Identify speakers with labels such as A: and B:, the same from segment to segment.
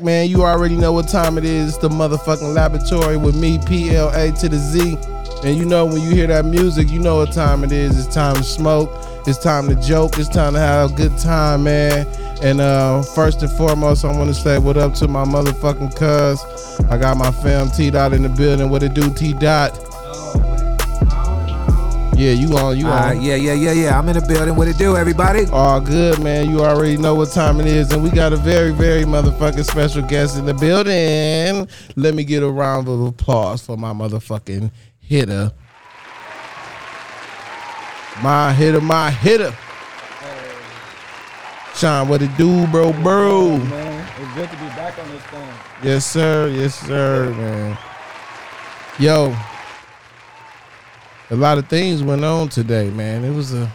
A: Man, you already know what time it is. The motherfucking laboratory with me, PLA to the Z. And you know, when you hear that music, you know what time it is. It's time to smoke. It's time to joke. It's time to have a good time, man. And uh, first and foremost, I want to say what up to my motherfucking cuz. I got my fam T Dot in the building. What it do, T Dot? Yeah, you on, you on.
B: Uh, yeah, yeah, yeah, yeah. I'm in the building. What it do, everybody?
A: All good, man. You already know what time it is. And we got a very, very motherfucking special guest in the building. Let me get a round of applause for my motherfucking hitter. My hitter, my hitter. Sean, what it do, bro, bro?
C: man. It's good to be back on this thing.
A: Yes, sir. Yes, sir, man. Yo, a lot of things went on today, man. It was a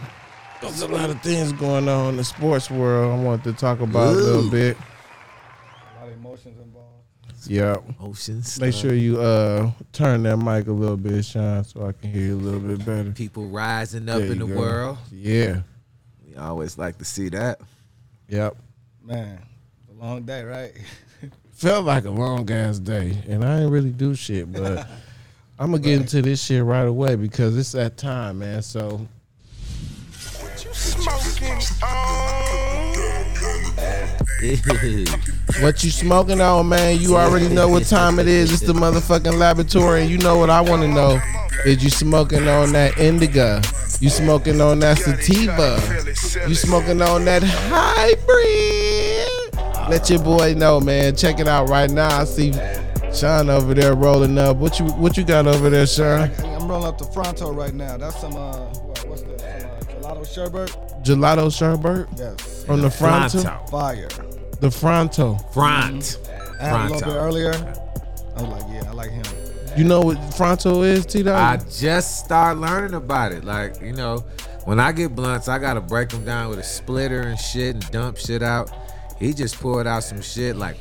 A: there was a lot of things going on in the sports world. I wanted to talk about a little
B: Ooh.
A: bit.
C: A lot of emotions involved.
A: Yeah.
B: Oceans.
A: Make sure you uh turn that mic a little bit, Sean, so I can hear you a little bit better.
B: people rising up
A: There
B: in
A: you
B: the
A: go.
B: world.
A: Yeah.
B: We always like to see that.
A: Yep.
C: Man, it's a long day, right?
A: Felt like a long ass day, and I ain't really do shit, but I'm gonna get into this shit right away because it's that time, man. So What you smoking on, man? You already know what time it is. It's the motherfucking laboratory. And you know what I want to know is you smoking on that indica? You smoking on that sativa? You smoking on that hybrid? Let your boy know, man. Check it out right now. I see Sean over there rolling up. What you what you got over there, Sean?
C: I'm rolling up to Fronto right now. That's some, uh, what, what's that? Some uh, gelato sherbet?
A: Gelato sherbet
C: Yes.
A: from the Fronto.
B: Fronto.
C: Fire.
A: The Fronto.
B: Front.
C: I had a little bit
B: Fronto.
C: earlier. I was like, yeah, I like him.
A: You know what Fronto is, T
B: I
A: Dog?
B: just started learning about it. Like, you know, when I get blunts, I gotta break them down with a splitter and shit and dump shit out. He just poured out some shit like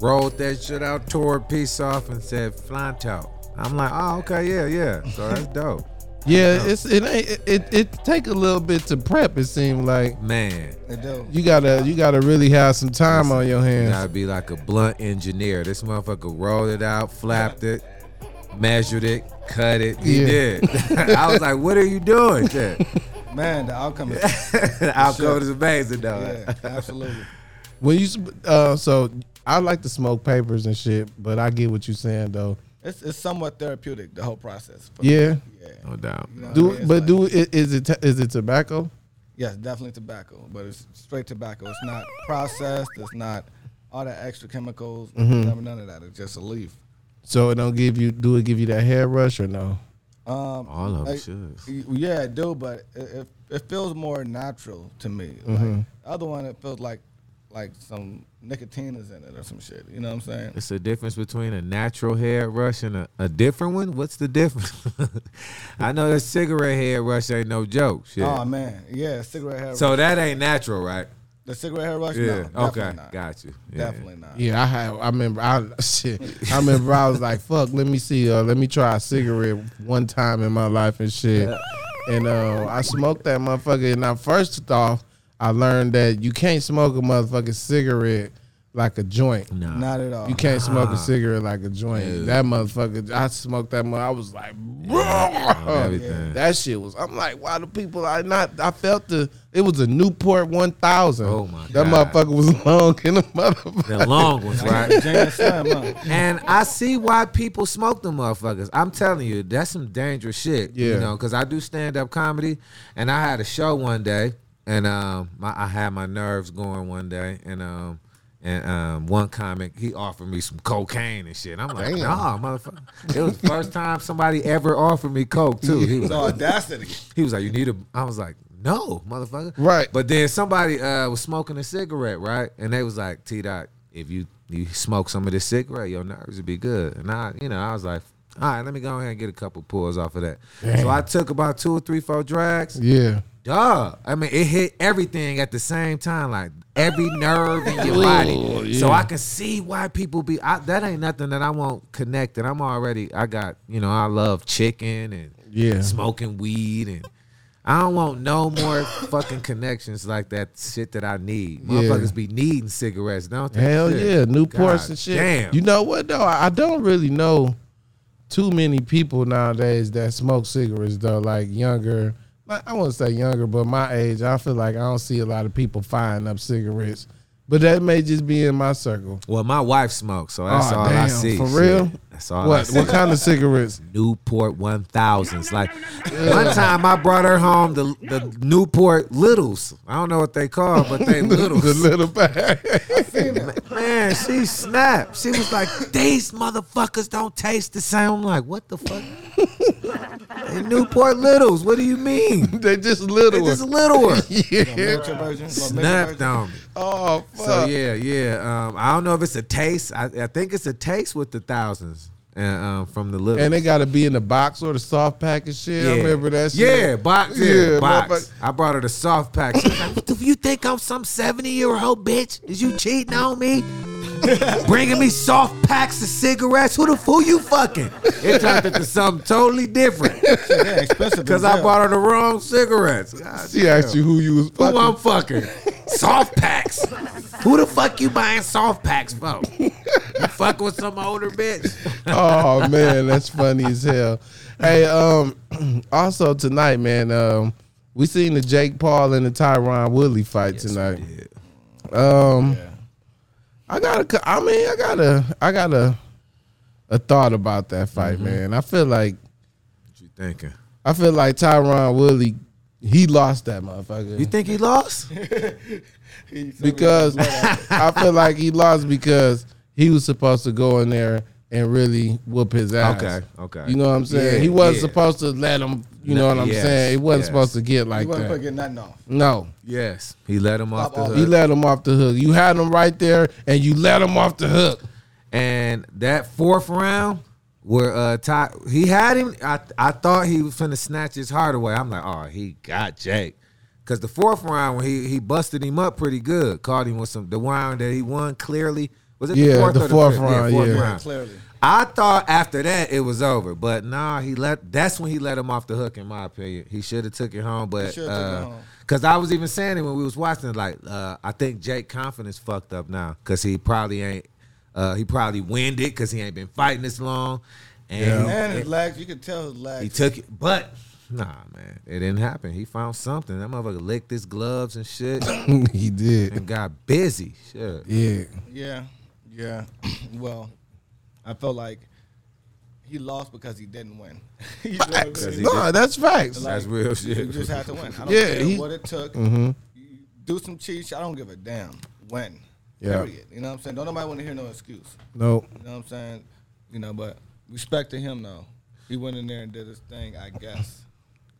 B: rolled that shit out, tore a piece off, and said flanto. I'm like, oh okay, yeah, yeah. So that's dope.
A: Yeah, it's it ain't it, it, it take a little bit to prep, it seems like.
B: Man.
C: They do.
A: You gotta you gotta really have some time on your
B: You
A: hands.
B: gotta be like a blunt engineer. This motherfucker rolled it out, flapped it, measured it, cut it. He
A: Yeah.
B: did. I was like, what are you doing? Shit.
C: Man, the outcome is.
B: Outcome is amazing, though.
C: Yeah, absolutely.
A: When you s- uh, so I like to smoke papers and shit, but I get what you're saying though.
C: It's, it's somewhat therapeutic, the whole process. For
A: Yeah.
C: Yeah.
B: No doubt.
C: You know what I
A: Do
C: mean? It's
A: but
C: like-
A: do it is it t- is it tobacco?
C: Yes, definitely tobacco, but it's straight tobacco. It's not processed. It's not all that extra chemicals.
A: Mm-hmm.
C: None, none of that. It's just a leaf.
A: So it don't give you do it give you that hair rush or no?
C: Um,
B: All of them
C: like,
B: should.
C: y- Yeah, it do, but it, it, it feels more natural to me.
B: Mm-hmm.
C: Like, the other one, it feels like like some nicotine is in it or some shit. You know what I'm saying?
B: It's a difference between a natural hair rush and a, a different one. What's the difference? I know that cigarette hair rush ain't no joke. Shit.
C: Oh man, yeah, cigarette hair.
B: so that ain't natural, right?
C: the cigarette hair rush.
B: Yeah.
C: No,
B: okay.
C: definitely not.
B: Got you. Yeah.
C: Definitely not.
A: Yeah, I had I remember I shit. I remember I was like, fuck, let me see, uh, let me try a cigarette one time in my life and shit. And uh, I smoked that motherfucker. And I first off, I learned that you can't smoke a motherfucking cigarette like a joint.
B: No. Uh-uh.
C: Not at all.
A: You can't smoke a cigarette like a joint. That motherfucker, I smoked that. Mother, I was like,
B: on
A: bro,
B: everything.
A: that shit was. I'm like, why do people? I not. I felt the. It was a Newport 1000.
B: Oh, my
A: That
B: God.
A: motherfucker was long in the motherfucker.
B: The long ones, right?
C: James Slim, huh?
B: And I see why people smoke them motherfuckers. I'm telling you, that's some dangerous shit.
A: Yeah.
B: You know, because I do stand up comedy, and I had a show one day, and um, my, I had my nerves going one day, and um, and um, one comic he offered me some cocaine and shit. And I'm like,
A: Damn.
B: nah, motherfucker. It was the first time somebody ever offered me coke too. He was
C: The
B: like,
C: audacity.
B: he was like, "You need a." I was like, "No, motherfucker."
A: Right.
B: But then somebody uh, was smoking a cigarette, right? And they was like, "T dot, if you you smoke some of this cigarette, your nerves would be good." And I, you know, I was like, "All right, let me go ahead and get a couple pulls off of that." So I took about two or three, four drags.
A: Yeah.
B: Duh. I mean, it hit everything at the same time, like every nerve in your body.
A: Ooh,
B: So
A: yeah.
B: I can see why people be. I, that ain't nothing that I won't connect. And I'm already. I got. You know, I love chicken and
A: Yeah.
B: smoking weed and I don't want no more fucking connections like that shit that I need. Motherfuckers be needing cigarettes, don't they?
A: Hell
B: Shit.
A: yeah, Newports
B: God
A: and shit.
B: Damn.
A: You know what though? I I don't really know too many people nowadays that smoke cigarettes though. Like younger, like I wouldn't say younger, but my age, I feel like I don't see a lot of people firing up cigarettes. But that may just be in my circle.
B: well, my wife smokes, so that's
A: Aw,
B: all I
A: damn,
B: see.
A: for
B: shit.
A: real?
B: That's all I
A: what
B: see.
A: what kind of cigarettes?
B: Newport 1000s. Like one time I brought her home the the Newport Littles. I don't know what they call, but they
A: The
B: Littles.
A: little bag.
B: Man, she snapped. She was like, "These motherfuckers don't taste the same." I'm like, "What the fuck?" They Newport Littles. What do you mean?
A: they just little.
B: They just littler.
A: yeah.
C: Military version, little military
B: Snapped
C: version.
B: on me.
A: Oh fuck.
B: So yeah, yeah. Um, I don't know if it's a taste. I, I think it's a taste with the thousands and um, from the littles.
A: And they gotta be in the box or the soft pack and shit. I remember that shit.
B: Yeah, box. Yeah,
A: Yeah,
B: box.
A: motherfucker.
B: I brought her the soft pack. She's like, "What Do you think I'm some 70 year old bitch? Is you cheating on me? Bringing me soft packs of cigarettes? Who the fool you fucking? It turned into something totally different
C: Shit, they expensive.
B: because I bought her the wrong cigarettes. God
A: She asked
B: damn.
A: you who you was
B: Who I'm
A: fucking.
B: fucking? soft packs. Who the fuck you buying soft packs for? You fuck with some older bitch?
A: oh man, that's funny as hell. Hey, um, also tonight, man, um, we seen the Jake Paul and the Tyron Woodley fight tonight. Um, I got to I mean, I got to I got to a thought about that fight, man. I feel like
B: What you thinking?
A: I feel like Tyron Woodley, he lost that motherfucker.
B: You think he lost?
A: because I feel like he lost because he was supposed to go in there and really whoop his ass.
B: Okay, okay.
A: You know what I'm saying?
B: Yeah,
A: he wasn't
B: yeah.
A: supposed to let him. You know
B: No,
A: what I'm
B: yes,
A: saying? He wasn't
B: yes.
A: supposed to get like
C: You wasn't
A: that.
C: fucking nothing off.
A: No,
B: Yes. He let him off the
C: Stop all
B: hook.
A: he let him off the hook. You had him right there, and you let him off the hook.
B: And that fourth round where uh Ty he had him, I I thought he was finna snatch his heart away. I'm like, oh, he got Jake. Cause the fourth round when he he busted him up pretty good, caught him with some the round that he won clearly. Was it
A: Yeah,
B: the fourth
A: the
B: or
A: fourth
B: fifth?
A: round, yeah.
C: Clearly.
B: I thought after that it was over, but nah, he let. That's when he let him off the hook, in my opinion. He should have took it home, but
C: shoulda took it
B: uh,
C: home.
B: cause I was even saying it when we was watching. Like, uh, I think Jake confidence fucked up now, cause he probably ain't. Uh, he probably winded because he ain't been fighting this long, and he-
C: And his legs, you could tell his legs.
B: he took it, but. Nah, man, it didn't happen. He found something. That motherfucker licked his gloves and shit,
A: he did.
B: and got busy. Shit.
A: Yeah.
C: Yeah, yeah. well, I felt like he lost because he didn't win. You know what I'm
A: Facts.
C: saying?
B: he
A: No,
B: did.
A: that's facts.
B: That's real
C: You
B: shit.
C: just had to win. I don't
A: Yeah,
C: care
A: he- Mm-hmm.
C: what it took. You do some cheat. shit, I don't give a damn. Win.
A: Yeah.
C: Period. You know what I'm saying? Don't nobody want to hear no excuse.
A: No.
C: You know what I'm saying? You know, but respect to him though. He went in there and did his thing. I guess.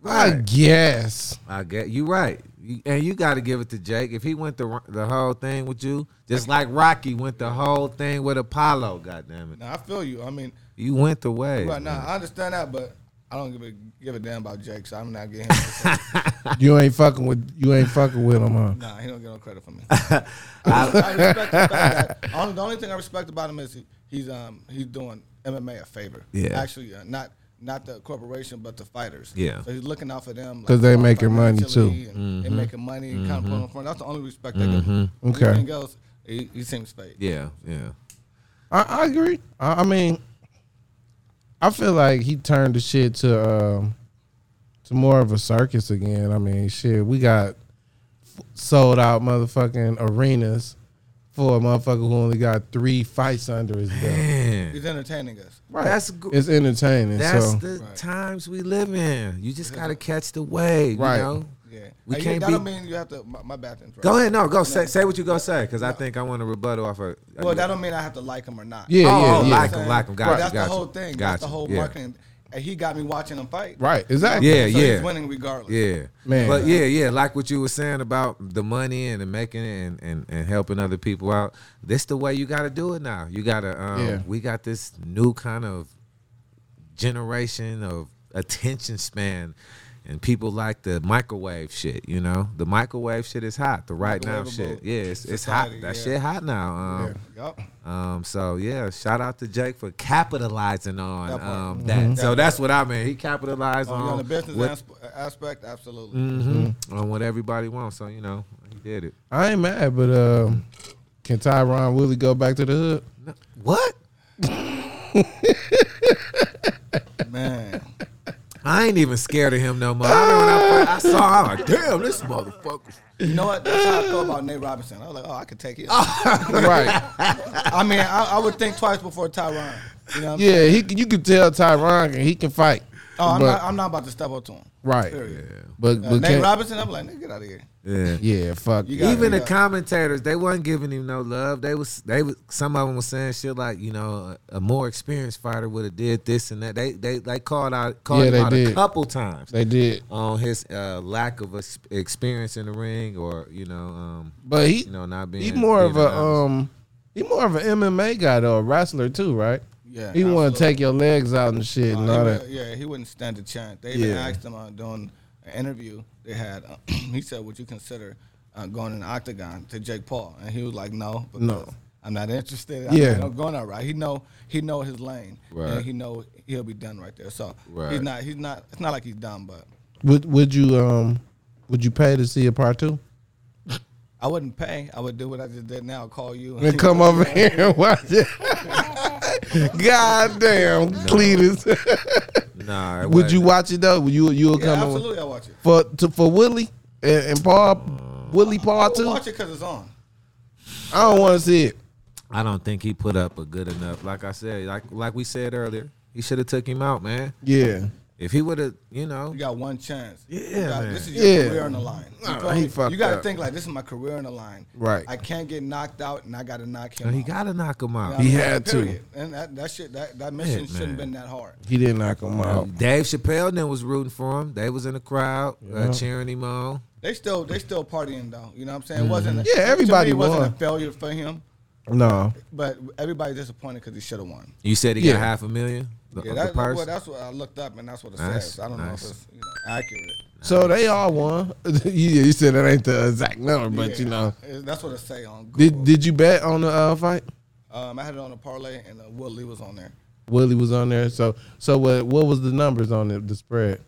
A: I guess.
B: I get you right, You- and you got to give it to Jake. If he went the ro- the whole thing with you, just like Rocky went the whole thing with Apollo. God damn it,
C: Now I feel you. I mean,
B: you went the way.
C: right now I understand that, but I don't give a give a damn about Jake. So I'm not getting him.
A: You ain't fucking with you ain't fucking with him, huh?
C: Nah, he don't get no credit for me. I, I respect the fact that only, the only thing I respect about him is he, he's um he's doing MMA a favor.
B: Yeah.
C: actually, uh, not not the corporation, but the fighters.
B: Yeah. Mm-hmm.
C: so he's looking out for them like,
A: 'Cause they making money, too.
C: financially and, and making money and kind of putting on front. That's the only respect I give.
A: Okay.
C: Okay, everything else, he, he seems fake.
B: Yeah, yeah.
A: I, I agree. I, I mean, I feel like he turned the shit to um, to more of a circus again. I mean, shit, we got f- sold out motherfucking arenas for a motherfucker who only got three fights under his belt.
B: Man,
C: He's entertaining us.
A: Right.
B: that's gr-
A: It's entertaining.
B: that's
A: so
B: the times we live in. You just got to catch the wave.
A: Right.
B: You know?
C: Yeah,
B: We
C: Uh, you-
B: can't
C: That
B: be-
C: don't mean you have to. My, my bad. to interrupt.
B: Go ahead, no, go say say what you gonna say, cause I think I want to rebuttal off of.
C: Well, that don't mean I have to like him or not.
A: yeah,
B: Oh,
A: yeah,
B: oh,
A: yeah.
B: like him, like him. Got you,
C: that's
B: got
C: the
B: you.
C: whole thing.
B: Got
C: that's the
B: you,
C: whole
B: yeah.
C: marketing. And he got me watching him fight.
A: right, exactly.
B: Yeah,
C: so
B: yeah.
C: He's winning regardless.
B: Yeah,
A: Man.
B: But yeah, yeah, like what you were saying about the money and the making it and, and, and helping other people out. This the way you got to do it now. You got to. Um,
A: Yeah.
B: We got this new kind of generation of attention span, and people like the microwave shit. You know, the microwave shit is hot. The right now
C: Microwavable
B: shit. Yeah, it's, it's hot.
C: society,
B: That
C: yeah.
B: shit hot now. Um,
A: Yeah.
C: Yup.
B: um, so yeah, shout out to Jake for capitalizing on
C: That part.
B: um, that. So that's what I mean. He capitalized
C: Oh,
B: on
C: on the business
B: what-
C: asp- aspect, aspect, absolutely.
B: Mm-hmm. On what everybody wants. So you know, he did it.
A: I ain't mad, but uh, can Tyron Willie go back to the hood?
B: What?
C: Man,
B: I ain't even scared of him no more. I remember when I,
A: Ah!
B: fir- I saw him, I'm like, damn, this motherfucker.
C: you know what? That's how I feel about Nate Robinson. I was like, oh, I could take it.
A: right.
C: I mean, I, I would think twice before Tyron. You know, what I'm saying?
A: Yeah, he can- you can tell Tyron can- he can fight.
C: oh, I'm,
A: but-
C: not, I'm not about to step up to him.
A: Right.
C: Period.
A: But,
C: Uh,
A: but
C: Nate
A: can,
C: Robinson, I'm like, nigga, get out of here.
B: Yeah.
A: yeah, fuck.
C: You
A: it.
C: got
B: Even
C: it.
B: the commentators, they wasn't giving him no love. They was they was some of them was saying shit like, you know, a, a more experienced fighter would have did this and that. They they they called out called
A: Yeah,
B: him
A: they
B: out a
A: did.
B: couple times
A: They did,
B: on his uh, lack of ex- experience in the ring or you know um
A: but he
B: you know not being
A: he more of
B: being
A: a
B: honest.
A: um he more of an MMA guy though, a wrestler too, right?
C: Yeah,
A: He want
C: absolutely.
A: to take your legs out and shit
C: Uh,
A: and
C: he
A: all
C: would-
A: that.
C: Yeah, he wouldn't stand a chance. They even
A: Yeah.
C: asked him uh, during an interview they had. Uh, he said, "Would you consider uh, going in the octagon to Jake Paul?" And he was like, "No, because
A: No.
C: I'm not interested. I'm
A: Yeah.
C: not I'm going all right. He know he know his lane.
B: Right.
C: And he know he'll be done right there. So
B: Right.
C: he's not he's not. It's not like he's dumb, but
A: Would would you um would you pay to see a part two?
C: I wouldn't pay. I would do what I just did now. Call you.
A: And come over here and watch it. God damn, Cletus.
B: nah, it
A: would you
B: wasn't.
A: watch it though? Would you you'll
C: yeah,
A: come over
C: absolutely. I watch it.
A: for to, for Willie and, and Paul Willie Paul
C: Uh, I
A: too?
C: watch it because it's on.
A: I don't want to see it.
B: I don't think he put up a good enough. Like I said, like like we said earlier, he should have took him out, man.
A: Yeah.
B: If he would have, you know,
C: You got one chance. You
B: Yeah,
C: got-
B: man.
C: This is your
A: Yeah.
C: career on the line. You,
A: Nah,
C: feel
A: he
C: me?
A: fucked
C: you gotta
A: up.
C: think like this is my career on the line.
A: Right.
C: I can't get knocked out, and I gotta knock him.
B: he
C: out.
B: got to knock him out.
C: You know what I
A: He
C: mean?
A: had to.
C: Period. And that that shit that, that mission
B: man.
C: shouldn't have been that hard.
A: He didn't knock him out.
B: Dave Chappelle then was rooting for him. They was in the crowd uh, cheering him on.
C: They still they still partying though. You know what
B: Mm-hmm.
C: I'm saying? It wasn't a-
A: Yeah,
C: to me,
A: everybody
C: it wasn't
A: won.
C: a failure for him,
A: No.
C: but everybody disappointed because he should have won.
B: You said he
A: Yeah.
B: got half a million. The,
C: Yeah,
B: the
C: that,
B: purse?
C: well, that's what I looked up, and that's what it
B: Nice,
C: says. I don't
B: nice.
C: know if it's you know, accurate.
A: So they all won. you, you said that ain't the exact number, but you
C: Yeah.
A: know.
C: It- that's what it say on Google.
A: Did did you bet on the uh, fight?
C: um, I had it on a parlay, and uh, Will Lee was on there.
A: Willie was on there. So so what what was the numbers on it, the spread?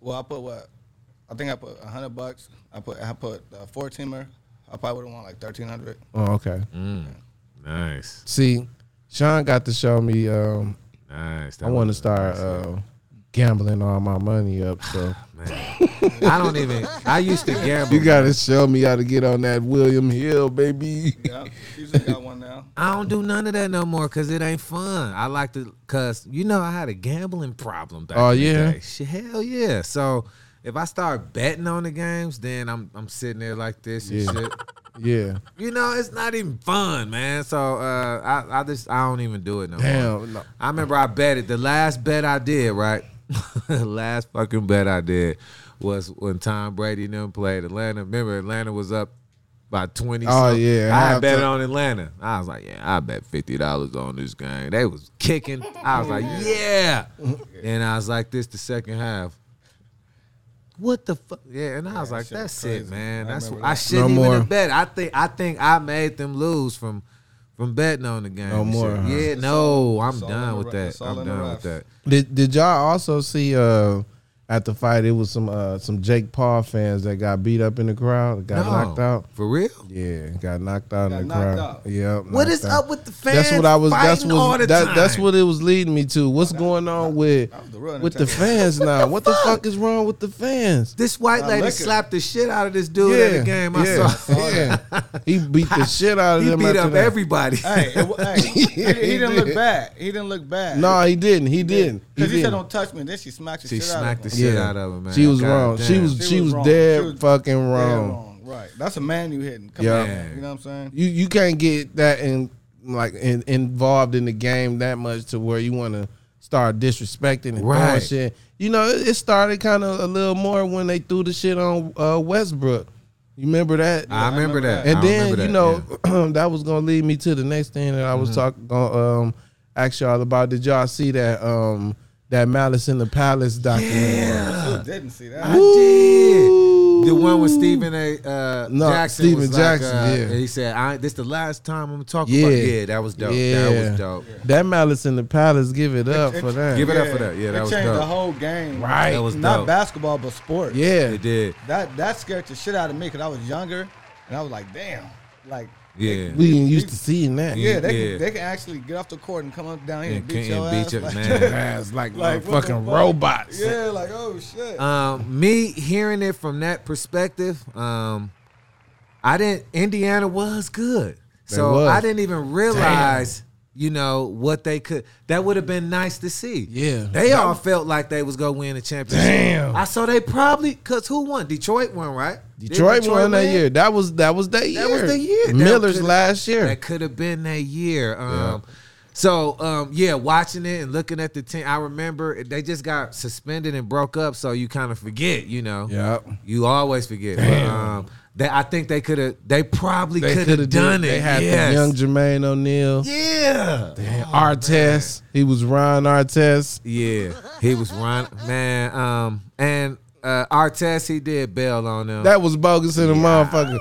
C: Well, I put what? I think I put a hundred bucks. I put I put a four teamer. I probably would have won like thirteen hundred.
A: Oh, okay.
B: nice,
A: See, Sean got to show me um
B: nice.
A: I want to start uh, gambling all my money up. So
B: I don't even. I used to gamble.
A: you got to show me how to get on that William Hill, baby.
C: Yeah, you just got one now.
B: I don't do none of that no more because it ain't fun. I like to, cause you know I had a gambling problem back.
A: Oh,
B: in the
A: yeah?
B: day. Shit, hell yeah. So if I start betting on the games, then I'm I'm sitting there like this and
A: Yeah.
B: shit.
A: Yeah.
B: You know, it's not even fun, man. So uh, I I just I don't even do it no more.
A: Damn. No.
B: I remember I betted the last bet I did, right? last fucking bet I did was when Tom Brady and them played Atlanta. Remember Atlanta was up by 20
A: Oh,
B: something?
A: yeah.
B: I
A: Halftime.
B: had bet on Atlanta. I was like, yeah, I bet $50 on this game. They was kicking. I was like, yeah. And I was like this the second half. What the fuck? Yeah, and I was
C: that
B: like,
C: shit
B: that's
C: was
B: it,
C: crazy.
B: man.
C: I
B: That's
C: remember
B: I
C: that.
B: shouldn't
A: No
B: even
A: more.
B: have bet. I think I think I made them lose from from betting on the game.
A: No
B: and shit.
A: more, huh?
B: Yeah, no, I'm
C: It's all in
B: done
C: the
B: with
C: ra-
B: that.
C: it's all
B: I'm
C: in the
B: done with
C: refs.
B: that.
A: Did Did y'all also see uh, at the fight? It was some uh, some Jake Paul fans that got beat up in the crowd, got
B: No.
A: knocked out.
B: For real?
A: Yeah, got knocked out in
C: Got
A: the
C: knocked
A: crowd.
C: out.
A: Yeah.
B: What is
A: knocked out.
B: up with the fans?
A: That's what I was. That's
B: fighting all
A: what.
B: the
A: That, that's
B: time?
A: what it was leading me to. What's going on with
C: that was the real
A: with the
C: entertainment.
A: fans now? what the fuck is wrong with the fans?
B: This white
C: Nah,
B: lady
C: liquor.
B: slapped the shit out of this dude in the game. I
A: yeah,
B: saw.
A: yeah. He beat the shit out of
B: He
A: them.
B: beat
A: after
B: up
A: that.
B: everybody.
C: Hey, it, wa- hey he,
A: Yeah,
C: he
A: he
C: didn't
A: did.
C: look bad. He didn't look bad.
A: No, he didn't. He didn't. He
C: because he, said,
A: didn't.
C: "Don't touch me." Then she smacked the
B: She
C: shit
B: smacked
C: out of
B: the
C: him.
B: shit out of him, man.
A: She was
B: God
A: wrong. She
B: damn.
A: was she,
C: She was
A: was,
C: wrong.
A: dead
C: She was
A: fucking
C: Dead
A: wrong.
C: wrong. Right. That's a man you hitting. Come
A: Yeah.
C: on, man. you know what I'm saying?
A: You you can't get that in like in, involved in the game that much to where you want to start disrespecting and throwing
B: Right.
A: shit. You know, it, it started kind of a little more when they threw the shit on uh, Westbrook. You remember that?
B: I remember that.
A: And
B: I
A: then
B: remember
A: you
B: that,
A: know
B: yeah. Mm-hmm.
A: that was gonna lead me to the next thing that I was talking um ask y'all about. Did y'all see that um that Malice in the Palace documentary?
C: Who didn't see that?
B: I did. The one with Stephen A. Uh,
A: No,
B: Jackson.
A: Stephen
B: was like,
A: Jackson,
B: uh,
A: yeah.
B: and He said, I, "This the last time I'm talking
A: Yeah.
B: about." Yeah, that was dope. That
A: Yeah.
B: was dope.
A: That malice in the palace, give it up
C: it-
A: for that.
B: Give it up for that. Yeah, that
C: it
B: was
C: changed
B: dope.
C: the whole game.
A: Right.
B: That was
C: Not
B: dope.
C: basketball, but sports.
A: yeah,
B: It did.
C: That that scared the shit out of me because I was younger and I was like, damn, like
B: Yeah.
A: we didn't used to seeing that.
C: yeah, they
B: Yeah.
C: Can, they can actually get off the court and come up down here
B: Yeah,
C: and beat
B: can-
C: your
B: and
C: ass.
B: beat your-
C: like,
B: man.
A: Ass like,
C: Like,
A: motherfucking
C: what the fuck?
A: robots.
C: yeah, like oh shit.
B: um, me hearing it from that perspective, um, I didn't. Indiana was good, so
A: was.
B: I didn't even realize. You know what they could. That would have been nice to see.
A: Yeah.
B: they all felt like they was gonna win the championship.
A: Damn.
B: I saw they probably cause who won? Detroit won, right? Did
A: Detroit, won that
B: win?
A: year. That was that was that year.
B: That was the year. That
A: Miller's
B: could've-
A: last year.
B: That could have been that year. Um, So um, yeah, watching it and looking at the team, I remember they just got suspended and broke up, so you kind of forget, you know.
A: Yep.
B: You always forget. But, um, they, I think they could have. They probably
A: They
B: could have
A: did-
B: done it.
A: They had
B: yes.
A: the young Jermaine O'Neal,
B: yeah. Oh,
A: Artest. He was Ron Artest.
B: Yeah. He was Ron man. Um, and uh, Artest he did bail on them.
A: That was bogus in the motherfucker.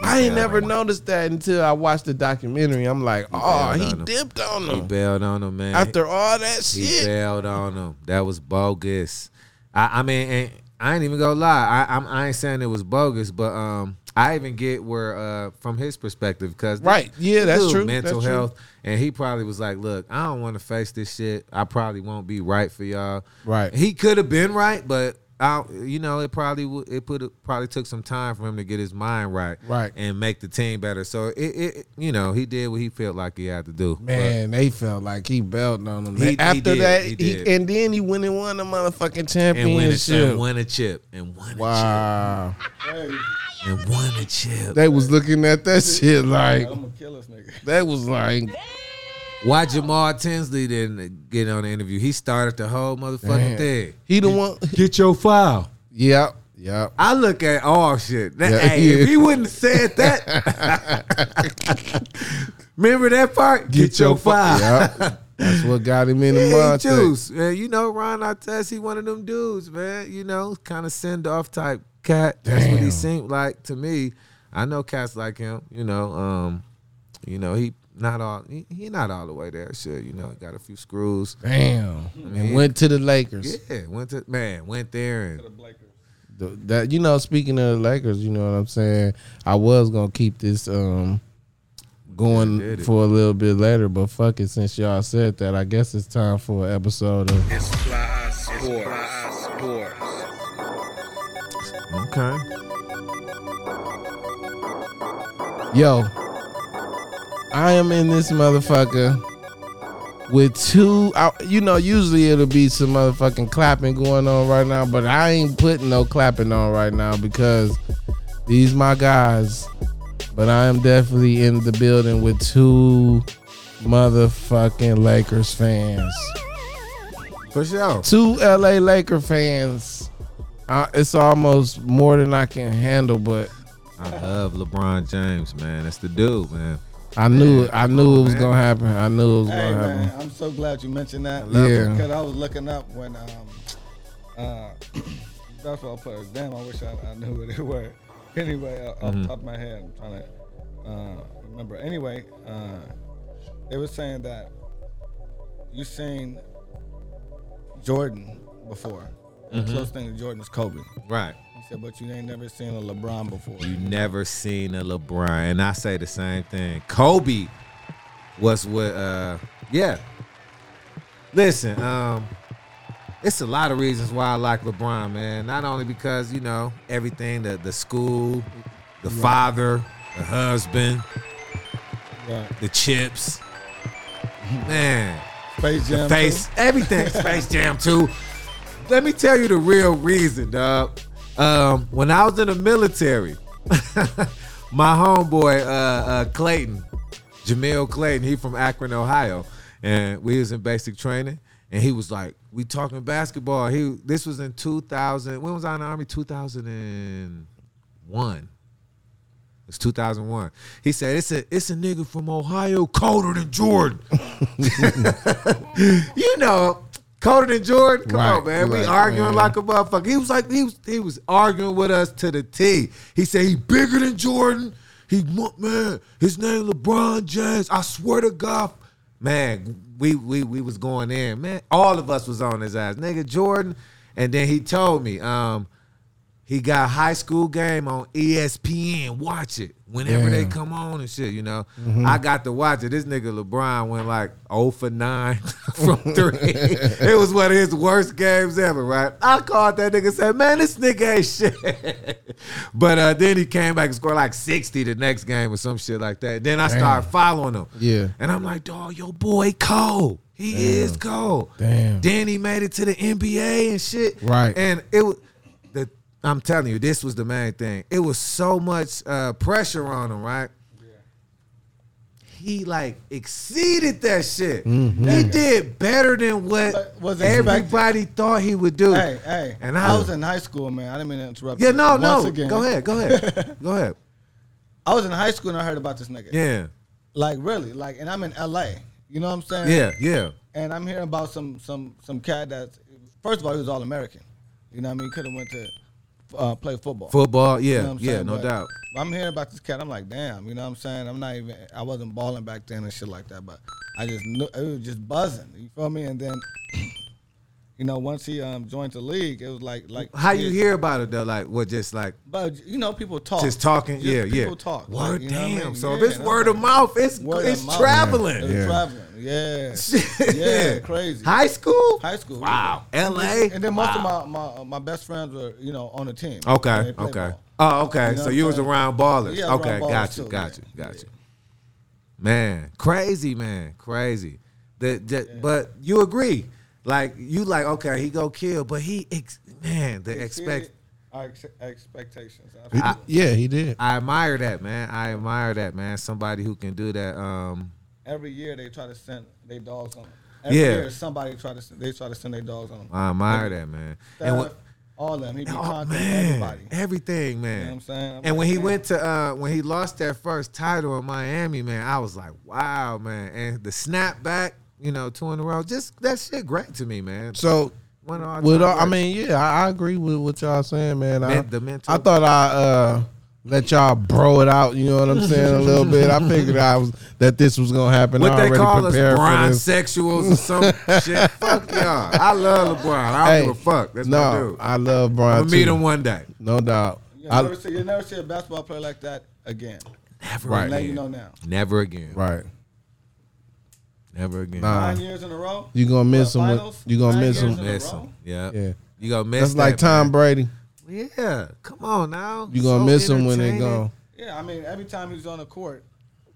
A: I ain't
B: Yeah.
A: never noticed that until I watched the documentary. I'm like, oh,
B: bailed
A: he
B: on him.
A: dipped on
B: he
A: them
B: bailed on them, man.
A: after all that
B: He
A: shit.
B: bailed on him. That was bogus. I, I mean, and I ain't even gonna lie. I, I'm, I ain't saying it was bogus, but um, I even get where uh, from his perspective because
A: Right. Yeah, that's true.
B: Mental
A: That's true.
B: health, and he probably was like, "Look, I don't want to face this shit. I probably won't be right for y'all."
A: Right.
B: He could have been right, but. I, you know, it probably w- it put probably took some time for him to get his mind right,
A: Right.
B: and make the team better. So it, it you know, he did what he felt like he had to do.
A: Man, they felt like he belted on them.
B: He- he
A: after
B: did,
A: that,
B: he
A: he
B: did.
A: and then he went and won the motherfucking
B: and win a chip,
A: championship.
B: win a chip, and win a chip.
A: wow,
C: Hey,
B: and won the chip.
A: they was looking at that shit like
C: I'm gonna kill this nigga.
A: that was like
B: Why Jamal Tinsley didn't get on the interview? He started the whole motherfucking
A: Man.
B: thing.
A: he the one.
B: Get your file.
A: Yep, yep.
B: I look at all shit. That,
A: Yeah.
B: hey, if he wouldn't have said that, remember that part? Get, your,
A: fu-
B: file.
A: Yep. That's what got him in the
B: Yeah, he
A: mud.
B: juice. Man, you know, Ron Artest, he one of them dudes, man. You know, kind of send off type cat. That's what he
A: Damn.
B: seemed like to me. I know cats like him. You know, um, you know he not all he, he not all the way there. Shit, you know, he got a few screws.
A: Damn. And went to the Lakers.
B: Yeah, went to man, went there and
A: The- that you know, speaking of the Lakers, you know what I'm saying. I was gonna keep this um
B: Yeah,
A: going
B: did it.
A: for a little bit later, but fuck it. Since y'all said that, I guess it's time for an episode of
B: okay.
A: Yo, I am in this motherfucker with two. I, you know, usually it'll be some motherfucking clapping going on right now, but I ain't putting no clapping on right now because these my guys. But I am definitely in the building with two motherfucking Lakers fans,
B: For sure.
A: two LA Laker fans. I, it's almost more than I can handle, but
B: I love LeBron James, man. That's the dude, man.
A: I knew it. I knew it was gonna happen. I knew it was
C: Hey
A: gonna happen.
C: man, I'm so glad you mentioned that.
A: love it.
C: because I was looking up when um uh basketball players. Damn, I wish I, I knew who they were. Anyway, uh, off the top of my head, I'm trying to uh, remember. Anyway, uh, they were saying that you seen Jordan before. The closest thing to Jordan is Kobe.
B: Right.
C: He said, but you ain't never seen a LeBron before.
B: You never seen a LeBron, and I say the same thing. Kobe was what, uh, yeah. Listen, um, it's a lot of reasons why I like LeBron, man. Not only because you know everything, the the school, the father, the husband,
C: Right.
B: the chips, man,
C: Space Jam.
B: face, everything, Space Jam too. Let me tell you the real reason, dog. Um, when I was in the military, my homeboy uh, uh, Clayton, Jamil Clayton, he from Akron, Ohio, and we was in basic training, and he was like, "We talking basketball." He this was in 2000. When was I in the army? 2001. It's 2001. He said it's a it's a nigga from Ohio colder than Jordan. you know, Colder than Jordan? Come
A: Right,
B: on, man. we
A: right,
B: arguing
A: man.
B: like a motherfucker. He was like, he was, he was arguing with us to the T. He said he bigger than Jordan. He mo- man, his name LeBron James. I swear to God, man. We we we was going in, man. All of us was on his ass, nigga. Jordan, and then he told me, um, he got high school game on E ESPN. Watch it whenever they
A: Damn.
B: come on and shit. You know,
A: Mm-hmm.
B: I got to watch it. This nigga LeBron went like 0 for 9 from three. it was one of his worst games ever, right? I called that nigga and said, "Man, this nigga ain't shit." but uh, then he came back and scored like sixty the next game or some shit like that. Then I started following him.
A: Yeah.
B: and I'm like, "Dog, your boy cold. He is cold."
A: Damn.
B: Then he made it to the NBA and shit.
A: Right.
B: And it was the I'm telling you, this was the main thing. It was so much uh, pressure on him, right? He like exceeded that shit. He did better than what
C: But was expected.
B: everybody thought he would do.
C: Hey, hey.
B: And
C: I,
B: I-
C: was in high school, man. I didn't mean to interrupt.
B: Yeah,
C: you.
B: no,
C: Once
B: no.
C: Again,
B: Go ahead, go ahead, go ahead.
C: I was in high school and I heard about this nigga.
B: Yeah,
C: Like really, like, and I'm in LA. You know what I'm saying?
B: yeah, yeah.
C: And I'm hearing about some some some cat that's first of all he was all American. You know what I mean? Could have went to uh, play football.
B: Football, yeah,
C: You know what I'm
B: yeah,
C: saying?
B: no
C: But
B: doubt.
C: I'm hearing about this cat. I'm like, damn. You know what I'm saying? I'm not even. I wasn't balling back then and shit like that. But I just knew it was just buzzing. You feel me? And then, you know, once he um joined the league, it was like like
B: How you
C: yeah,
B: hear about it though? Like what? Just like
C: But you know, people talk.
B: just talking? yeah,
C: people
B: yeah.
C: Oh, People talk. like,
B: Word
C: you know what I
B: damn.
C: mean?
B: So if
C: Yeah,
B: it's
C: and I'm
B: word of
C: like,
B: mouth, it's
C: word of
B: it's
C: mouth.
B: traveling.
C: It's
A: Yeah.
C: traveling. Yeah.
B: Shit.
C: Yeah. Crazy.
B: High school?
C: High school.
B: Wow. LA?
C: And then most
B: Wow.
C: of my, my my best friends were you know on the team. And
B: Okay,
C: they played
B: okay.
C: ball.
B: Oh, okay.
C: You know
B: so
C: what
B: you
C: I'm
B: was
C: saying?
B: around ballers.
C: Yeah, around
B: okay,
C: ballers
B: got you,
C: too,
B: got
C: yeah.
B: you, got you. Man, crazy, man. Crazy. The, the, But you agree. Like, you like, okay, he go kill, but he, ex- man, the expect.
C: Exceeded our ex- expectations.
A: He- yeah, he did.
B: I admire that, man. I admire that, man. Somebody who can do that. Um,
C: Every year they try to send their dogs on. Every
B: Yeah.
C: year somebody try to send, they try to send their dogs on.
B: I admire that, man.
C: Staff,
B: And what,
C: all of them. He be
B: Oh,
C: contacting
B: man,
C: everybody.
B: everything, man.
C: You know what I'm saying? I'm
B: and when
C: like,
B: he
C: man.
B: went to uh, when he lost that first title in Miami, man, I was like, wow, man. And the snap back, you know, two in a row, just that shit great to me, man.
A: So
B: One of our
A: With
B: top
A: all, I
B: works.
A: mean, yeah, I, I agree with what y'all saying, man. I,
B: Men- the mental-
A: I thought I uh, let y'all bro it out. You know what I'm saying? A little bit. I figured I was that this was gonna happen. I
B: what they
A: already
B: call us,
A: prepared
B: Bron
A: for this.
B: sexuals or some shit. Fuck y'all. I love LeBron. I
A: Hey,
B: don't give a fuck. That's my
A: no,
B: dude.
A: I love
B: I'm
A: Brian
B: gonna
A: too.
B: meet him one day.
A: No doubt.
C: You'll
A: I,
C: never, see, you'll never see a basketball player like that again.
B: Never
A: Right.
C: Now
B: again.
C: you know now.
B: Never again.
A: right.
B: Never again.
A: Nah.
C: Nine years in a row.
A: You gonna miss
C: What,
A: him. with-
C: finals?
A: You gonna
C: Nine
A: miss
C: years
A: him.
C: in a
B: Miss
C: row?
B: him. Yeah.
A: Yeah.
B: You gonna miss
A: That's like
B: that, man.
A: Tom Brady.
B: Yeah, come on now.
A: You gonna
B: So
A: miss him when they
B: entertaining.
A: gone.
C: Yeah, I mean, every time he's on the court,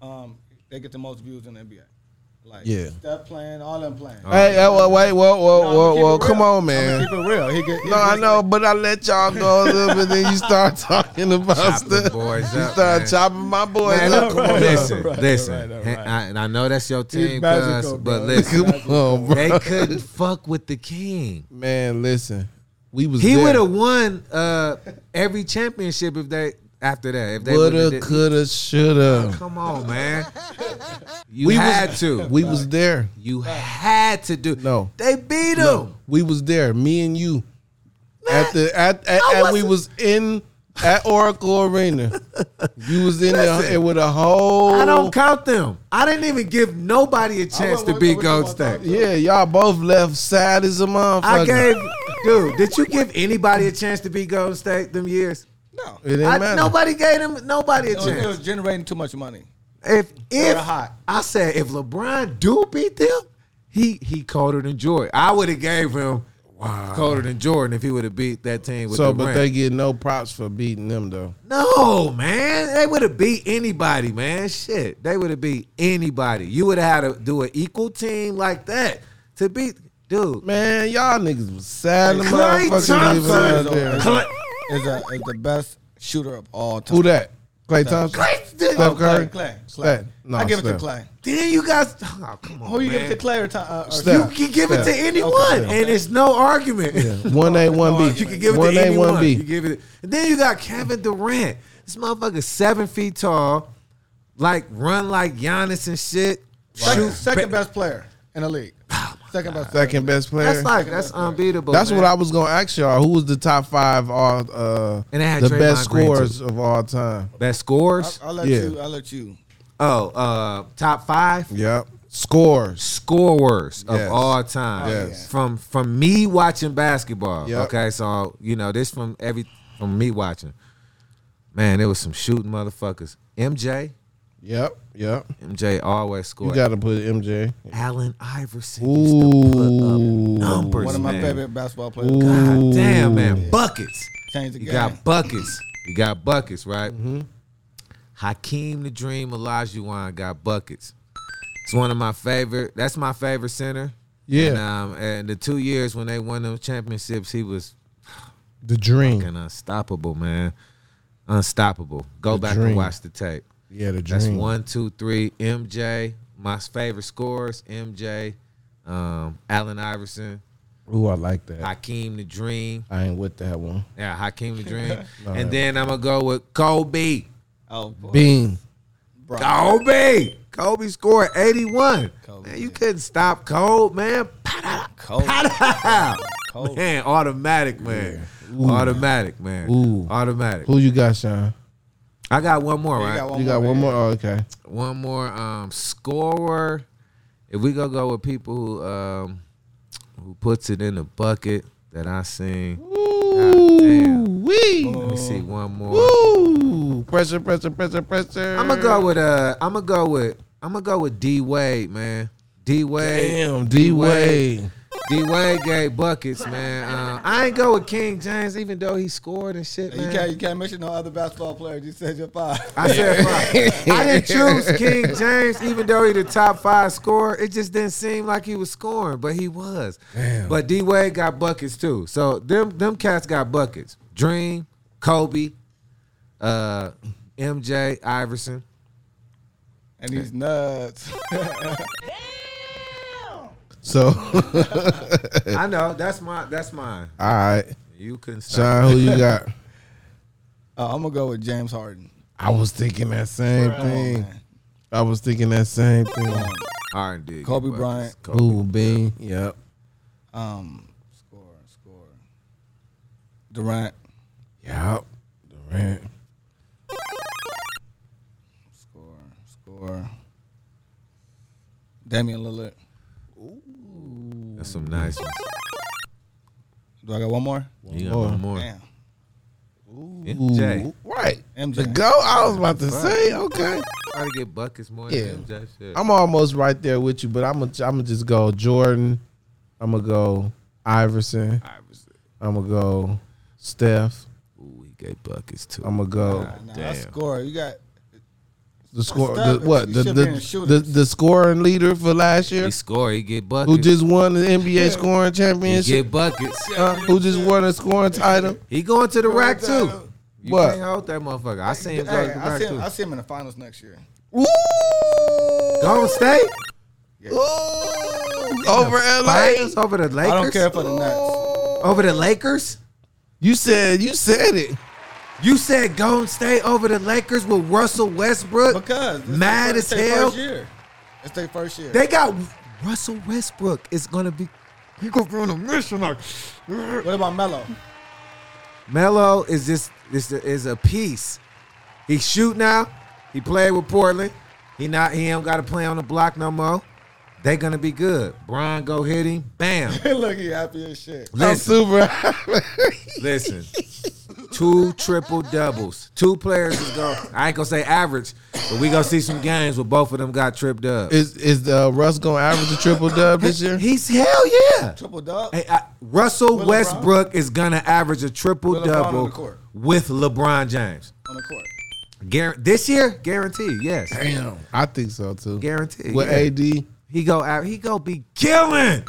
C: um, they get the most views in the NBA. Like
A: Yeah.
C: Steph playing, all them playing.
A: Hey, hey, wait, wait, whoa,
C: No,
A: whoa,
C: I'ma
A: whoa,
C: keep
A: whoa!
C: it
A: Come
C: real.
A: on,
C: I'ma
A: man.
C: keep it real. He get, he
A: No, I
C: get-
A: know, but I let y'all go a little bit, then you start talking about
B: Chop the
A: stuff.
B: boys
A: you
B: up,
A: start
B: man.
A: chopping my boys
B: Man,
A: up.
B: look,
A: Come on,
B: listen,
C: all right,
B: listen.
C: all right, all right.
B: I, and I know that's your team, cuz,
C: magical, bro.
B: but listen,
A: Come on, bro.
B: they couldn't fuck with the king.
A: Man, listen, we was
B: He
A: there.
B: would have won uh, every championship if they after that. If they would
A: woulda,
B: have,
A: coulda, shoulda.
B: come on, man. You
A: We was-
B: had to.
A: We was there.
B: you had to do.
A: No.
B: they beat him.
A: We was there. Me and you. At the at, at,
B: I
A: at we was in at Oracle Arena. You was in there
B: Listen.
A: with a whole.
B: I don't count them. I didn't even give nobody a chance to
C: wonder
B: beat
C: what you
B: Gold
C: want
B: State.
A: Yeah, y'all both left sad as a motherfucker.
B: I gave, dude. Did you give anybody a chance to beat Golden State them years?
C: No,
A: It didn't
B: I,
A: matter.
B: nobody gave them nobody a
C: it was, it was
B: chance.
C: generating too much money.
B: If if
C: were hot.
B: I said if LeBron do beat them, he he colder than Jordan. I would have gave him colder than Jordan if he would have beat that team with
A: so,
B: the
A: but
B: ring.
A: they get no props for beating them though.
B: No, man. They would have beat anybody, man. Shit. They would have beat anybody. You would have had to do an equal team like that to beat dude.
A: Man, y'all niggas was sad. as a
B: Klay
A: motherfucker leaving out
B: Thompson.
A: there.
B: Klay-
C: Is a is the best shooter of all time.
A: Who that? Clay Thompson.
C: Oh,
A: Steph Curry.
C: Clay, Clay, Clay.
A: Clay. No,
C: I give it to
A: Steph.
C: Clay.
B: Then you guys oh, come on.
C: Who you give it
B: man.
C: to Clay or, Tom- uh, or
A: Steph.
B: You can give it to
A: Yeah.
B: anyone,
C: Okay.
B: and it's no argument.
A: One A, one B.
B: You can give it
A: one
B: to anyone.
A: One
B: You
A: B.
B: give it. And then you got Kevin Durant. This motherfucker seven feet tall, like run like Giannis and shit.
C: Second,
B: Shoot,
C: second best player in the league.
B: Oh my
C: Second best.
A: Second best player.
B: That's like that's unbeatable.
A: That's
B: man.
A: what I was gonna ask y'all. Who was the top five all uh
B: And they had
A: the
B: Draymond
A: best
B: Green, too.
A: scorers of all time?
B: best scores.
C: I'll, I'll let
A: Yeah.
C: you. I'll let you.
B: Oh, uh, top five
A: Yep. Scores.
B: scorers
A: Yes.
B: of all time.
A: Yes.
B: From from me watching basketball.
A: Yep.
B: Okay, so you know this from every from me watching. Man, there was some shooting motherfuckers. MJ,
A: Yep. Yep.
B: MJ always
A: You
B: scored.
A: gotta put MJ.
B: Allen Iverson used to
A: Ooh.
B: put up numbers.
C: One of my
B: man.
C: favorite basketball players.
B: God damn, man, buckets.
C: Changed the
B: You
C: game.
B: got buckets. You got buckets, right?
A: Mm-hmm.
B: Hakeem the Dream Olajuwon got buckets. It's one of my favorite. That's my favorite center.
A: Yeah.
B: And, um, and the two years when they won those championships, he was
A: The dream.
B: fucking unstoppable, man. Unstoppable. Go
A: The
B: back
A: Dream.
B: and watch the tape.
A: Yeah, the dream.
B: That's one, two, three. MJ. My favorite scores: MJ, um, Allen Iverson,
A: Ooh, I like that. I,
B: Hakeem the Dream.
A: ain't with that one.
B: Yeah, Hakeem the Dream.
A: No,
B: and
A: that-
B: then I'm gonna go with Kobe.
C: Oh boy.
A: Bean.
C: Bro.
B: Kobe. Kobe scored 81.
C: Kobe,
B: man, you
C: yeah.
B: couldn't stop Kobe, man. Pa-da,
C: Kobe.
B: pa-da.
C: Kobe.
B: Man, automatic, man.
A: Ooh.
B: Automatic, man.
A: Ooh.
B: Automatic.
A: Who you got, Sean?
B: I got one more,
C: You
B: right?
C: got one
A: You got
C: more.
A: one more? Oh, okay.
B: one more um scorer. If we go go with people who um who puts it in the bucket that I seen.
A: Ooh. Wee.
B: Let me see one more.
A: Ooh. Pressure, pressure, pressure, pressure.
B: I'm gonna go with uh I'm gonna go with I'm gonna go with D Wade, man. D Wade.
A: Damn, D Wade.
B: D Wade gave buckets, man. Uh, I ain't go with King James, even though he scored and shit,
C: You
B: man.
C: can't. You can't mention no other basketball players. You said your five.
B: I said, fuck. I didn't choose King James, even though he the top five scorer. It just didn't seem like he was scoring, but he was. But D Wade got buckets too. So them them cats got buckets. Dream, Kobe, uh, MJ, Iverson.
C: And he's nuts. Uh,
A: So, all
B: I know that's my that's mine.
A: right.
B: You couldn't stop.
A: Sean, who you got?
C: Uh, I'm gonna go with James Harden.
A: I was thinking that same
C: Come on,
A: thing.
C: man.
A: I was thinking that same thing.
B: R and D.
C: Kobe Bryant.
B: Kobe.
A: Ooh, Bean. Yep.
C: Um, score, score. Durant,
A: Yep. Durant.
C: score, score. Damian Lillard.
B: That's some nice ones.
C: Do I got one more?
B: You got one more.
C: Damn.
B: MJ.
A: Ooh, Right.
C: MJ.
A: The go, I was about to say, okay.
B: Try to get buckets more
A: Yeah.
B: than MJ. Shit.
A: I'm almost right there with you, but I'm going to just go Jordan. I'm going to go Iverson.
B: Iverson.
A: I'm going to go Steph.
B: Ooh, he gave buckets too.
A: I'm going to go.
C: Nah,
B: Damn.
C: I score. You got
A: The score, the,
C: Stop it.
A: what
C: You
A: the
C: should
A: the,
C: be in
A: the
C: shooters.
A: the scoring leader for last year,
B: He score, he get buckets.
A: who just won the NBA scoring
B: he
A: championship,
B: get buckets.
A: huh? Uh, who just won a scoring title.
B: He going to the rack too. You
A: What?
B: can't hold that motherfucker. I seen him go
C: Hey,
B: to the
C: I
B: rack
C: see him.
B: too.
C: I see him in the finals next year.
A: Ooh,
B: Golden State
A: Ooh, over LA.
B: Finals over the Lakers.
C: I don't care for the Nets.
B: Over the Lakers.
A: You said you said it.
B: You said Golden State over the Lakers with Russell Westbrook.
C: Because it's
B: mad
C: their
B: as
C: first- it's their
B: hell.
C: First year. It's their first year.
B: They got Russell Westbrook is gonna be he gonna be on a mission. Like
C: what about Melo?
B: Melo is just is a, is a piece. He shoot now. He played with Portland. He not he don't got to play on the block no more. They gonna be good. Brian go hit him. Bam.
C: Look, he happy as shit.
A: I'm
B: Listen,
A: super.
B: listen. Two triple doubles. Two players is going. I ain't gonna say average, but we gonna see some games where both of them got tripped up.
A: is is uh, Russ gonna average a triple dub this year?
B: He's hell yeah.
C: Triple dub.
B: Hey, I, Russell
C: With LeBron?
B: Westbrook is gonna average a triple
C: With LeBron on the
B: double
C: court.
B: with LeBron James.
C: on the court.
B: Guar- this year, guaranteed. Yes,
A: Damn, I think so too.
B: guaranteed.
A: With
B: yeah.
A: AD,
B: he go out. He go be killing,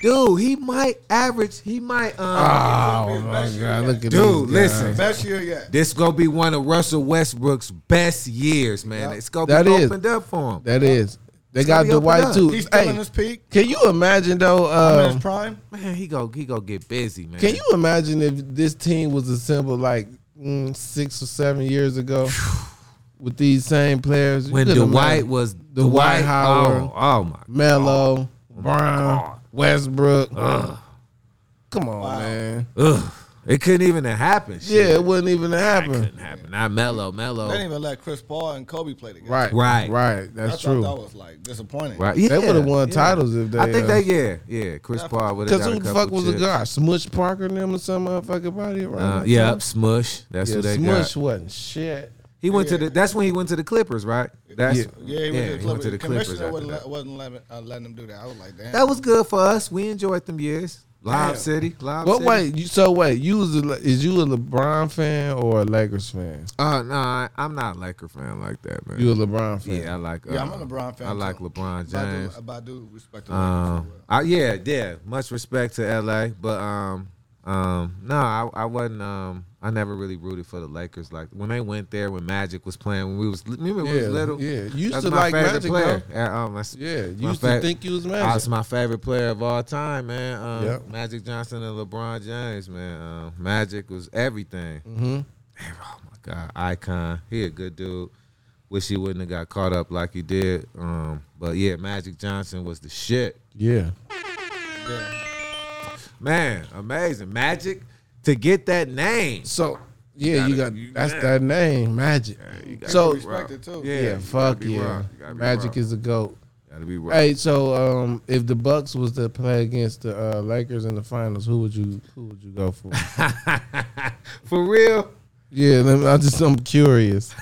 B: dude. He might average. He might. Um,
A: oh my god, look at
B: Dude,
A: these guys.
B: listen.
C: Best year yet.
B: This gonna be one of Russell Westbrook's best years, man. It's gonna
A: That
B: be
A: is.
B: opened up for him.
A: That is, they
B: It's
A: got
B: gonna be
A: Dwight
B: opened
A: too.
B: up.
C: He's still in
A: Hey,
C: his peak.
A: can you imagine though?
C: I'm in
A: Um,
C: his prime.
B: man, he go he go get busy, man.
A: Can you imagine if this team was assembled like mm, six or seven years ago with these same players? You
B: When
A: could
B: Dwight
A: imagine
B: was
A: Dwight Howard,
B: Oh, oh my.
A: Melo, Brown, Westbrook. Come on, man.
B: Ugh. It couldn't even have happened.
A: Yeah,
B: Shit.
A: it wouldn't even happen.
B: couldn't happen. Not mellow, mellow.
C: They didn't even let Chris Paul and Kobe play together.
A: Right,
B: oh. Right.
A: right.
C: I
A: That's
C: thought
A: true.
C: that was like disappointing.
B: Right. Yeah,
A: They would have won
B: yeah.
A: titles if they.
B: I think
A: uh,
B: they yeah yeah Chris Paul would have
A: Cause
B: got
A: who
B: a
A: the
B: couple
A: fuck was
B: chips.
A: the guy? Smush Parker and them or some motherfucker body around.
B: Uh,
A: that
B: yeah,
A: time?
B: Smush. That's
A: yeah.
B: who they
A: Smush
B: got.
A: wasn't shit.
B: He went to the. That's when he went to the Clippers, right? That's
A: Yeah.
C: Yeah, he went, to, the
B: he went to the Clippers.
C: Commissioner
B: after
C: wasn't,
B: that.
C: let- wasn't letting, uh, letting him do that. I was like, damn.
B: That was good for us. We enjoyed them years. Live
A: Damn.
B: City. Live
A: Well,
B: City.
A: wait. You, so wait. You was a, Le- is you a LeBron fan or a Lakers fan?
B: Uh, no, I, I'm not a Laker fan like that, man.
A: You a LeBron fan?
B: yeah, I like. Uh,
C: Yeah, I'm a LeBron fan,
B: I like
C: too.
B: LeBron
C: But I do-
B: James.
C: but I do respect the
B: Um, I, yeah, yeah. Much respect to LA, but um, um, no, I, I wasn't. Um, I never really rooted for the Lakers. Like when they went there, when Magic was playing, when we was remember when we
A: Yeah,
B: was little.
A: yeah. You used
B: That's
A: to
B: my
A: like
B: favorite
A: Magic,
B: player. Uh, uh, my, s-
A: Yeah, you
B: my
A: used to
B: fav-
A: think you was
B: I was
A: magic.
B: my favorite player of all time, man. Um,
A: Yep.
B: Magic Johnson and LeBron James, man. Um, Magic was everything.
A: Mm-hmm.
B: Oh my God, icon. He a good dude. Wish he wouldn't have got caught up like he did. Um, but yeah, Magic Johnson was the shit.
A: Yeah,
B: Man, amazing. Magic to get that name.
A: So yeah, you
B: gotta-
A: got
B: you
A: that's
B: gotta-
A: that name, Magic.
B: oh,
A: so
C: be respected too.
A: yeah,
B: you gotta
A: fuck
B: be
A: yeah,
B: wrong. You gotta be
A: Magic
B: wrong.
A: is a goat.
B: Gotta be right.
A: Hey, so um, if the Bucks was to play against the uh, Lakers in the finals, who would you who would you go for?
B: For real?
A: yeah, let me- I just I'm curious.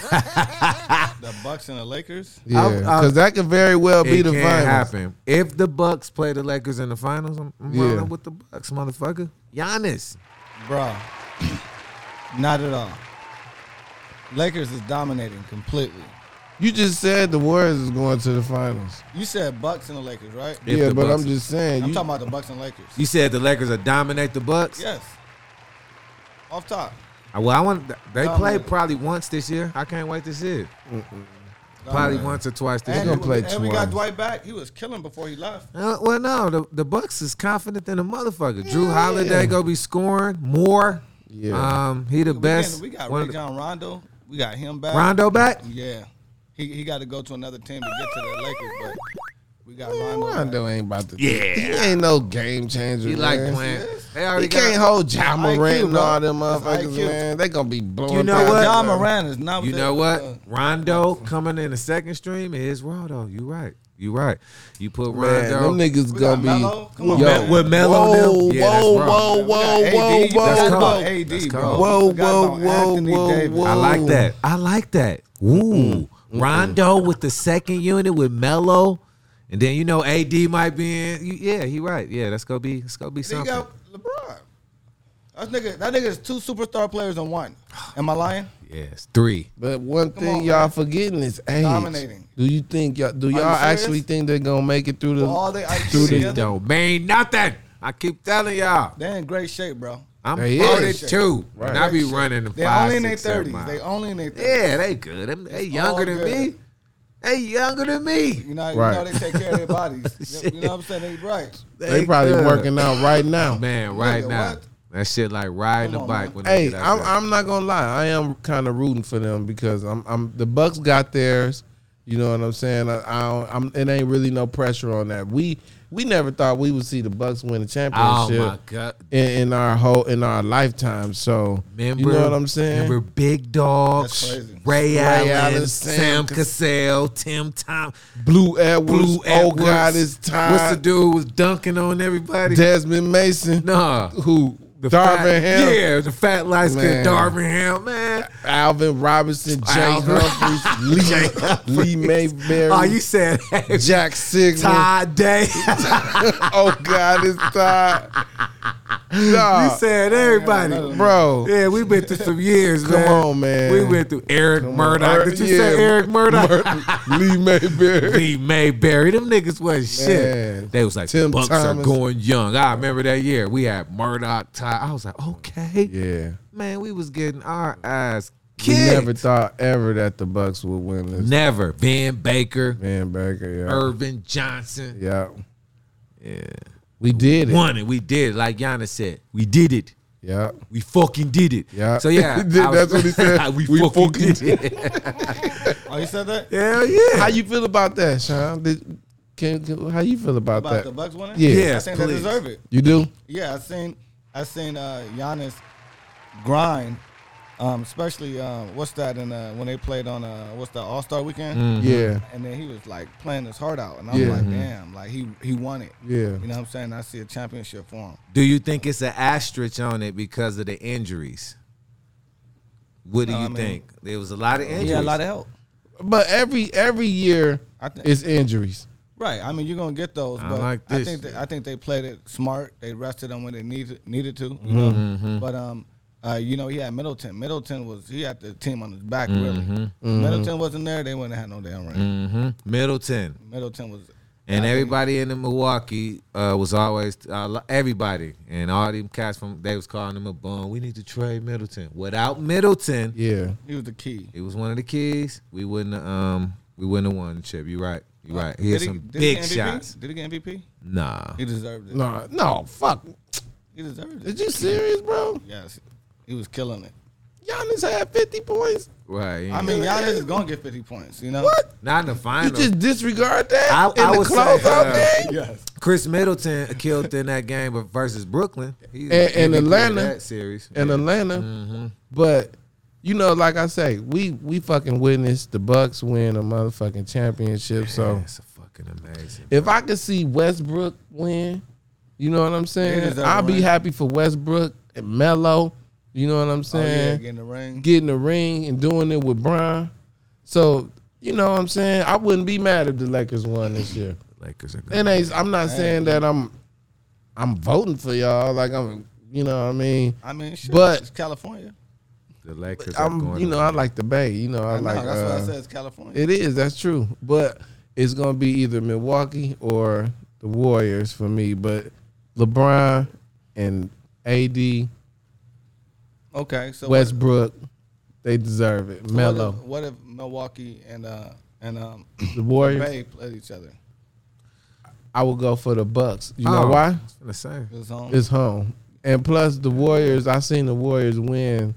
C: the Bucks and the Lakers.
A: Yeah,
B: I-
A: because that could very well be
B: It
A: the
B: can't
A: finals.
B: happen. If the Bucks play the Lakers in the finals, I'm, I'm
A: Yeah.
B: rolling with the Bucks, motherfucker. Giannis.
C: Bro, not at all. Lakers is dominating completely.
A: You just said the Warriors is going to the finals.
C: You said Bucks and the Lakers, right?
B: If
A: yeah,
B: the
A: but
B: Bucks-
A: I'm just saying.
C: I'm
A: You,
C: talking about the Bucks and Lakers.
B: You said the Lakers will dominate the Bucks.
C: Yes. Off top.
B: Uh, Well, I want they play
C: Dominate.
B: probably once this year. I can't wait to see it. Probably once or twice this
C: And,
B: year.
A: gonna play
C: and we
A: twice.
C: got Dwight back. He was killing before he left.
B: Uh, well, no, the, the Bucks is confident than a motherfucker. Drew Holiday gonna be scoring more.
A: Yeah.
B: um, he the
C: We
B: best.
C: getting- We got
B: one of the-
C: Ray John Rondo. We got him back.
B: Rondo back.
C: Yeah. He, he got to go to another team to get to the Lakers, but we got Rondo. back.
A: Rondo ain't about to.
B: Yeah.
A: he ain't no game changer.
B: He like
A: man.
B: playing. They
A: He
B: already got-
A: can't hold John
C: It's
A: Morant and
C: IQ,
A: all them
C: bro. It's
A: motherfuckers,
C: IQ.
A: man. They gonna be blowing.
B: You know
A: past
B: what?
A: them.
C: John Moran is not.
B: You
C: with
B: know
C: the-
B: what?
C: uh,
B: Rondo coming in the second stream is Rondo. You right. You right. You put
A: Man,
B: Rondo.
A: them niggas gonna
C: We got
A: be
C: Melo? Come on,
A: yo,
C: man.
B: With Melo
A: Whoa,
B: now? Yeah, that's
A: whoa,
B: wrong.
A: whoa,
C: we got
A: whoa,
C: AD.
A: whoa,
C: You forgot
A: whoa,
B: cold.
A: whoa.
C: about AD,
B: That's
C: bro.
B: cold.
A: Whoa,
C: You forgot
A: whoa,
C: about
A: whoa,
C: Anthony
A: whoa,
C: Davis.
A: whoa.
B: I like that. I like that. Ooh. Rondo with the second unit with Melo. And then you know AD might be in. You, yeah, he right. Yeah, that's gonna be it's gonna be
C: Then you
B: something.
C: got LeBron. That nigga, that nigga is two superstar players in one. Am I lying?
B: Yes, three.
A: But one thing
C: on,
A: y'all
C: man.
A: forgetting is age.
C: Dominating.
A: Do you think y'all do y'all
C: serious?
A: actually think they're gonna make it through the?
C: All they IQ
A: Through the-
B: Shit
C: together,
B: don't mean nothing. I keep telling y'all.
C: they in great shape, bro.
B: I'm
A: They is.
B: 42.
A: Right.
B: And I be running the
C: They
B: five,
C: only in their
B: six, seven
C: thirties.
B: miles.
C: They only in their thirties.
B: Yeah, they good. Them- They, younger
C: all
B: than
C: good.
B: me. They younger than me.
C: You know, you
A: Right.
C: know they take care of their bodies. you know what I'm saying? They right.
A: they probably
B: good.
A: working out right now.
B: Man, right
C: Nigga,
B: now.
C: what?
B: That shit like riding
C: Come
B: a
C: on,
B: bike
C: man.
B: when they
A: Hey,
B: get
A: I'm
B: out
A: I'm not gonna lie. I am kind of rooting for them because I'm I'm the Bucks got theirs. You know what I'm saying? I, I don't, I'm it ain't really no pressure on that. We we never thought we would see the Bucks win a
B: Oh
A: championship
B: my god.
A: in, in our whole in our lifetime. So
B: Remember,
A: you know what I'm saying?
B: Remember Big Dog,
C: That's crazy.
B: Ray, Allen,
A: Allen, Sam
B: Sam, Cassell, Tim Tom,
A: Blue Edwards.
B: Blue
A: oh
B: Edwards.
A: God, it's time.
B: What's the dude who was dunking on everybody?
A: Desmond Mason.
B: nah,
A: Who?
B: the
A: Darvin
B: fat-
A: Ham.
B: Yeah, the fat light
A: Man.
B: skinned Darvin Ham, man.
A: Alvin Robinson, Jay
B: Alvin-
A: Humphries, Lee, Lee Mayberry,
B: Oh, you said hey,
A: Jack Sigmund.
B: Ty Day.
A: oh God, it's time.
B: you
A: Nah,
B: said everybody.
A: bro.
B: Yeah, we been through some years,
A: Come
B: man.
A: on, man.
B: We went through Eric Murdoch. Did you
A: Yeah,
B: say Eric Murdoch?
A: Mur- Lee Mayberry.
B: Lee Mayberry. Them niggas was
A: Man.
B: shit. They was like,
A: Tim
B: Bucks
A: Thomas.
B: are going young. I remember that year. We had Murdoch Ty. I was like, okay.
A: Yeah.
B: Man, we was getting our eyes
A: We
B: kicked.
A: never
B: Never,
A: thought ever that the Bucks would win this.
B: Van Baker,
A: Man, Baker, yeah.
B: Irvin Johnson.
A: Yeah. We did it.
B: Won it. We did. it. Like Giannis said, we did it.
A: Yeah.
B: We fucking did it.
A: Yeah.
B: So yeah,
A: We did-
B: I
A: that's what he said.
B: we,
A: We
B: fucking,
A: fucking
B: did it.
C: Oh, you said that?
B: Hell yeah.
A: How you feel about that, Sean? Did, Can, can- how you feel about,
C: About
A: that?
C: the Bucks winning?
A: Yeah.
C: I
B: Yes,
C: think they
B: please.
C: deserve it.
A: you do?
C: Yeah, I seen I seen uh, Giannis grind, um, especially uh, what's that in uh, when they played on uh, what's that All Star weekend,
A: Yeah.
C: and then he was like playing his heart out, and I'm
A: Mm. Yeah.
C: like, damn, like he he won it.
A: Yeah.
C: You know what I'm saying? I see a championship for him.
B: Do you think it's an asterisk on it because of the injuries? What do
C: No,
B: you
C: I mean-
B: think? There was a lot of injuries.
C: Yeah, a lot of help.
A: But every every year
C: I think-
A: it's injuries.
C: Right. I mean, you're gonna get those,
B: I
C: but
B: like
C: I
B: this
C: think
B: shit.
C: they, I think they played it smart. They rested him when they needed needed to. You know?
B: Mm-hmm.
C: But um, uh, you know, he had Middleton. Middleton was he had the team on his back really.
B: Mm-hmm.
C: Middleton wasn't there. They wouldn't have had no damn ring.
B: hmm Middleton
C: Middleton was
B: and
C: I think-
B: everybody in the Milwaukee uh, was always uh, lo- everybody and all them cats from they was calling him a bum. We need to trade Middleton. Without Middleton,
A: Yeah.
C: He was the key.
B: it was one of the keys. We wouldn't um we wouldn't have won the chip. You right. You
A: Uh,
B: right. He
C: Did
B: had
C: he-
B: some
C: did he
B: big
C: get MVP?
B: shots.
C: Did he get MVP?
B: Nah.
C: He deserved it.
A: No, no, fuck.
C: He deserved
A: Is
C: it.
A: you serious, bro?
C: Yes, he was killing it.
A: Giannis had 50 points.
B: Right.
C: I mean, Giannis is gonna get 50 points. You know
A: What?
B: not in the
A: You
B: final.
A: just disregard that
B: I-
A: in
B: I
A: the
B: would say,
A: closeout
B: uh,
A: game?
C: Yes.
B: Chris Middleton killed in that game of- versus Brooklyn. He-
A: And- and
B: he did
A: Atlanta.
B: that series.
A: in Atlanta. But you know, like I say, we we fucking witnessed the Bucks win a motherfucking championship. So
B: That's a fucking amazing.
A: if I could see Westbrook win, you know what I'm
C: Yeah,
A: saying?
C: that
A: I'll be
C: one.
A: happy for Westbrook and Melo. You know what I'm
C: Oh, yeah,
A: saying?
C: getting the ring.
A: Getting the ring and doing it with Brian. So you know what I'm saying? I wouldn't be mad if the Lakers won this year.
B: Lakers are good.
A: And they, I'm not saying that I'm I'm voting for y'all. Like I'm, you know what I mean?
C: I mean, shit,
A: But-
C: it's California.
B: The Lakers are
A: I'm,
B: going.
A: you know,
B: to
A: I
B: win.
A: like the Bay. You know, I,
C: I know,
A: like.
C: that's what
A: uh,
C: I said. It's California.
A: It is. That's true. But it's gonna be either Milwaukee or the Warriors for me. But LeBron and AD
C: okay, so what-
A: Westbrook, they deserve it.
C: What if-
A: Melo,
C: What if, Milwaukee and uh and um
A: the Warriors.
C: Bay played each other?
A: I would go for the Bucks. You know
B: Oh.
A: why?
B: the same.
C: It was home.
A: It's home, and plus the Warriors. I seen the Warriors win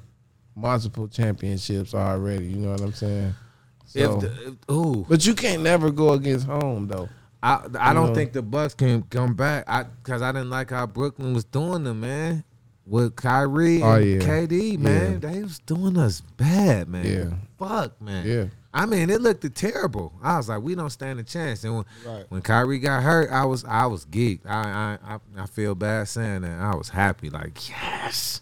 A: multiple championships already. You know what I'm saying? So,
B: If the, if, ooh,
A: but you can't never go against home though.
B: I I don't
A: know.
B: think the Bucks can come back. I because I didn't like how Brooklyn was doing them, man. With Kyrie
A: Oh,
B: and
A: yeah.
B: KD, man, they was doing us bad, man.
A: Yeah.
B: Fuck, man.
A: Yeah.
B: I mean, it looked terrible. I was like, we don't stand a chance. And when,
C: Right.
B: when Kyrie got hurt, I was I was geeked. I I I, I feel bad saying that. I was happy, like yes,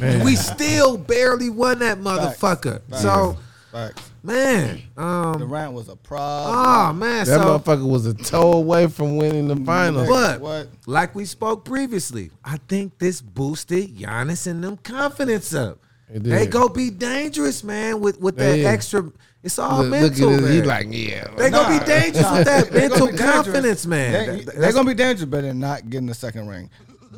A: Man.
B: we still barely won that motherfucker.
C: Facts.
B: So
C: Facts.
B: man, um,
C: Durant was a problem.
B: oh man,
A: That
B: so
A: motherfucker was a toe away from winning the finals.
B: But
C: What?
B: like we spoke previously, I think this boosted Giannis and them confidence up.
A: It
B: They
A: did.
B: go be dangerous, man, with with
A: They
B: that
A: is.
B: extra. It's all
A: Look- look,
B: mental.
A: at it. He
B: man.
A: like, yeah.
B: they gonna be dangerous with that
C: They gonna
B: mental
C: be dangerous.
B: confidence, man. That-
C: They,
B: that's-
C: they're gonna be dangerous, but they're not getting the second ring,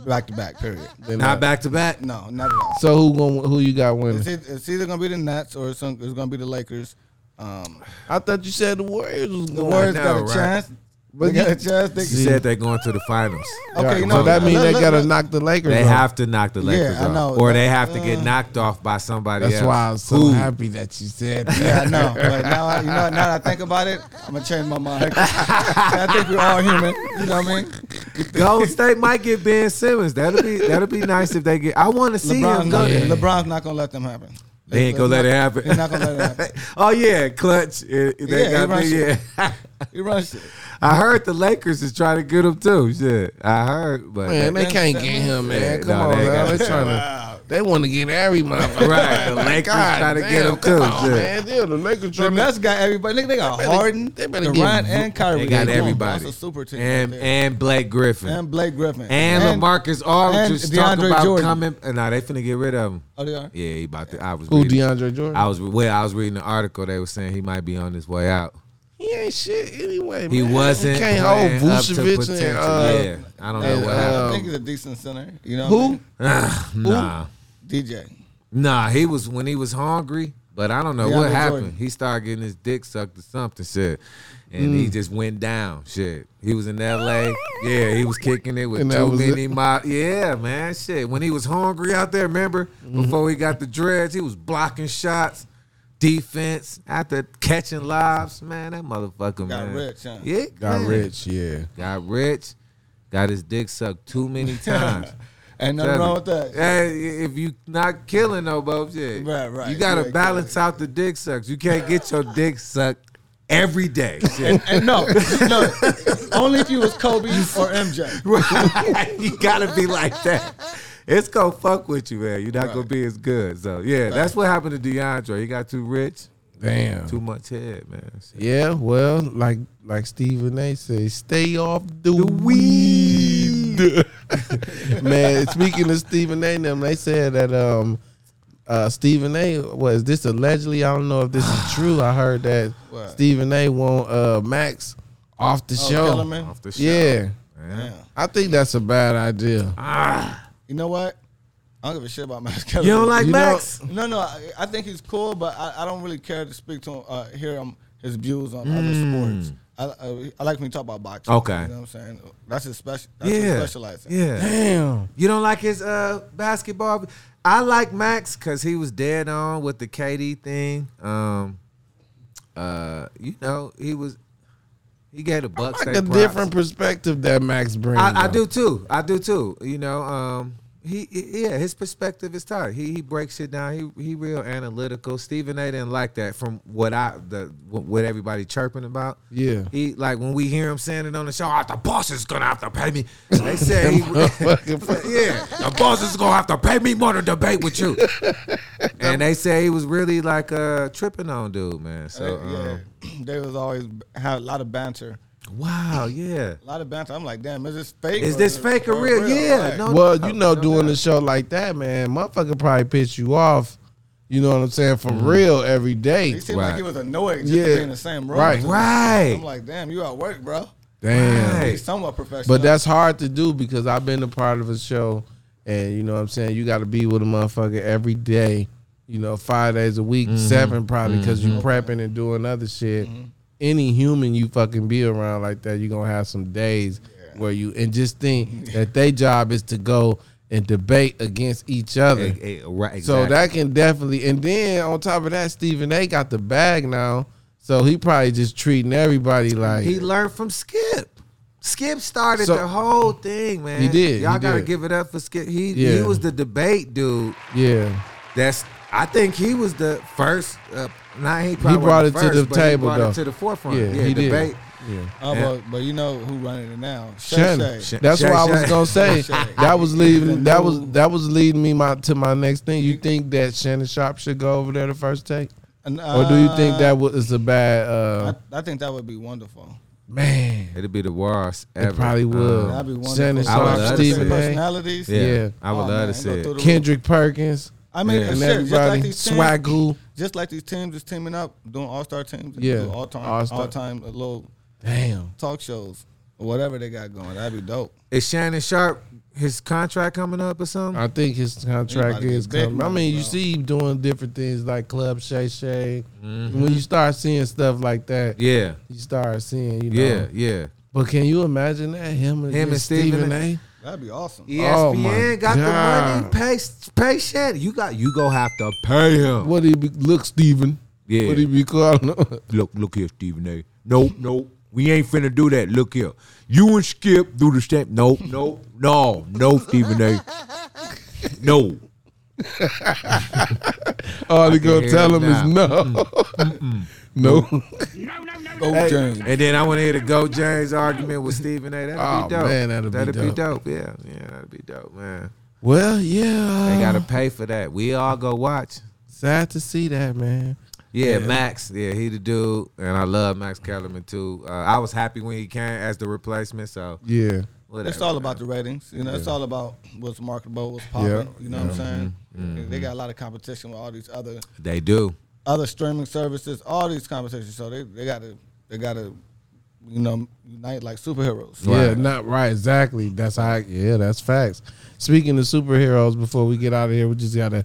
C: back to back. Period. uh,
B: not back to back.
C: No, not at all.
A: so who going who you got winning?
C: It's, eith- it's either gonna be the Nets or it's, gonna- it's gonna be the Lakers. Um,
A: I thought you said the Warriors was
C: the
A: going.
C: Warriors
B: know,
C: got a
B: right?
C: chance.
A: But
C: they got
A: you-
C: a chance. They,
B: You said they're going to the finals.
C: okay, you
A: so
C: know
A: that means
C: let-
A: they
C: let-
A: gotta
C: let-
A: knock the Lakers.
B: They
A: off.
B: have to knock the Lakers
C: I
B: off,
C: know.
B: or they have to
C: Uh,
B: get knocked off by somebody
A: That's
B: else.
A: why I was so
B: Who?
A: happy that you said that.
C: Yeah, I know. But now, I, you know, now that I think about it, I'm gonna change my mind. I think we're all human. You know what I mean?
B: Golden State might get Ben Simmons. That'll be that'll be nice if they get. I want to see
C: LeBron's
B: him go.
C: not,
A: Yeah.
C: LeBron's not gonna let them happen.
B: They ain't gonna let it happen.
C: He's not gonna let it happen.
B: oh yeah, clutch. It- it- they
C: Yeah, he
B: got me,
C: runs-
B: yeah.
C: He runs shit.
B: I heard the Lakers is trying to get him too. Shit, I heard, but
A: Man, they
C: That's-
A: can't get him, man.
B: Yeah,
A: Come
B: no,
A: on,
B: they
A: man.
B: got-
A: They trying to. They want to get every motherfucker.
B: Right, the Lakers trying to get
A: damn,
B: him
A: come
B: too,
A: on,
B: shit.
A: man. Damn, the Lakers
C: The
A: trying to.
C: Nets got everybody. Nigga, They got
A: better-
C: Harden,
A: they better
C: Durant,
A: get-
C: and Kyrie.
B: they got
C: Come on,
B: everybody.
C: That's a super team.
B: and
C: right there.
B: and Blake Griffin and,
C: And Blake Griffin
B: Lamarcus All
C: and
B: just talking
C: DeAndre
B: about
C: Jordan.
B: coming. uh, Nah, they finna get rid of him.
C: Oh, they are?
B: Yeah, he about to. I was
A: Who
B: reading.
A: DeAndre Jordan?
B: I was well. I was reading the article. They were saying he might be on his way out.
A: He ain't shit anyway.
B: He
A: man.
B: wasn't.
A: Can't
B: playing
A: hold
B: up to
A: Vucevic and
B: potential.
A: uh,
B: yeah, I don't know
A: and,
B: what
A: uh,
B: happened.
C: I think he's a decent center. You know what I
A: who?
C: mean?
B: nah,
C: DJ.
B: nah. He was when he was hungry, but I don't know
C: DeAndre
B: what happened.
C: Jordan.
B: He started getting his dick sucked or something, shit, and
A: Mm.
B: he just went down. Shit, he was in L.A. Yeah, he was kicking it with
A: And that
B: too
A: was
B: many
A: it.
B: miles. Yeah, man,
A: Mm-hmm.
B: shit. When he was hungry out there, remember before he got the dreads, he was blocking shots. defense after catching lives. Man, that motherfucker,
C: Got
B: man.
C: rich, huh?
B: Yeah,
A: Got
B: man.
A: rich, yeah.
B: Got rich. Got his dick sucked too many times.
C: Ain't nothing wrong with that.
B: Hey, if you not killing no both shit,
C: Right, right.
B: You gotta
C: Correct,
B: balance out the dick sucks. You can't get your dick sucked every day. Shit.
C: And no, no. Only if you was Kobe or MJ.
B: Right. you gotta be like that. It's gonna fuck with you, man. You're not
C: Right.
B: gonna be as good. So yeah, that's what happened to DeAndre. He got too rich,
A: Damn.
B: too much head, man. Shit.
A: Yeah, well, like like Stephen A. say, stay off the, weed. Man, speaking of Stephen A. and Them, they said that um, uh, Stephen A. was this allegedly. I don't know if this is true. I heard that
C: What?
A: Stephen A. want uh, Max off the
C: Oh,
A: show.
C: Kellerman?
B: Off the show.
A: Yeah,
B: man.
C: Damn.
A: I think that's a bad idea.
B: Ah,
C: You know what? I don't give a shit about Max Kellerman.
B: you don't like
A: You know-
B: Max?
C: No, no. I, I think he's cool, but I, I don't really care to speak to him, uh, hear him his views on other sports. I, I, I like when you talk about boxing.
B: Mm. Okay.
C: You know what I'm saying? That's his special. That's his
B: yeah.
C: specializing.
B: Yeah.
A: Damn.
B: You don't like his uh basketball? I like Max because he was dead on with the KD thing. Um, uh, you know he was he gave the Bucks
A: Like
B: they
A: a
B: props.
A: different perspective that Max brings.
B: I, I
A: though.
B: do too. I do too. You know, um, he he- yeah, his perspective is tight. He he breaks it down. He he real analytical. Stephen A. didn't like that from what I the what everybody chirping about.
A: Yeah.
B: he like when we hear him saying it on the show. "Oh, the boss is gonna have to pay me. They said he, yeah, the boss is gonna have to pay me more to debate with you. and they say he was really like uh tripping on dude, man. So
C: They- Uh, yeah.
B: um,
C: they was always had a lot of banter.
B: wow, yeah.
C: A lot of banter. I'm like, damn, is this fake?
B: Is
C: or
B: this fake or real? Yeah,
C: Right.
B: Oh, no.
A: Well, you know,
B: no
A: doing
B: doubt.
A: a show like that, man, motherfucker probably piss you off. You know what I'm saying? For real, every day.
C: He seemed
B: Right.
C: like he was annoyed just
A: Yeah.
C: to be in the same room.
A: Right.
B: Right.
C: I'm like, damn, you at work, bro.
A: Damn.
B: Right.
C: He's somewhat professional.
A: But that's hard to do because I've been a part of a show, and you know what I'm saying. You got to be with a motherfucker every day. You know, five days a week, seven probably because you prepping and doing other shit.
B: Mm-hmm.
A: Any human you fucking be around like that, you gonna have some days where you and just think that their job is to go and debate against each other.
B: Eh, eh, right,
A: So
B: exactly.
A: that can definitely, and then on top of that, Stephen A. got the bag now, so he probably just treating everybody like
B: he learned from Skip. Skip started
A: So-
B: the whole thing, man.
A: He did,
B: Y'all
A: he
B: gotta
A: did.
B: give it up for Skip. He he
A: Yeah.
B: was the debate dude.
A: yeah.
B: That's I think he was the first. Uh, not he probably
A: brought
B: wasn't
A: it to the
B: first, but he
A: table,
B: brought
A: though.
B: it to the forefront.
A: Yeah,
B: Yeah,
A: he did.
B: debate.
A: Yeah.
C: Oh,
B: Yeah.
C: but, but you know who running it now? Shay
A: Shannon.
C: Shay.
A: That's
B: Shay
A: what I was
B: Shay.
A: gonna say.
C: Shay.
A: That was leading. That was that was leading me my to my next thing. You think that Shannon Sharp should go over there the first take,
C: And,
A: or do you think
C: uh,
A: that was is a bad uh,
C: I, I think that would be wonderful.
A: man?
B: It'd be the worst ever.
A: It probably would.
C: That'd be wonderful.
A: Shannon
B: I
A: Sharp,
B: would love to see
A: Stephen
B: that.
A: A.
C: personalities.
B: yeah,
A: Yeah.
B: I would
C: Oh,
B: love
C: man,
B: to
C: it
B: see
C: go
B: it.
C: through the-
A: Kendrick Perkins.
C: I mean,
B: Yeah.
C: shit,
A: And
C: just like
A: everybody,
C: these teams,
A: Swagoo.
C: just like these teams is teaming up, doing all star teams, and
A: Yeah.
C: do all time,
A: All-star.
C: all time little
A: Damn.
C: talk shows, or whatever they got going. That'd be dope.
B: Is Shannon Sharp his contract coming up or something?
A: I think his contract
C: Anybody get
A: is
C: big
A: coming. I
C: money,
A: mean, you
C: bro.
A: see him doing different things like Club Shay Shay. When you start seeing stuff like that,
B: Mm-hmm. yeah,
A: you start seeing, you know.
B: yeah, yeah.
A: But can you imagine that him and,
B: Him and
A: Stephen,
B: Stephen
A: A?
C: That'd be awesome.
B: E
A: Oh, my
B: ESPN got the money.
A: God.
B: Pay, pay Shannon. You got you gonna have to pay him.
A: What he be, look Stephen?
B: Yeah.
A: What he be calling him?
B: look, look here, Stephen A. Nope, nope. We ain't finna do that. Look here. You and Skip do the same. Nope, nope, no, no, Stephen A. No.
A: All he gonna
B: hear
A: tell
B: him
A: him is no, no.
C: Go James.
B: And then I wanna hear the Go James argument with Stephen A. That'd
A: Oh,
B: be dope.
A: man, that'd be
B: dope. Yeah, yeah, that'd be dope, man.
A: well, yeah. uh,
B: They gotta pay for that. We all go watch.
A: sad to see that man.
B: Yeah, Max. Yeah, he the dude, and I love Max Kellerman too. Uh, I was happy when he came as the replacement. So
A: Yeah,
B: whatever.
C: It's all about the ratings. You know, it's all about what's marketable, what's popping.
A: Yeah.
C: You know what I'm saying? They got a lot of competition with all these other
B: they do.
C: other streaming services, all these competitions. So they, they gotta they gotta you know unite like superheroes.
A: yeah. Not right. Exactly. That's how. yeah, that's facts. Speaking of superheroes, before we get out of here, we just gotta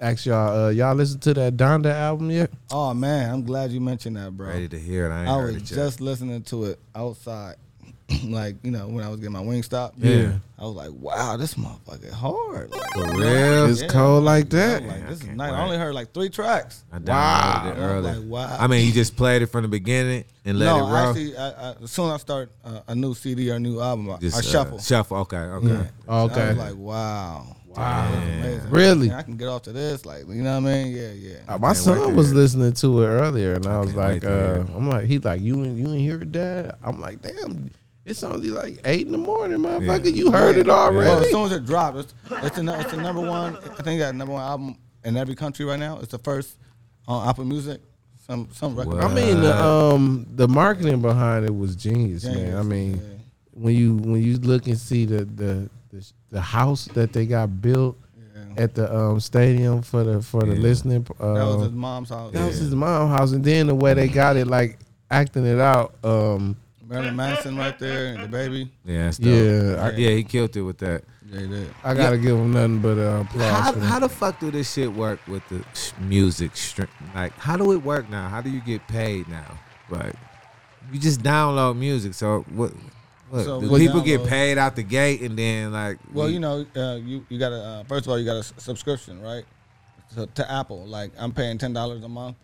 A: ask y'all. Uh, y'all listen to that Donda album yet?
C: Oh man, I'm glad you mentioned that, bro.
B: Ready to hear it. I ain't
C: Oh. I
B: heard
C: was
B: it yet.
C: just listening to it outside. like you know when I was getting my wing stop.
A: Yeah.
C: I was like, wow, this motherfucker hard. Like,
B: For real?
A: It's cold like that.
C: I'm like this is
B: can't
C: nice.
B: wait.
C: I only heard like three tracks.
B: I downloaded
A: Wow.
B: it early.
C: I'm like, wow.
B: I mean, you just played it from the beginning and let
C: no,
B: it roll.
C: actually, I, I, as soon as I start uh, a new CD or a new album, I,
B: just
C: I
B: uh,
C: shuffle.
B: shuffle. Okay. Okay.
C: Yeah. I
A: Okay.
C: was like, wow. Wow.
A: Really?
C: I can get off to this. Like, you know what I mean? Yeah, yeah.
A: Uh, My son
B: wait
A: was
B: to
A: listening to it earlier, and I was
B: can't wait
A: like,
B: to hear
A: uh, "I'm like, he like you and you ain't hear it, Dad." I'm like, "Damn, it's only like eight in the morning, motherfucker. You heard it
C: Well,
A: already."
C: as soon as it dropped, it's, it's, the, nu- it's the number one. I think that number one album in every country right now. It's the first on Apple Music. Some some record.
A: I mean, the,
B: Uh,
A: um, the marketing behind it was genius, man. I
C: Genius,
A: mean,
C: yeah.
A: when you when you look and see the the the, the house that they got built
C: Yeah.
A: at the um stadium for the for the
B: Yeah.
A: listening, uh,
C: That was his mom's house.
A: that was his mom's house, and then the way they got it, like acting it out, um,
C: Marilyn Manson right there and the baby.
B: Yeah. it's dope.
A: yeah, I,
B: Yeah. He killed it with that.
C: Yeah, he did.
A: I gotta give him nothing but uh, applause.
B: How,
A: for that.
B: how the fuck do this shit work with the sh- music stream? Like, how do it work now? How do you get paid now? Like, you just download music. So what? what
C: So
B: do
C: we
B: people get
C: download-
B: paid out the gate and then like?
C: Well,
B: we-
C: you know, uh, you you got to uh, first of all you got a s- subscription, right? To, to Apple, like I'm paying ten dollars a month,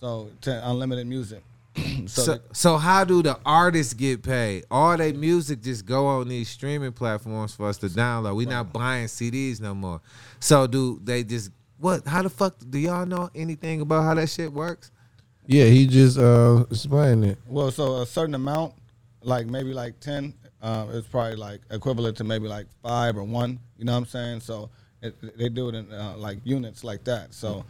C: so to unlimited music. Mm-hmm. so
B: So,
C: the-
B: so how do the artists get paid? All they music just go on these streaming platforms for us to download. We're not buying CDs no more. So do they just what? How the fuck do y'all know anything about how that shit works?
A: Yeah, he just uh explained it.
C: well, so a certain amount, like maybe like ten, uh, is probably like equivalent to maybe like five or one. You know what I'm saying? So it, they do it in uh, like units like that. So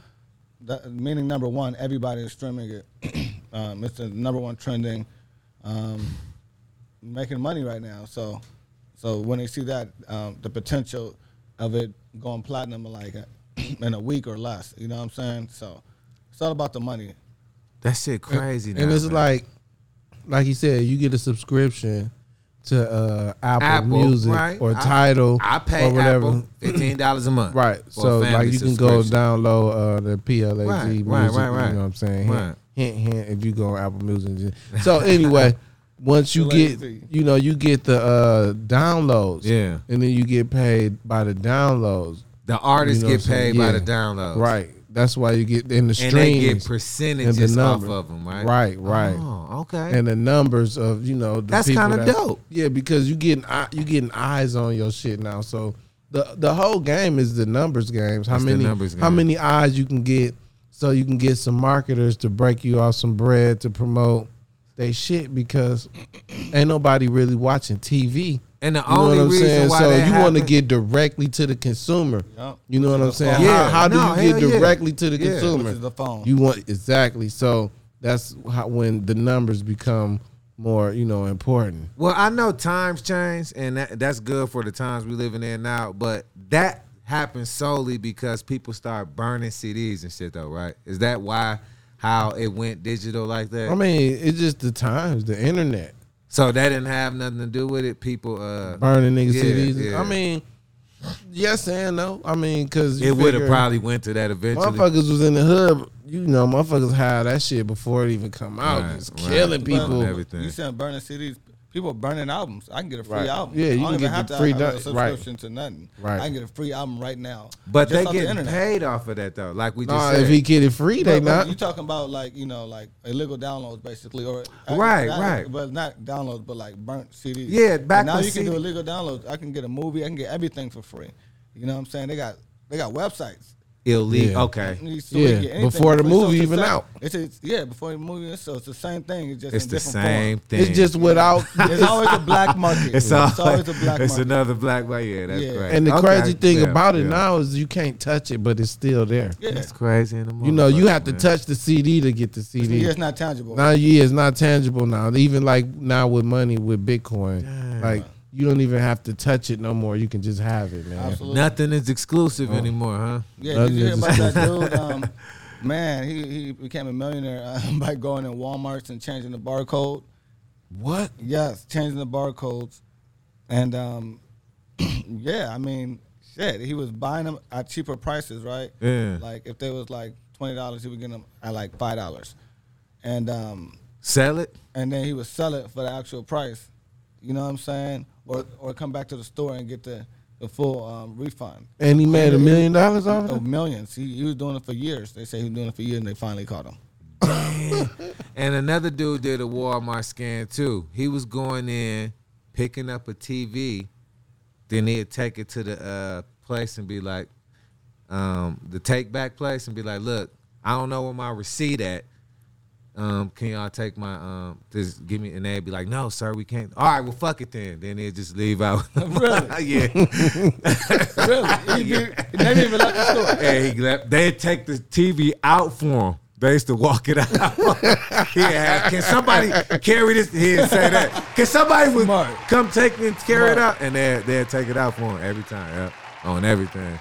C: that, meaning number one, everybody is streaming it. um, it's the number one trending. Um, making money right now. So, so when they see that, um, the potential of it going platinum in like a, in a week or less. You know what I'm saying? So, it's all about the money.
B: That shit crazy.
A: and
B: now,
A: it's
B: man.
A: like like he said, you get a subscription to uh Apple,
B: Apple,
A: Music
B: right.
A: or
B: I-
A: Title
B: I pay
A: or whatever.
B: Apple fifteen dollars a month.
A: Right.
B: for a
A: So
B: family
A: like you can go
B: subscription.
A: download uh the PLAZ
B: Right,
A: music,
B: right, right, right.
A: you know what I'm saying?
B: Right.
A: Hint, hint hint if you go on Apple Music. just- So anyway, once you get
C: PLAZ.
A: you know, you get the uh downloads.
B: Yeah.
A: And then you get paid by the downloads.
B: The artists
A: You know
B: get
A: what I'm
B: paid
A: saying?
B: by
A: Yeah.
B: the download.
A: Right. That's why you get in the
B: And
A: stream.
B: they get percentages off
A: number.
B: of them, right?
A: Right, right.
B: Oh, okay.
A: and the numbers of you know the
B: That's
A: people
B: kinda
A: that-
B: dope.
A: Yeah, because you getting eye- you getting eyes on your shit now. So the the whole game is the numbers games. How
B: It's the
A: many
B: numbers
A: how
B: game.
A: many eyes you can get, so you can get some marketers to break you off some bread to promote they shit because ain't nobody really watching TV.
B: and the
A: You know
B: only
A: what I'm
B: reason
A: saying?
B: why
A: So
B: that
A: you want to
B: happened-
A: get directly to the consumer.
C: Yup.
A: You know what I'm saying?
B: Yeah.
A: How, how do
B: No,
A: you get
B: hell yeah.
A: directly to the
B: Yeah.
A: consumer?
C: Which is the phone.
A: You want exactly. So that's how, when the numbers become more, you know, important.
B: Well, I know times change, and that, that's good for the times we living in now. But that happened solely because people start burning CDs and shit, though, right? Is that why how it went digital like that?
A: I mean, it's just the times, the internet
B: so that didn't have nothing to do with it. People, uh,
A: burning niggas
B: Yeah,
A: CDs.
B: yeah.
A: I mean, yes and no. I mean, because
B: it would have probably went to that eventually.
A: motherfuckers was in the hood. You know, motherfuckers had that shit before it even come out.
B: Right,
A: just
B: right.
A: killing
B: Burning
A: people.
B: everything.
C: You said burning CDs. People burning albums. I can get a free
A: Right.
C: album.
A: Yeah, you
C: I
A: can
C: don't even
A: get
C: have
A: the
C: to
A: free
C: have a
A: di- right.
C: subscription to nothing.
A: Right.
C: I can get a free album right now.
B: But
C: just
B: they
C: off the
B: getting
C: internet.
B: paid off of that though. Like we just
A: Nah,
B: said,
A: if he get it free, they
C: But- but
A: not.
C: You talking about like you know like illegal downloads basically, or
B: Right,
C: not-
B: right.
C: but not downloads, but like burnt CDs.
B: Yeah, back
C: And now
B: when
C: you can
B: CD
C: do illegal downloads. I can get a movie. I can get everything for free. You know what I'm saying? They got they got websites.
B: illegal.
A: Yeah.
B: Okay,
C: So we can
A: Yeah,
C: get anything
A: before the
C: for free. So
A: movie
C: it's the
A: even
C: same-
A: out.
C: It's it's- yeah before the movie. So it's the same thing. It's just
B: it's
C: in
B: the
C: different
B: same
C: Form.
B: thing.
A: It's just without.
C: It's always a black market.
B: It's,
C: It's,
B: all,
C: always a black
B: It's
C: market.
B: another black market. Yeah, that's
C: Yeah.
B: right.
A: and the
B: Okay.
A: crazy thing
B: Yeah,
A: about it
B: yeah.
A: now is you can't touch it, but it's still there.
C: yeah.
B: That's crazy. In the
A: You know, you have to
B: motherfucker, man.
A: touch the CD to get the
C: yeah,
A: CD.
C: it's not tangible.
A: Now, yeah, it's not tangible now. Even like now with money with Bitcoin, like you don't even have to touch it no more. You can just have it, man.
C: Absolutely.
B: Nothing is exclusive anymore, huh?
C: Yeah,
A: That's
C: did you hear about
A: just-
C: that dude? Um, man, he, he became a millionaire uh, by going in Walmart's and changing the barcode.
A: What?
C: Yes, changing the barcodes, and um, yeah, I mean, shit, he was buying them at cheaper prices, right?
B: Yeah.
C: Like if they was like twenty dollars, he would get them at like five dollars, and um,
B: Sell it.
C: and then he would sell it for the actual price. You know what I'm saying? Or or come back to the store and get the the full um, refund.
A: And he made a million dollars off
C: Oh,
B: Uh-huh.
A: of it.
C: millions. He, he was doing it for years. They say he was doing it for years, and they finally caught him.
B: And another dude did a Walmart scan too. He was going in, picking up a TV, then he'd take it to the uh, place and be like, um, the take back place and be like, look, I don't know where my receipt at. Um, can y'all take my um just give me and they'd be like, No, sir, we can't. All right, well fuck it then. Then they'd just leave out.
C: Really?
B: yeah.
C: Really? He did- they didn't even let the store.
B: Hey, he left. They'd take the TV out for him. They used to walk it out. yeah, can somebody carry this? He'd say that. Can somebody would
C: Smart.
B: come take and carry
C: Smart.
B: it out? And they they'd take it out for him every time. Yep, on everything.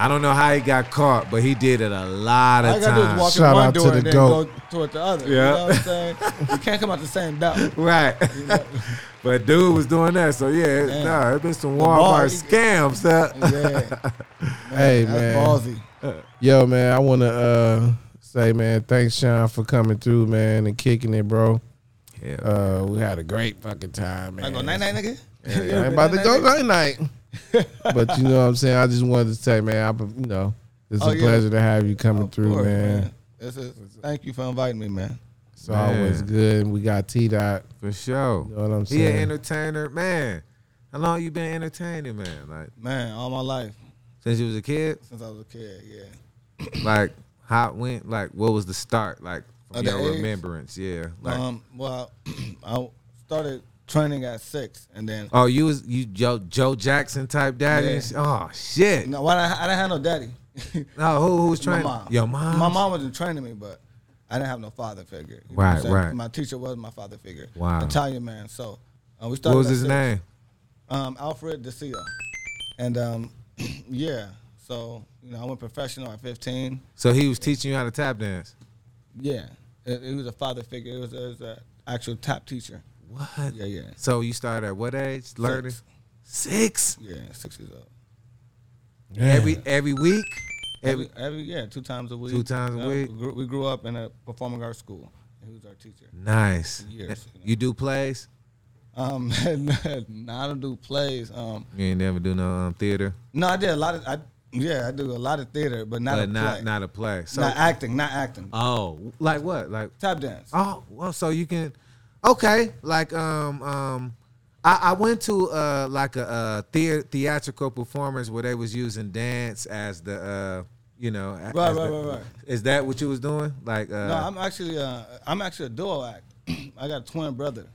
B: I don't know how he got caught, but he did it a lot
C: All
B: of
C: I gotta do is walk
B: times.
A: Shout
C: in one
A: out to
C: door
A: the
C: and then
A: GOAT.
C: go toward the other.
B: Yeah.
C: You know what I'm saying? you can't come out the same door.
B: Right, but dude was doing that. So yeah,
C: Damn.
B: nah, it been some
C: Lamar,
B: Walmart
C: he-
B: scams. Huh?
C: Yeah,
A: Hey
C: that's
A: man,
C: ballsy.
A: yo man, I wanna uh, say man, thanks Sean for coming through man and kicking it, bro.
B: Yeah,
A: Uh, we had a great fucking time, man.
C: I go night night, nigga.
A: I ain't about to go night night. but you know what I'm saying. I just wanted to say, man, I, you know, it's
C: Oh,
A: a
C: yeah.
A: pleasure to have you coming
C: Of
A: through,
C: course,
A: man.
C: This is, thank you for inviting me, man.
A: It's always
B: Man.
A: good. We got T dot.
B: for sure.
A: You know what I'm
B: He an
A: saying?
B: entertainer, man. How long you been entertaining, man? Like
C: Man, all my life
B: since you was a kid?
C: since I was a kid, yeah.
B: Like how it went? Like what was the start? Like from
C: Of the
B: your
C: age?
B: remembrance? Yeah. Like
C: um, well, I started training at six, and then
B: oh, you was you Joe Joe Jackson type daddy?
C: Yeah.
B: and sh- Oh shit!
C: no, well, I, I didn't have no daddy.
B: No, who, who was
C: my
B: trying?
C: mom.
B: Your mom.
C: My mom wasn't training me, but I didn't have no father figure. You know what
B: Right,
C: I'm saying?
B: right.
C: My teacher was my father figure.
B: Wow.
C: Italian man. So uh, we started.
B: What was
C: at
B: his
C: six.
B: name?
C: Um, Alfred DeCio. And um, yeah, so you know, I went professional at 15.
B: So he was teaching you how to tap dance.
C: Yeah, it, it was a father figure. It was, it was an actual top teacher.
B: What?
C: Yeah, yeah.
B: So you started at what age? Learning.
C: Six.
B: Six.
C: Yeah, six years old.
B: Every every week.
C: Every
B: Every
C: every yeah, two times a week.
B: Two times a
C: Uh,
B: week.
C: We grew, we grew up in a performing arts school. He was our teacher.
B: nice.
C: Years, you know.
B: You do plays.
C: Um, and I don't do plays. Um,
B: You ain't never do no um, theater,
C: no, I did a lot of I yeah, I do a lot of theater, but not
B: but
C: a
B: not
C: play.
B: not a play. So
C: Not acting, not acting.
B: oh, like what? Like
C: Tap dance.
B: Oh, well, so you can okay, like um um I, I went to uh like a, uh the, theatrical performance where they was using dance as the uh you know a-
C: Right,
B: as
C: right,
B: the-
C: right, right.
B: is that what you was doing like uh
C: No, I'm actually uh, I'm actually a duo act. I got a twin brother.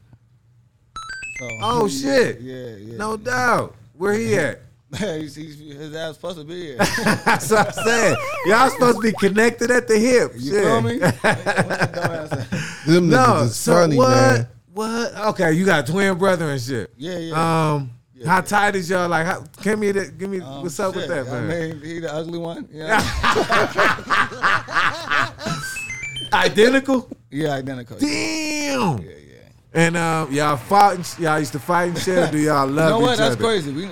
C: So,
B: oh shit
C: Yeah, yeah.
B: no doubt where he at
C: he's, he's, his ass supposed to be here.
B: that's what I'm saying y'all supposed to be connected at the hip
C: You
B: shit.
C: feel me? What the dumbass ass.
A: Them
B: no
A: niggas is
B: so
A: funny,
B: what
A: man.
B: what okay you got twin brother and shit
C: Yeah, yeah.
B: um
C: Yeah,
B: how
C: yeah.
B: tight is y'all like how, give me the, give me
C: Um,
B: what's up with
C: shit,
B: that man.
C: I mean, he the ugly one. You know what I mean?
B: Identical?
C: yeah, identical. Yeah,
B: Damn.
C: yeah.
B: And um, y'all fought. And sh- y'all used to fight and shit. Or do y'all
C: You
B: love
C: know
B: each
C: what? That's
B: other?
C: crazy. We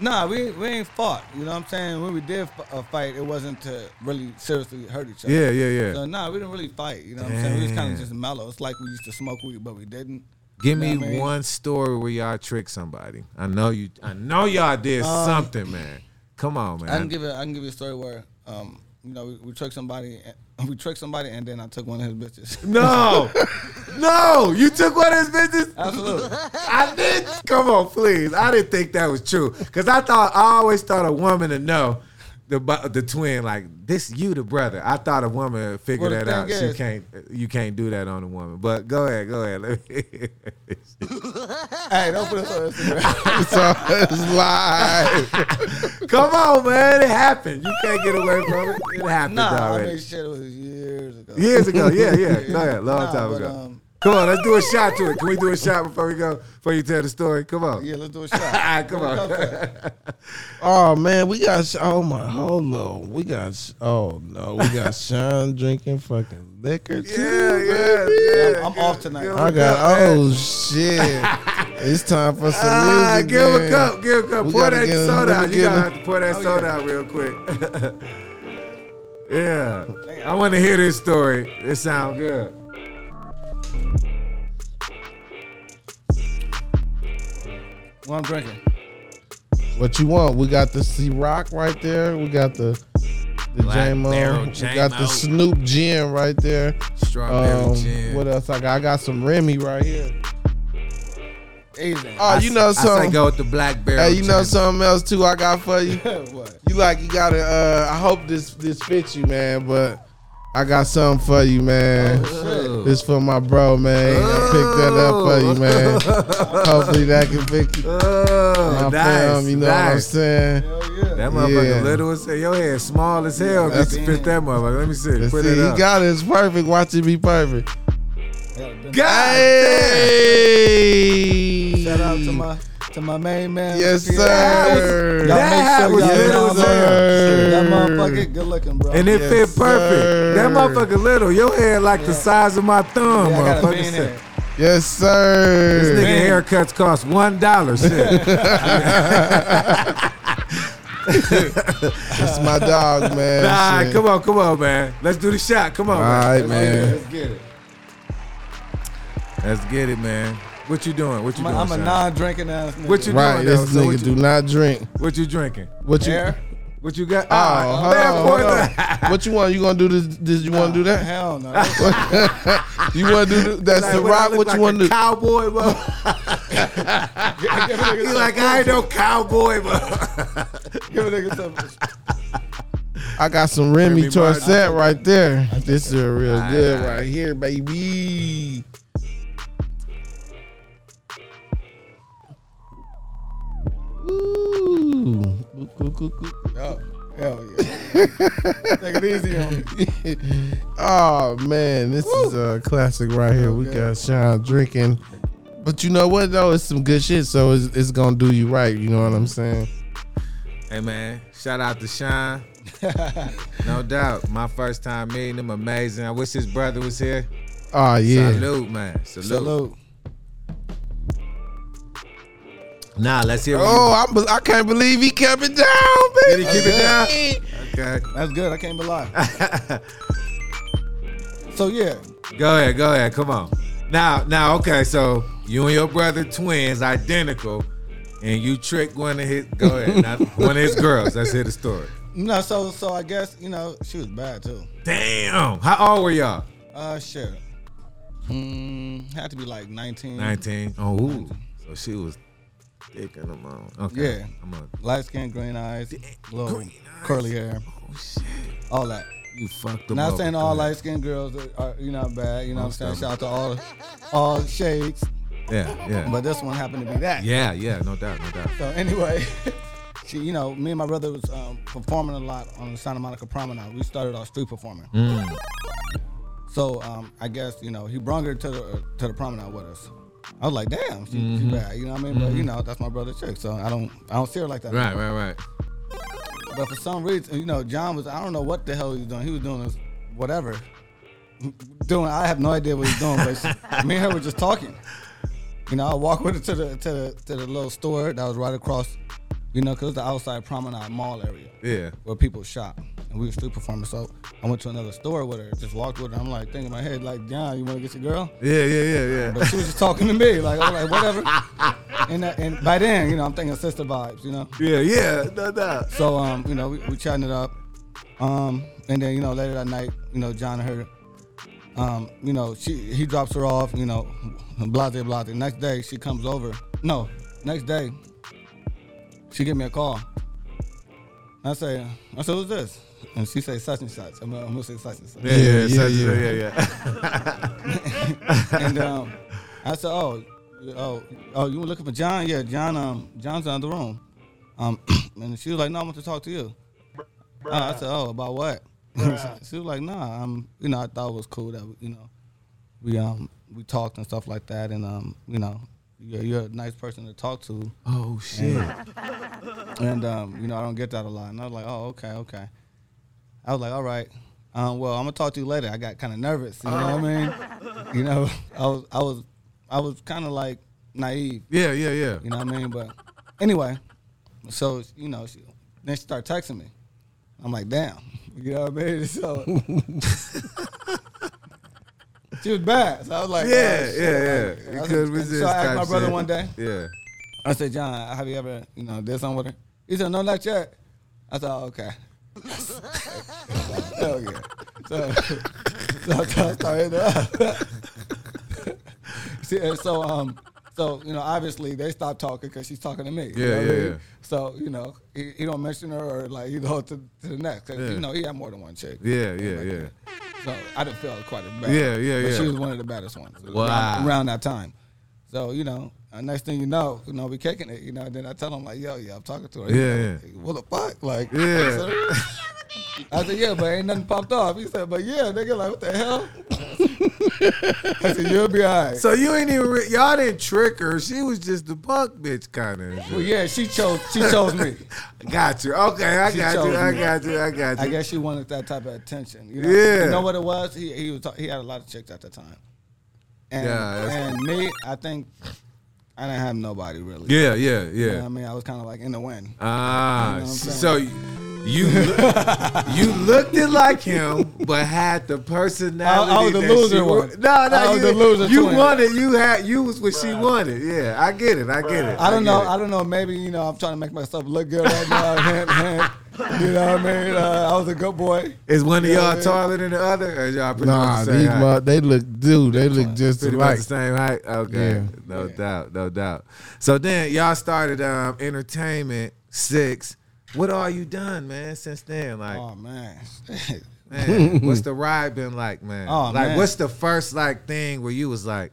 C: nah, we we ain't fought. You know what I'm saying? When we did f- a fight, it wasn't to really seriously hurt each other.
B: Yeah, yeah, yeah.
C: So nah, we didn't really fight. You know what I'm saying? We was kind
B: Damn.
C: of just mellow. It's like we used to smoke weed, but we didn't.
B: Give me
C: You know what I mean?
B: one story where y'all tricked somebody. I know you. I know y'all did
C: Um,
B: something, man. Come on, man.
C: I can give you. I can give you a story where, um, you know, we, we tricked somebody. We tricked somebody, and then I took one of his bitches.
B: no, no. You took one of his bitches.
C: Absolutely.
B: I did. Come on, please. I didn't think that was true because I thought I always thought a woman to know the bu- the twin like this. You the brother. I thought a woman would figure
C: Well, the
B: that out.
C: thing
B: she
C: is-
B: can't. You can't do that on a woman. But go ahead. Go ahead. Let me-
C: hey, don't put us on Instagram.
A: It's all it's live.
B: come on, man. It happened. You can't get away from it. It happened
C: nah, I
B: already.
C: mean, shit, it was years ago.
B: Years ago. Yeah, yeah. Go ahead. Long
C: Nah,
B: time
C: but,
B: ago.
C: um,
B: come on. Let's do a shot to it. Can we do a shot before we go? Before you tell the story. Come on.
C: Yeah, let's do a shot.
B: Come
C: What it comes
B: on.
C: to?
A: Oh man, we got Sh- oh my hold on. We got Sh- oh no, we got Sean drinking fucking liquor too.
B: Yeah, yeah,
A: baby.
B: yeah.
C: I'm- I'm off tonight.
B: Give
A: I
B: him a
A: got
B: cup, man.
A: oh shit. It's time for some
B: Ah,
A: music.
B: give him a
A: man.
B: cup, give him a cup.
A: We
B: pour
A: gotta
B: that
A: get him,
B: soda
A: let me
B: out. You
A: get
B: gotta
A: him.
B: have to pour that soda out real quick. yeah, I want to hear this story. It sounds good.
C: Well, I'm drinking.
A: What you want? We got the C Rock right there. We got the the
B: Black
A: J Mo.
B: Barrel
A: We got
B: J-Mo.
A: the Snoop Gin right there.
B: Strawberry
A: Um,
B: gin.
A: what else I got? I got some Remy right here.
C: Asian.
A: Oh, you know
B: I say
A: something?
B: go with the blackberry.
A: Hey, you know something else too? I got for you.
C: what?
A: You like you gotta. Uh, I hope this this fits you, man. But I got something for you, man. This for my bro, man. I picked that up for you, man. Hopefully that can fix you.
B: Oh,
A: my
B: nice,
A: Oh. fam, you know what I'm
B: nice.
A: saying?
C: Hell yeah.
B: That motherfucker
A: Yeah.
B: little as hell. Your head small as hell.
A: That's-
B: Just spit that motherfucker. Let me see.
A: Let's
B: Put
A: see,
B: it
A: he
B: up.
A: got it. It's perfect. Watch it be perfect.
C: God
B: God damn.
A: Hey!
C: Shout out to my to my main man.
A: Yes,
C: Peter.
A: sir.
C: Y'all
B: That hat
C: make sure
B: was
C: y'all
B: little
C: y'all
B: as
C: make-
A: hell.
C: That motherfucker, good looking, bro.
B: And it
A: Yes,
B: fit perfect.
A: sir.
B: That motherfucker little. Your head like the size of my thumb,
C: yeah, I got a
B: motherfucker.
C: bean
B: Shit.
C: here.
A: Yes,
B: This nigga
A: sir.
B: haircuts cost one dollar. Shit.
A: That's my dog, man.
B: nah,
A: Shit.
B: come on, come on, man. Let's do the shot. Come on,
A: All
B: man.
A: right, man.
C: Let's get it.
B: Let's get it, man. What you doing? What you
C: I'm a,
B: doing?
C: I'm a
B: son?
C: non-drinking ass nigga.
B: What you
A: Right,
B: doing? though?
A: this
B: So what
A: nigga
B: you-
A: do not drink.
B: What you drinking?
A: What you?
C: Air?
B: What you got?
A: Oh,
B: Ah,
A: hold
B: man,
A: on,
B: pour
A: hold
B: that-
A: on. What you want? You gonna do this? this you want to do that?
C: Hell no. That's
A: You want to do th- that's
B: Like,
A: the
B: what, I
A: rock?
B: look
A: What
B: like
A: you
B: a
A: want to do?
B: Cowboy, bro. you like I ain't no cowboy, bro.
C: Give a nigga some.
A: I got some Remy
B: Remy Martin.
A: Torset right there. This is real
B: Aight,
A: good
B: aight.
A: right here, baby. Ooh. Ooh, ooh, ooh, ooh.
C: Oh, hell yeah. Take it easy on me.
A: oh man, this is a classic right here. We
C: Okay.
A: got Sean drinking, but you know what though? It's some good shit, so it's, it's gonna do you right. You know what I'm saying?
B: Hey man, shout out to Sean. no doubt, my first time meeting him, amazing. I wish his brother was here.
A: Oh yeah,
B: Salute, man. Salute.
C: Salute.
B: Nah, let's hear.
A: Oh, I'm, I can't believe he kept it down, baby.
B: Did he keep it down? Oh, Okay.
C: That's good. I can't be lying. So yeah,
B: Go ahead, go ahead. Come on. Now, now, okay. So you and your brother twins, identical, and you tricked one of his. Go ahead. Now, one of his girls. Let's hear the story.
C: no. So so I guess you know she was bad too.
B: Damn. How old were y'all?
C: Uh, shit. Hmm, had to be like 19.
B: Nineteen. Oh, ooh. so she was thick in the mouth. Okay.
C: Yeah.
B: I'm a,
C: Light skin, green eyes, little
B: green eyes.
C: curly hair,
B: oh shit.
C: all that.
B: You fucked them
C: Not
B: up.
C: saying
B: Go
C: all
B: ahead.
C: light skinned girls are, are you know bad. You know what I'm saying?
B: Most of
C: Shout out to all all shades,
B: Yeah, yeah.
C: but this one happened to be that.
B: yeah, yeah, no doubt, no doubt.
C: So anyway, she, you know, me and my brother was um, performing a lot on the Santa Monica Promenade. We started off street performing.
B: Mm.
C: So um, I guess you know he brung her to the to the promenade with us. I was like, damn, she,
B: Mm-hmm.
C: she bad, you know what I mean? But you know, that's my brother's chick, so I don't I don't see her like that.
B: Right, right, right.
C: But for some reason, you know, John was I don't know what the hell he was doing. He was doing this whatever. Doing I have no idea what he's doing, but she- me and her were just talking. You know, I walked with her to the to the to the little store that was right across, you know, cause it was the outside promenade mall area
B: Yeah.
C: where people shop. And we were street performers. So I went to another store with her, just walked with her. I'm like thinking in my head, like, John, you wanna get your girl?
B: Yeah, yeah, yeah, yeah.
C: But she was just talking to me. Like, I'm like, whatever. And, that, and by then, you know, I'm thinking sister vibes, you know?
B: Yeah, yeah, no doubt.
C: So um, you know, we, we chatting it up. Um, and then, you know, later that night, you know, John heard um, you know, she he drops her off, you know, blase blase. Next day she comes over. No, next day, she give me a call. I say, I said, who's this? And she say such and such. I'm, gonna- I'm gonna say such and such.
B: Yeah, yeah,
A: yeah,
B: yeah, yeah,
A: yeah.
B: yeah, yeah.
C: And um, I said, "Oh, oh, oh, you were looking for John? Yeah, John. Um, John's in the room." Um, and she was like, "No, I want to talk to you." Uh, I said, "Oh, about what?" she was like, "Nah, I'm, you know, I thought it was cool that you know, we um, we talked and stuff like that, and um, you know, you're, you're a nice person to talk to."
B: Oh shit.
C: And um, you know, I don't get that a lot. And I was like, oh, okay, okay. I was like, all right. Um, well, I'm gonna talk to you later. I got kind of nervous. You know what I mean? You know, I was, I was, I was kind of like naive.
B: Yeah, yeah, yeah.
C: You know what I mean? But anyway, so you know, she, then she started texting me. I'm like, damn. You know what I mean? So she was bad. So I was like,
B: Yeah,
C: oh, shit.
B: yeah, yeah.
C: Like, "Oh,
B: You
C: I was-
B: couldn't
C: and
B: resist.
C: So I asked
B: type
C: my brother
B: shit.
C: one day.
B: Yeah.
C: I said, John, have you ever, you know, did something with her? He said, no, not yet. I said, oh, okay. Hell yeah. So, so I started up. See, and so, um, so you know, obviously they stopped talking because she's talking to me. you
B: Yeah,
C: know what I
B: yeah,
C: mean?
B: yeah.
C: So you know, he, he don't mention her or like you know to, to the next. 'Cause,
B: Yeah.
C: You know, he had more than one chick.
B: Yeah, yeah,
C: like
B: yeah.
C: that. So I didn't feel quite as bad.
B: Yeah, yeah,
C: but She
B: yeah.
C: was one of the baddest ones.
B: Wow.
C: Around, around that time. So you know, uh, next thing you know, you know, we kicking it. You know, and then I tell him like, yo, yeah, I'm talking to her. He
B: Yeah,
C: said, What the fuck? Like,
B: Yeah.
C: I said, yeah, but ain't nothing popped off. He said, but yeah, nigga, like, what the hell? I said, you'll be all right.
B: So you ain't even re- y'all didn't trick her. She was just the punk bitch kind of.
C: Well, yeah, she chose. She chose me.
B: Got you. Okay, I
C: She
B: got
C: chose
B: you. I
C: me.
B: got you. I got you.
C: I guess she wanted that type of attention. You know?
B: Yeah.
C: You know what it was? He he was ta- he had a lot of chicks at the time. And,
B: Yeah, that's-
C: and me, I think I didn't have nobody really.
B: Yeah, yeah,
C: You know what I
B: yeah.
C: mean, I was kind of like in the wind.
B: Ah,
C: You know what I'm
B: so you look- you looked it like him, but had the personality.
C: I- I was the
B: that
C: loser
B: she wa-
C: one.
B: No, no,
C: I was
B: you,
C: the loser
B: you
C: twin.
B: wanted. You had. You was what she wanted. Yeah, I get it. I get it.
C: I don't
B: get
C: know.
B: it.
C: I don't know. Maybe you know, I'm trying to make myself look good right now. hand, hand. You know what I mean? Uh, I was a good boy.
B: Is one of
C: Yeah,
B: y'all
C: man.
B: taller than the other? Or is y'all pretty
A: Nah,
B: much the same
A: these
B: height?
A: mu- they look, dude, they look just
B: pretty much
A: alike.
B: the same height. Okay,
A: Yeah.
B: no
C: Yeah.
B: doubt, no doubt. So then y'all started um, entertainment six. What all you done, man? Since then, like,
C: Oh man.
B: man, what's the ride been like, man?
C: Oh,
B: like,
C: man.
B: what's the first like thing where you was like,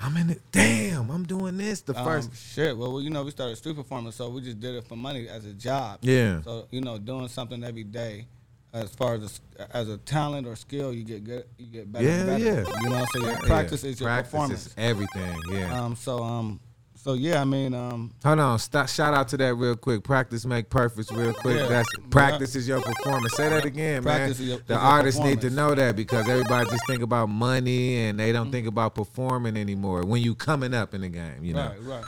B: I'm in it. Damn, I'm doing this. The first,
C: Um, shit. Well, you know, we started street performing, so we just did it for money as a job.
B: Yeah.
C: So you know, doing something every day, as far as a, as a talent or skill, you get good, you get better. and
B: Yeah,
C: better.
B: yeah.
C: You know, so your
B: Yeah.
C: practice is your
B: Practice
C: performance.
B: is everything. Yeah.
C: Um. So um. So yeah, I mean um.
B: Hold on, stop, shout out to that real quick. Practice make perfect, real quick.
C: Yeah. Uh,
B: That's practice is your performance. Say that again, man.
C: Practice is your- is
B: the
C: your
B: artists need to
C: performance. Mm.
B: know that because everybody just think about money and they don't think about performing anymore. When you coming up in the game, you know
C: Right. Right.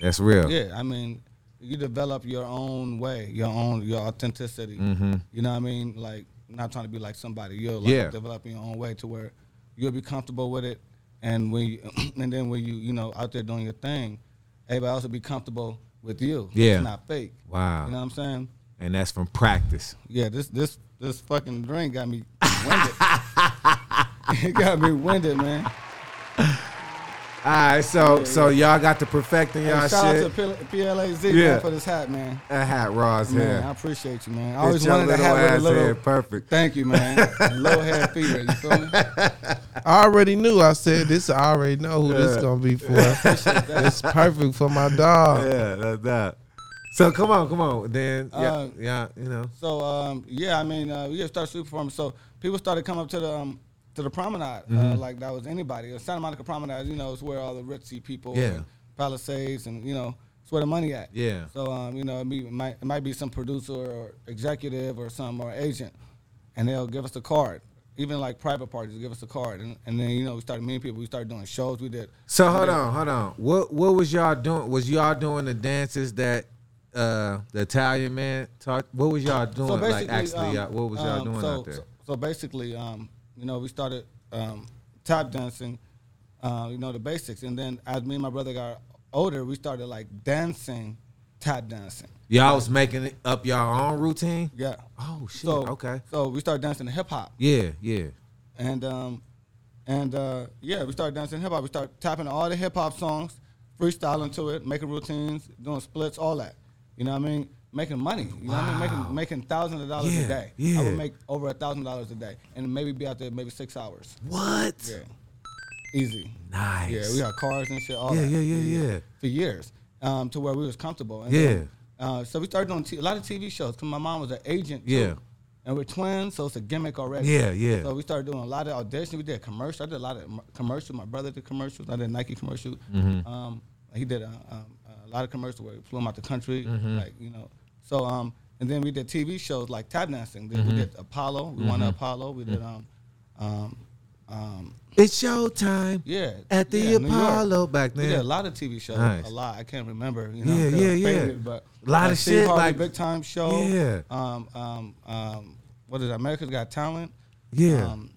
B: that's real.
C: Yeah. I mean, you develop your own way, your own your authenticity. You know what I mean? Like not trying to be like somebody. You're like
B: Mm-hmm. Yeah.
C: developing your own way to where you'll be comfortable with it, and when you, and then when you you know out there doing your thing, everybody else will be comfortable with you.
B: Yeah.
C: It's not fake.
B: Wow,
C: You know what I'm saying?
B: and that's from practice.
C: Yeah, this this this fucking drink got me winded. it got me winded, man.
B: All right, so so y'all got to perfecting
C: Hey,
B: y'all
C: shout
B: shit.
C: out to P- PLAZ man,
B: Yeah.
C: for this hat, man.
B: that hat, Ross.
C: Man, I
B: Yeah,
C: appreciate you, man. I
B: Get
C: always
B: your
C: wanted to
B: little
C: have with a
B: ass
C: little.
B: here, perfect.
C: Thank you, man. Low head fever. You feel me?
A: I already knew. I said this. I already know who this
B: Yeah.
A: gonna be for. it's perfect for my dog.
B: yeah, that's that. So come on, come on, then yeah,
C: Uh,
B: yeah, you know,
C: So um, yeah, I mean, uh, we just started super performing. So people started coming up to the um, to the promenade
B: Mm-hmm.
C: uh, like that was anybody. The Santa Monica Promenade, you know, is where all the ritzy people,
B: Yeah.
C: and Palisades, and you know, it's where the money at.
B: Yeah.
C: So um, you know, it, be, it might it might be some producer or executive or some or agent, and they'll give us a card. Even like private parties, give us a card, and, and then you know we started meeting people. We started doing shows. We did
B: So hold on, hold on. What what was y'all doing? Was y'all doing the dances that uh the Italian man taught? What was y'all doing? like actually,
C: um,
B: y'all, what was y'all
C: um,
B: doing
C: so,
B: out there?
C: So, so basically, um, you know, we started um, tap dancing, uh, you know, the basics, and then as me and my brother got older, we started like dancing, tap dancing.
B: y'all was making up y'all own routine.
C: Yeah.
B: Oh shit.
C: So
B: okay.
C: So we started dancing hip hop,
B: Yeah, yeah.
C: and um, and uh, yeah, we started dancing hip hop. We started tapping all the hip hop songs, freestyling to it, making routines, doing splits, all that. You know what I mean? Making money. You know what I mean? Making making thousands of dollars
B: Yeah,
C: a day. I
B: yeah.
C: would make over a thousand dollars a day, and maybe be out there maybe six hours.
B: What?
C: Yeah, easy.
B: Nice.
C: Yeah, we had cars and shit. All
B: Yeah,
C: that.
B: yeah, yeah, yeah.
C: For years, um, to where we was comfortable. And
B: Yeah.
C: then, uh, so we started doing t- a lot of TV shows because my mom was an agent. too.
B: Yeah.
C: And we're twins, so it's a gimmick already.
B: Yeah, yeah.
C: So we started doing a lot of auditions. We did commercial. I did a lot of m- commercials. My brother did commercials. I did Nike commercials.
B: Mm-hmm.
C: Um, he did a, um, a lot of commercials where he flew him out the country,
B: Mm-hmm.
C: like you know. So um, and then we did TV shows like tap dancing. Then
B: Mm-hmm.
C: We did Apollo. We won an Apollo. We did um, um, um,
B: It's showtime.
C: yeah.
B: At the
C: yeah, New York.
B: Apollo back
C: We did a
B: then.
C: lot of TV shows.
B: Nice.
C: A lot. I can't remember. You know,
B: Yeah,
C: 'cause
B: yeah,
C: I
B: yeah.
C: faded, But
B: A lot
C: like
B: of
C: Steve
B: shit,
C: Harvey
B: like-
C: big time show.
B: Yeah.
C: Um, um, um, what is it? America's Got Talent.
B: Yeah.
C: Um,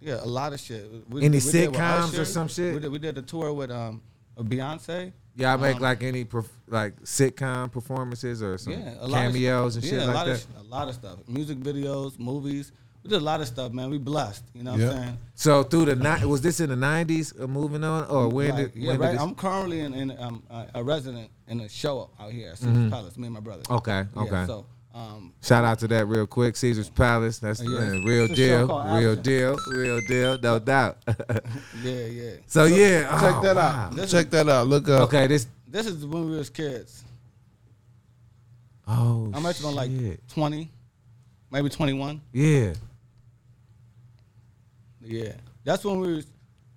C: yeah, a lot of shit. We,
B: Any
C: did with
B: sitcoms or
C: Usher.
B: some shit?
C: We did, we did a tour with um, Beyonce.
B: Y'all make like any perf- like sitcom performances or some
C: Yeah, a lot
B: cameos
C: of,
B: and
C: yeah,
B: shit
C: a
B: like
C: lot
B: that.
C: Of, sh- a lot of stuff. Music videos, movies. We did a lot of stuff, man. We blessed. You know what
A: Yeah.
C: I'm saying?
B: so through the night, was this in the nineties? Uh, moving on, or when
C: Like,
B: did?
C: yeah,
B: when
C: right.
B: did this-
C: I'm currently in, in um, a- a resident in a show up out here at Caesar's Palace. Me and my brother.
B: Mm-hmm. Okay,
C: Yeah,
B: okay.
C: so, um,
B: Shout out to that real quick, Caesar's Palace. That's the
C: Oh, Yeah.
B: real
C: It's a show
B: deal,
C: called
B: real
C: Action.
B: deal, real deal, no doubt.
C: yeah, yeah.
B: so yeah,
A: Check
B: oh,
A: that
B: wow.
A: out.
C: This
A: Ah, Check
C: is-
A: that out. Look up.
B: Okay, this.
C: This is when we was kids.
B: Oh,
C: I'm actually on like
B: shit.
C: 20, maybe 21.
B: Yeah,
C: Yeah, that's when we was,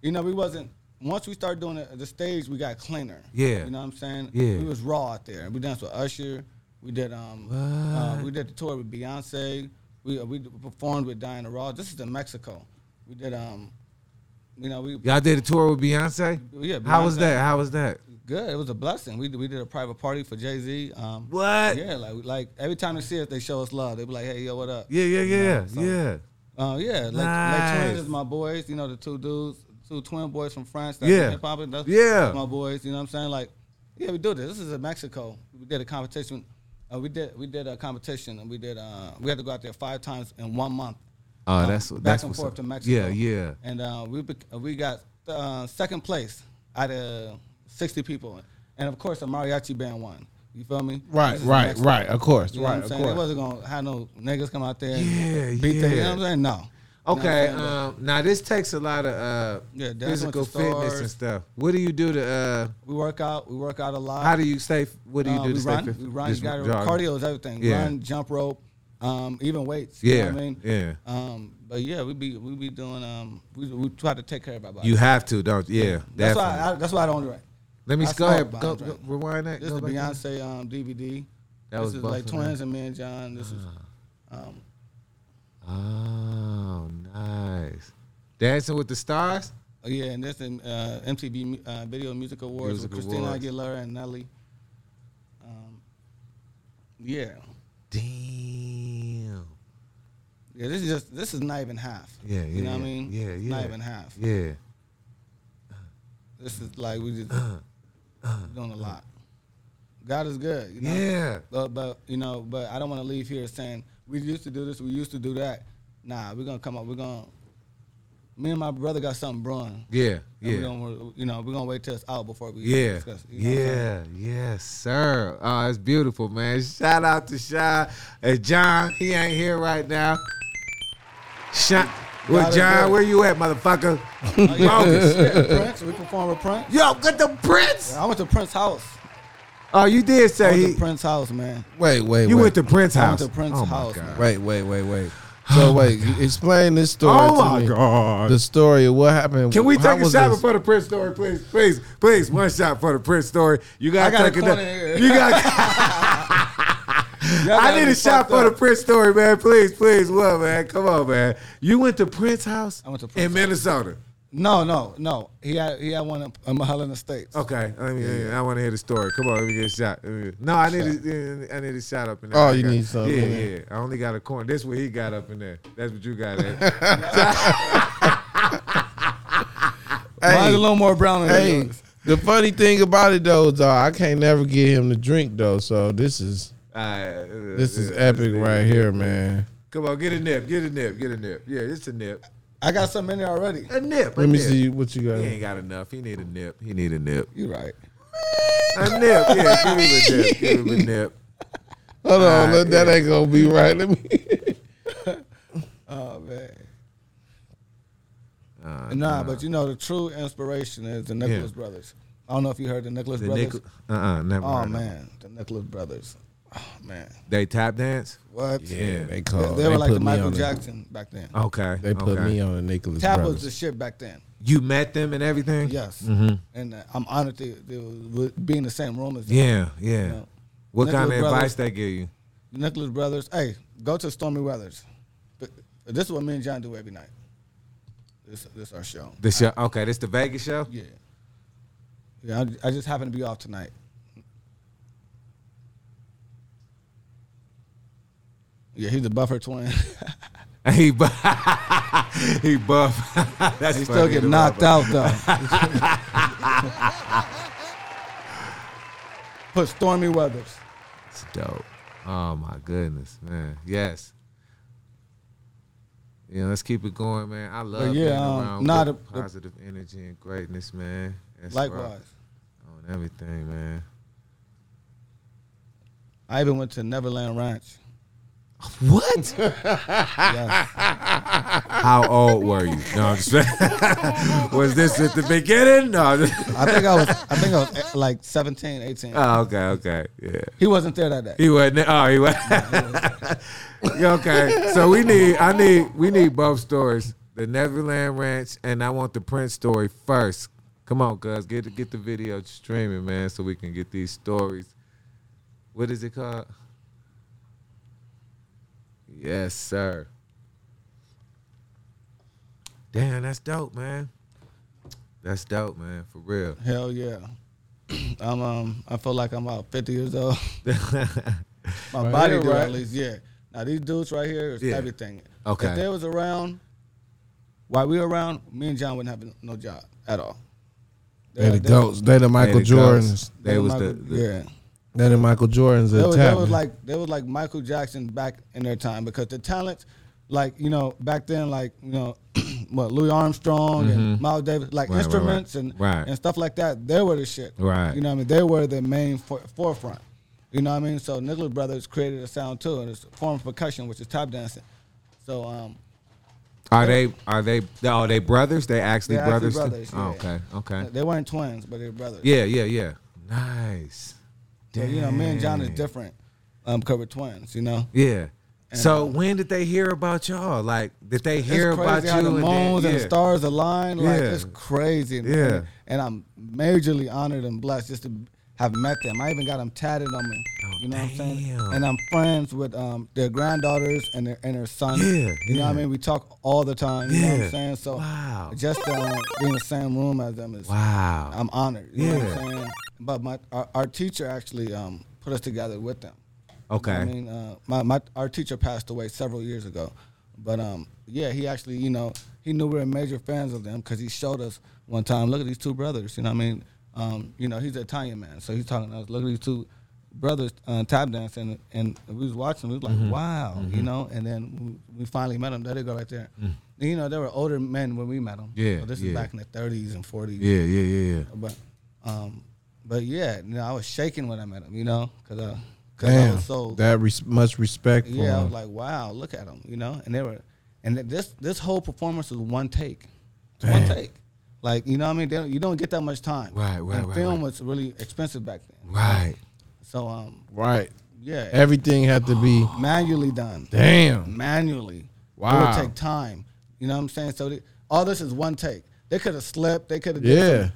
C: you know, we wasn't. Once we started doing the, the stage, we got cleaner.
B: Yeah.
C: you know what I'm saying.
B: Yeah.
C: we was raw out there. We danced with Usher. We did um, uh, we did the tour with Beyonce. We uh, we performed with Diana Ross. This is in Mexico. We did um, you know, we
B: y'all did a tour with Beyonce.
C: Oh, Yeah,
B: How was
C: Beyonce.
B: that? How was that?
C: good. It was a blessing. We we did a private party for Jay Z. Um,
B: What?
C: Yeah, like like every time they see us, they show us love. They be like, hey, yo, what up?
B: Yeah, yeah,
C: You know,
B: yeah,
C: so-
B: yeah.
C: Uh, yeah, like, like
B: Nice.
C: twins is my boys. You know, the two dudes, two twin boys from France.
B: Yeah.
C: hip hop. That's
B: Yeah.
C: my boys. You know what I'm saying? Like, yeah, we do this. This is in Mexico. We did a competition. Uh, we did we did a competition and we did uh, we had to go out there five times in one month.
B: Oh,
C: Um,
B: that's
C: back
B: that's
C: and
B: what's
C: forth
B: up.
C: to Mexico.
B: Yeah, yeah.
C: And uh, we bec- uh, we got uh, second place out of 60 people, and of course a mariachi band won. You feel me?
A: Right,
C: This is
A: right,
C: Mexico.
A: right. Of course,
C: You know
A: right,
C: what I'm
A: of
C: saying? They
A: course.
C: wasn't gonna have no niggas come out there. and
B: Yeah,
C: beat them, you
B: yeah.
C: know what I'm saying? No.
B: Okay,
C: You know what I'm saying?
B: um, now this takes a lot of uh,
C: Yeah, dancing with
B: physical
C: the
B: fitness and
C: stars.
B: stuff. What do you do to? Uh,
C: we work out. We work out a lot.
B: how do you stay? What do you
C: Uh,
B: do to
C: we
B: stay
C: run,
B: fit?
C: We run.
B: Just
C: You got
B: jog.
C: cardio is everything.
B: Yeah.
C: Run, jump rope, um, even weights. You know what I
B: Yeah,
C: mean?
B: yeah.
C: Um, but yeah, we be we be doing. Um, we, we try to take care of our body.
B: You have to, don't? Yeah,
C: that's
B: definitely.
C: why. I, that's why I don't drink.
B: Let me
C: I
B: go ahead.
C: smoke,
B: Go,
C: but I
B: go,
C: don't
B: rewind that.
C: This
B: go
C: is
B: back there.
C: Beyonce um, DVD.
B: That was
C: this
B: Ah.
C: is like
B: buffing, man.
C: twins and me and John. This is. Um,
B: Oh, nice. Dancing with the Stars.
C: oh, yeah, and this in uh, MTV mu- uh, Video Music Awards
B: Music
C: with Christina
B: Awards.
C: Aguilera and Nelly. Um, yeah,
B: Damn.
C: yeah. This is just this is not even half.
B: Yeah, yeah.
C: you know
B: yeah.
C: what I mean?
B: Yeah, yeah.
C: Not even half.
B: Yeah.
C: This is like we just
B: Uh,
C: doing a lot. God is good, you know.
B: Yeah.
C: But but you know, but I don't want to leave here saying we used to do this, we used to do that. Nah, we're gonna come up. We're gonna. Me and my brother got something brewing.
B: Yeah.
C: and
B: Yeah.
C: We don't, you know, we're gonna wait till it's out before we
B: Yeah.
C: discuss. it, you know what I'm saying?
B: Yeah. Yes, sir. Oh, that's beautiful, man. Shout out to Shy and John. He ain't here right now. Shy. Well,
C: Gotta
B: John,
C: go.
B: where you at, motherfucker? Bogus.
C: Yeah, Prince, we perform with Prince.
B: Yo, get the Prince.
C: I went to Prince house.
B: Oh, you did
C: I
B: say
C: went
B: he.
C: to Prince house, man.
A: Wait, wait.
B: You
A: wait.
B: went to Prince
C: I
B: house.
C: went to Prince
B: oh
C: house,
B: My God.
C: man.
A: Wait, wait, wait, wait. So wait, you explain this story.
B: Oh
A: to
B: my
A: me.
B: God.
A: The story of what happened.
B: Can we
A: How
B: take a
A: was
B: shot
A: this?
B: for the Prince story, please, please, please? One shot for the Prince story. You
C: I
B: got
C: got
B: to
C: a
B: take it.
C: corner
B: down.
C: here.
B: You got.
C: Y'all
B: I
C: gotta
B: need
C: be
B: a shot
C: fucked
B: for the
C: up.
B: Prince story, man. Please, please, what, man? Come on, man. You went to Prince house
C: I went to
B: in
C: Prince
B: Minnesota.
C: No, no, no. He had he had one in, in Mahalan Estates.
B: Okay, I mean, I want to hear the story. Come on, let me get a shot. Let me- No, I need, a, I need a shot up in there.
A: Oh,
B: I
A: you
B: got-
A: need something
B: Yeah,
A: in there.
B: yeah. I only got a corner. That's what he got up in there. That's what you got. At.
C: Mine's a
A: Hey,
C: little more brown than
A: hey.
C: yours.
A: The funny thing about it though, dog, I can't never get him to drink though. So this is
B: Alright, uh,
A: this is
B: uh,
A: epic right here, man.
B: Come on, get a nip, get a nip, get a nip. Yeah, it's a nip,
C: I got something in there already.
B: a nip. a
A: Let me
B: nip.
A: see what you
B: He
A: got.
B: ain't got enough. He need a nip. He need a nip.
C: You're right.
B: A nip. Yeah, give him a nip. Give him a nip.
A: Hold on,
B: Alright,
A: that
B: yeah.
A: ain't gonna be right. Let me.
C: Oh man.
B: Uh,
C: Nah, but you know the true inspiration is the Nicholas Brothers. I don't know if you heard the Nicholas
B: the
C: Brothers.
B: nickel. Uh uh Never.
C: oh
B: heard of them.
C: man, the Nicholas Brothers. Oh man,
B: They tap dance.
C: what?
B: Yeah.
A: they
C: They,
A: called.
C: they were like
A: put
C: the
A: me
C: Michael
A: on
C: Jackson back then.
B: Okay.
A: They put
B: okay.
A: me on the Nicholas
C: Tap was
A: Brothers.
C: the shit back then.
B: You met them and everything.
C: Yes, and uh, I'm honored to, to be in the same room as them.
B: Yeah. Yeah.
C: No.
B: What kind of
C: Nicholas
B: advice
C: Brothers.
B: they give you?
C: The Nicholas Brothers. Hey, go to Stormy Weathers. But This is what me and John do every night. This this our show.
B: The show. Okay. This the Vegas show.
C: Yeah. Yeah, I, I just happen to be off tonight. Yeah, he's a buffer twin.
B: He bu- he buff. That's
C: he still
B: funny
C: get
B: to
C: knocked
B: remember.
C: out though. for stormy weathers.
B: It's dope. Oh my goodness, man. Yes. Yeah, let's keep it going, man. I love
C: yeah,
B: being
C: um,
B: around
C: nah,
B: good
C: the- the-
B: positive energy and greatness, man. That's right.
C: Likewise,
B: on everything, man.
C: I even went to Neverland Ranch.
B: What? Ah,
C: Yes.
B: How old were you? No, I'm just Was this at the beginning? No.
C: I think I was. I think I was eh, like 17, 18.
B: Oh, okay, okay. Yeah.
C: He wasn't there that day.
B: He wasn't. Oh, he was. okay, so we need. I need. We need both stories. The Neverland Ranch, and I want the Prince story first. Come on, cuz, get get the video streaming, man, so we can get these stories. What is it called? Yes, sir. Damn, that's dope, man. That's dope, man, for real.
C: Hell yeah. I'm um. I feel like I'm about 50 years old. My
B: Right
C: body
B: here,
C: do
B: right?
C: at least. Yeah. Now these dudes right here is
B: Yeah.
C: everything.
B: Okay.
C: If they was around, while we were around, me and John wouldn't have no job at all.
A: They the
C: they-
A: goats. They the Michael
B: They the goats.
A: Jordans.
B: They was the,
C: Michael-
B: the
C: yeah.
A: They the Michael Jordans.
C: They
A: That
C: was, they was
A: tapping.
C: like they was like Michael Jackson back in their time because the talent, like you know back then, like you know, what Louis Armstrong and Miles Davis, like
B: Mm-hmm. Right, right, right.
C: instruments and
B: Right.
C: and stuff like that. They were the shit.
B: Right.
C: You know what I mean? They were the main for, forefront. You know what I mean? So Nicholas Brothers created a sound too, and it's a form of percussion, which is tap dancing. So um,
B: Are they are they oh they brothers? They actually
C: They're actually
B: brothers.
C: brothers,
B: too? Oh,
C: yeah.
B: okay, okay.
C: they weren't twins, but they're brothers.
B: Yeah, yeah, yeah. Nice.
C: So, you know, me and John is
B: Dang.
C: different. Um, because we're twins. You know.
B: Yeah. So when did they hear about y'all? Like did they hear
C: uh, it's
B: about
C: crazy
B: you?
C: how the
B: and then-
C: moons and the
B: yeah.
C: stars align. Like
B: Yeah.
C: it's crazy. And,
B: Yeah.
C: and I'm majorly honored and blessed just to have met them. I even got them tatted on me. You know what I'm saying?
B: Oh, damn.
C: And I'm friends with um, their granddaughters and their and their son.
B: Yeah,
C: You know what I
B: yeah.
C: mean? We talk all the time. You know what
B: Yeah.
C: I'm saying? So
B: Wow.
C: just uh, being in the same room as them is
B: Wow.
C: I'm honored. You know what I'm
B: Yeah.
C: saying? But my our, our teacher actually um, put us together with them.
B: okay.
C: I mean, uh, my, my our teacher passed away several years ago, but um, yeah, he actually, you know, he knew we were major fans of them because he showed us one time. Look at these two brothers. You know, what I mean, um, you know, he's an Italian man, so he's talking to us. Look at these two brothers uh, tap dancing, and we was watching. We was like,
B: Mm-hmm.
C: wow, you know. And then we we finally met them. There they go, right there. You know, they were older men when we met them.
B: Mm. Yeah,
C: so this
B: yeah.
C: is back in the 30s and 40s.
B: yeah, yeah, yeah, yeah.
C: But, um, but yeah, you know, I was shaking when I met him. You know, because uh, 'cause I
A: Damn.
C: was so
A: that res- much respect.
C: yeah, I
A: for
C: was
A: 'em.
C: like, wow, look at them, you know. And they were, and th- this this whole performance was one take, one take. Like you know, what I mean, they don't, you don't get that much time.
B: Right, right,
C: And
B: right,
C: Film
B: right.
C: was really expensive back then,
B: Right.
C: so um,
A: right.
C: yeah,
A: Everything had to be.
C: manually done,
A: Damn.
C: manually.
A: Wow.
C: it would take time. You know what I'm saying? So they, all this is one take. They could have slept. They could have
A: Yeah.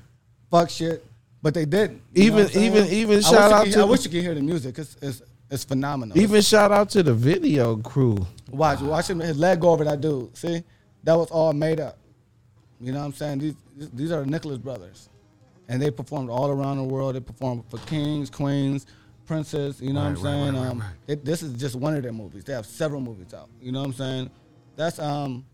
C: fuck shit, but they didn't. You know
A: Even-
C: what I'm
A: even-
C: saying?
A: even
C: I wish
A: shout
C: you
A: out
C: could-
A: to-
C: I wish you could hear the music. It's it's it's phenomenal. It's
A: Even shout out to the video crew.
C: Watch, watch him his leg go over that dude. See, that was all made up. You know what I'm saying? These these are the Nicholas brothers, and they performed all around the world. They performed for kings, queens, princes. You know
B: Right,
C: what
B: right,
C: I'm saying?
B: right, right,
C: um,
B: right.
C: it- this is just one of their movies. They have several movies out. You know what I'm saying? That's um,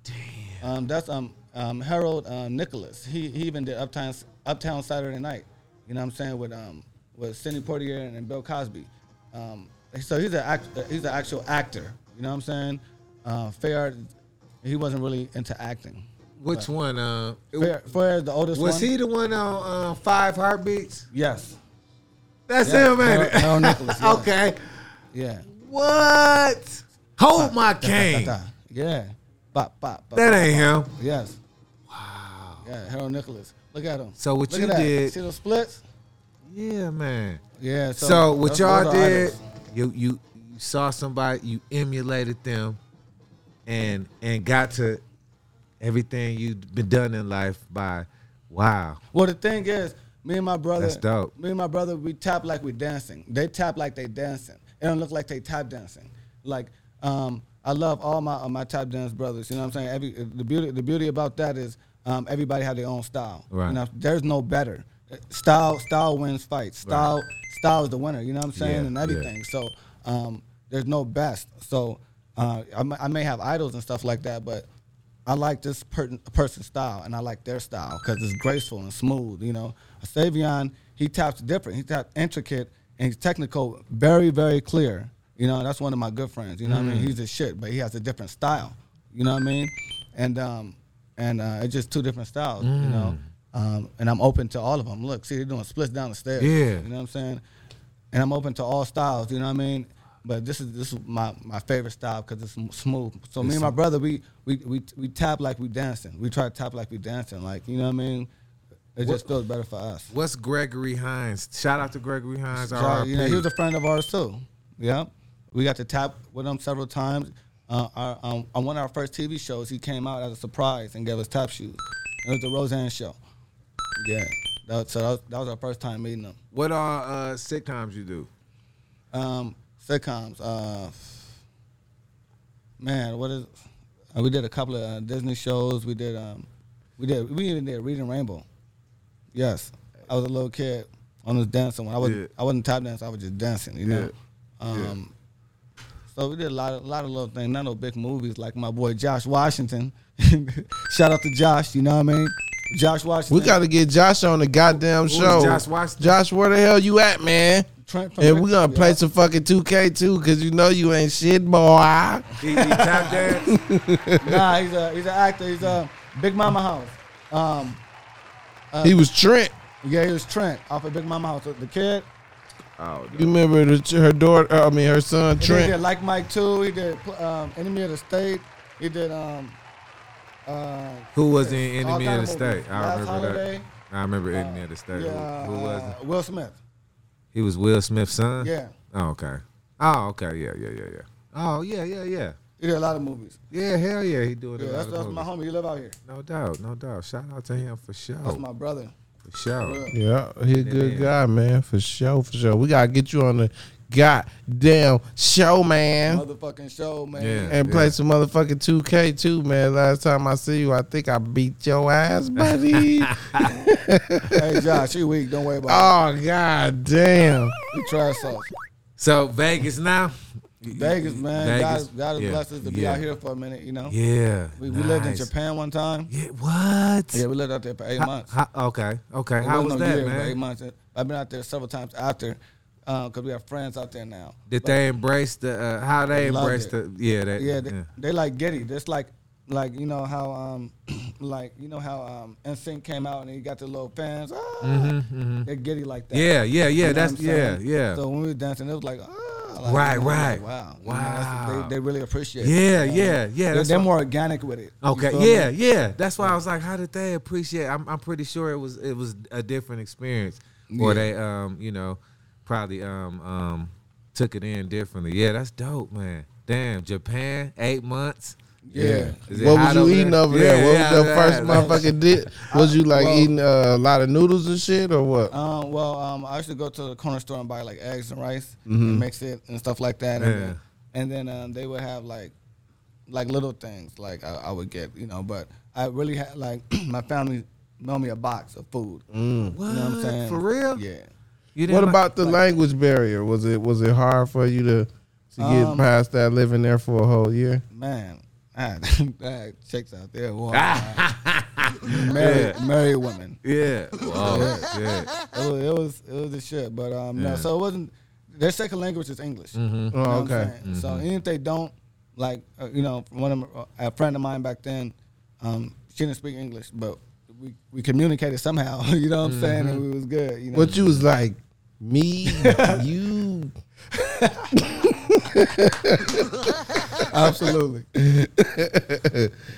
C: um that's um, um Harold um, Nicholas. He he even did Uptown Uptown Saturday Night. You know what I'm saying with um with Sidney Poitier and, and Bill Cosby. Um, so he's an act, uh, he's an actual actor. You know what I'm saying? Uh, Fair, he wasn't really into acting.
B: Which one? Uh,
C: Fair, Fair the oldest
B: was
C: one.
B: he the one on uh, Five Heartbeats?
C: Yes.
B: That's
C: Yeah,
B: him, ain't it?
C: Harold- Harold Nicholas, yeah.
B: okay.
C: Yeah.
B: What? Hold my
C: Da,
B: cane.
C: da. Yeah. Bop bop. bop
B: That
C: bop,
B: ain't
C: bop.
B: him.
C: Yes. Wow. Yeah, Harold Nicholas. Look at him.
B: So what
C: Look
B: you
C: at that.
B: did-
C: See those splits?
B: Yeah, man.
C: Yeah. So,
B: So, what
C: those-
B: y'all
C: those are
B: did,
C: idols.
B: you, you you saw somebody, you emulated them, and and got to everything you've been done in life by, wow,
C: Well, the thing is, me and my brother.
B: That's dope.
C: Me and my brother, we tap like we dancing. They tap like they dancing. It don't look like they tap dancing. Like, um, I love all my uh, my tap dance brothers. You know what I'm saying? Every the beauty the beauty about that is um, everybody have their own style.
B: Right.
C: You know, there's no better. Style style wins fights. Style style is the winner. You know what I'm saying?
B: Yeah,
C: and
B: yeah.
C: everything. So um, there's no best. So uh, I, may, I may have idols and stuff like that, but I like this per- person's style and I like their style because it's graceful and smooth. You know, Savion he taps different. He taps intricate and technical, very very clear. You know, that's one of my good friends. You know, what I mean, he's a shit, but he has a different style. You know what I mean? And um, and uh, it's just two different styles. You know, um, and I'm open to all of them. Look, see, they're doing splits down the stairs.
B: Yeah.
C: you know what I'm saying? And I'm open to all styles. You know what I mean? But this is this is my, my favorite style because it's sm- smooth. So me and my brother, we we, we we tap like we dancing. We try to tap like we dancing. Like you know what I mean? It just feels better for us.
B: What's Gregory Hines? Shout out to Gregory Hines.
C: So,
B: RRP.
C: you know, he was a friend of ours too. Yeah, we got to tap with him several times. Uh, our, um, on one of our first TV shows, he came out as a surprise and gave us tap shoes. It was the Roseanne show. Yeah, that was, so that was, that was our first time meeting him.
B: what are uh, sitcoms you do?
C: Um, sitcoms. Uh, man, what is? Uh, we did a couple of uh, Disney shows. We did. Um, we did. We even did Reading Rainbow. Yes, I was a little kid. I was dancing when I was.
B: Yeah.
C: I wasn't tap dancing. I was just dancing. You know.
B: Yeah.
C: Um, So we did a lot of lot of little things, not no big movies like my boy Josh Washington. Shout out to Josh, you know what I mean? Josh Washington.
A: We got to get Josh on the goddamn
B: Who- who
A: show.
B: was Josh Washington?
A: Josh, where the hell you at, man?
C: Trent from
A: And we gonna
C: Yeah.
A: play some fucking 2K too, cause you know you ain't shit, boy.
B: He, he tap dance.
C: Nah, he's a he's an actor. He's a Big Mama House. Um,
A: he was Trent.
C: Yeah, he was Trent off of Big Mama House. The kid.
B: Oh, no.
A: You remember the, her daughter? Uh, I mean, her son
C: And then He did
A: Trent.
C: Like Mike too. He did um, Enemy of the State. He did um, uh,
B: Who was in
C: All
B: Enemy
C: kind
B: of the
C: of
B: State?
C: movies.
B: I
C: Last
B: remember
C: Holiday. Uh,
B: that. I remember Enemy of the State. Who-
C: yeah,
B: who, was
C: uh,
B: it?
C: Will Smith.
B: He was Will Smith's son?
C: Yeah,
B: Oh, okay. Oh, okay. Yeah, yeah, yeah, yeah. Oh, yeah, yeah, yeah.
C: he did a lot of movies.
B: Yeah, hell yeah. He doing
C: Yeah,
B: it.
C: that's, that's my homie. He live out here.
B: No doubt, no doubt. Shout out to him for sure.
C: That's my brother.
B: for sure.
C: Yeah.
A: Yeah, he a good
B: Yeah.
A: guy, man, for sure, for sure. We gotta get you on the goddamn show, man,
C: Motherfucking show, man.
B: Yeah.
A: and play some motherfucking 2K too, man. Last time I see you, I think I beat your ass, buddy.
C: Hey Josh, you weak. Don't worry about
A: oh god damn.
C: it. You trash sauce.
B: So Vegas now.
C: Vegas, man.
B: Vegas,
C: God, God has
B: yeah,
C: blessed us to be
B: yeah,
C: out here for a minute. You know,
B: Yeah,
C: we, we lived in
B: nice.
C: Japan one time.
B: Yeah, what?
C: Yeah, we lived out there for eight
B: Ho-
C: months.
B: ho- okay, okay.
C: It
B: How was
C: wasn't no
B: that,
C: year, it was Eight
B: man?
C: months. I've been out there several times after, because we have friends out there now.
B: Did
C: But,
B: they embrace the? Uh, how they
C: Loved
B: embrace the?
C: it.
B: Yeah, that,
C: Yeah, they,
B: yeah.
C: they like Getty. Just like, like you know how, um, like you know how um, NSYNC came out and he got the little fans. Ah, They're Getty like that.
B: Mm-hmm, yeah, yeah,
C: You
B: yeah.
C: know
B: That's
C: what I'm
B: yeah,
C: saying?
B: yeah.
C: So when we were dancing, it was like, ah, like,
B: Right,
C: you know,
B: right.
C: like, wow, You know, that's-
B: Wow.
C: they, they really appreciate.
B: Yeah,
C: it. you know?
B: yeah, yeah,
C: They're,
B: that's
C: they're
B: what-
C: more organic with it. You
B: Okay.
C: feel me?
B: Yeah, yeah. That's why I was like, how did they appreciate? I'm, I'm pretty sure it was it was a different experience, or
C: Yeah.
B: they um you know probably um um took it in differently. Yeah, that's dope, man. Damn, Japan, eight months.
C: Yeah.
B: Is it
A: What
B: hot
A: was you
B: over
A: eating over
B: Yeah,
A: there? What
B: yeah,
A: was your
B: yeah,
A: first
B: like-
A: motherfucking dip? Was you like
C: well-
A: eating uh, a lot of noodles and shit or what?
C: Um, well, um, I used to go to the corner store and buy like eggs and rice and mix it and stuff like that. And
B: Mm-hmm. Yeah.
C: then, and then um, they would have like like little things like I, I would get, you know. But I really had like my family mailed me a box of food.
B: Mm. What?
C: You know what I'm saying?
B: For real?
C: Yeah.
B: You didn't
A: What
B: like-
A: about the language barrier? Was it was it hard for you to to get
C: Um,
A: past that living there for a whole year?
C: Man, I had, I had chicks out there. Wow. married, married women.
B: Yeah. Wow. yeah.
C: It was, it was it was the shit. But um, no,
B: Yeah. Mm-hmm.
C: so it wasn't. Their second language is English.
A: Oh,
C: You know what I'm
A: okay.
C: saying? So even if they don't, like uh, you know, one of my, a friend of mine back then, um, she didn't speak English, but we, we communicated somehow. You know what I'm saying?
B: Mm-hmm.
C: And we was good. You know.
A: What you was like, me, you,
C: Absolutely.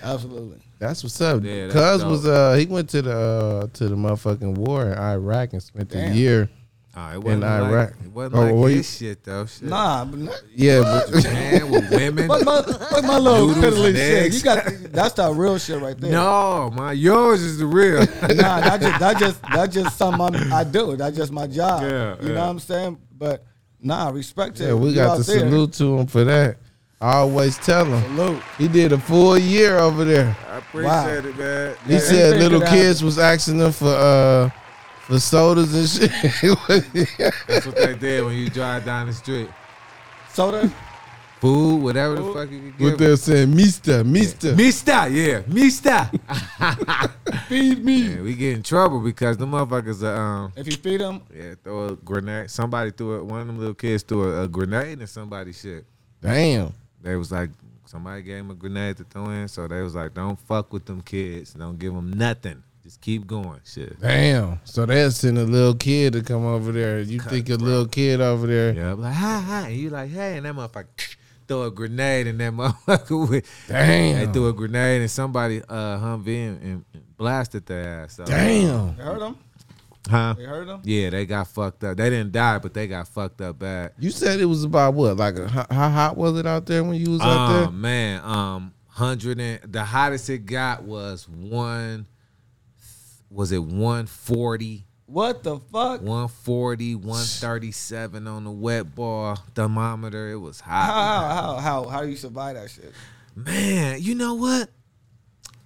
C: Absolutely.
A: that's what's up.
B: Yeah, that's
A: Cuz
B: dope.
A: was uh he went to the uh, to the motherfucking war in Iraq and spent a
C: Damn.
A: year.
B: Oh, it wasn't
A: In
B: like,
A: Iraq.
B: It wasn't
A: Oh,
B: like
A: were you-
B: this shit though. Shit.
C: Nah, but not,
A: Yeah, but
B: Japan with women.
C: but my, but my little
B: Noodles
C: piddly
B: and
C: shit. You
B: eggs.
C: got that's the real shit right there.
B: no, my yours is the real.
C: nah, that just that just that just something I'm, I do. That's just my job.
B: Yeah,
C: you know
B: yeah.
C: what I'm saying? But nah, respect it.
A: yeah, we
C: You
A: got
C: out
A: to
C: there.
A: salute to him for that. I always tell him
C: Salute.
A: he did a full year over there.
B: I appreciate
C: Wow.
B: it, man.
A: He
C: Yeah,
A: said
C: anything
A: little
C: could
A: kids was asking them for uh for sodas and shit.
B: That's what they did when you drive down the street.
C: Soda.
B: Food, whatever the fuck you can
A: What
B: give.
A: they're saying, Mister, Mister.
B: Mista, yeah, Mista.
A: Feed me.
B: Yeah, we get in trouble because the motherfuckers are um
C: If you feed them,
B: yeah throw a grenade. Somebody threw it. One of them little kids threw a, a grenade in somebody's shit.
A: Damn.
B: They was like somebody gave him a grenade to throw in, so they was like, don't fuck with them kids. Don't give them nothing. Just keep going. Shit.
A: Damn. So they're sending a little kid to come over there. You think a little kid over there.
B: Yeah, I'm like hi hi. And you like hey, and that motherfucker throw a grenade and that motherfucker. With,
A: Damn.
B: They threw a grenade and somebody uh Humvee and, and blasted their ass. So,
A: Damn.
C: they hurt them.
B: Huh?
C: They hurt them.
B: Yeah, they got fucked up. They didn't die, but they got fucked up bad.
A: You said it was about what? Like, a, how, how hot was it out there when you was out
B: Oh
A: there?
B: man, um, hundred and the hottest it got was one. Was it 140,
C: What the fuck?
B: 140, 137 on the wet bar thermometer? It was
C: How
B: hot,
C: how how how how you survive that shit?
B: man. You know what?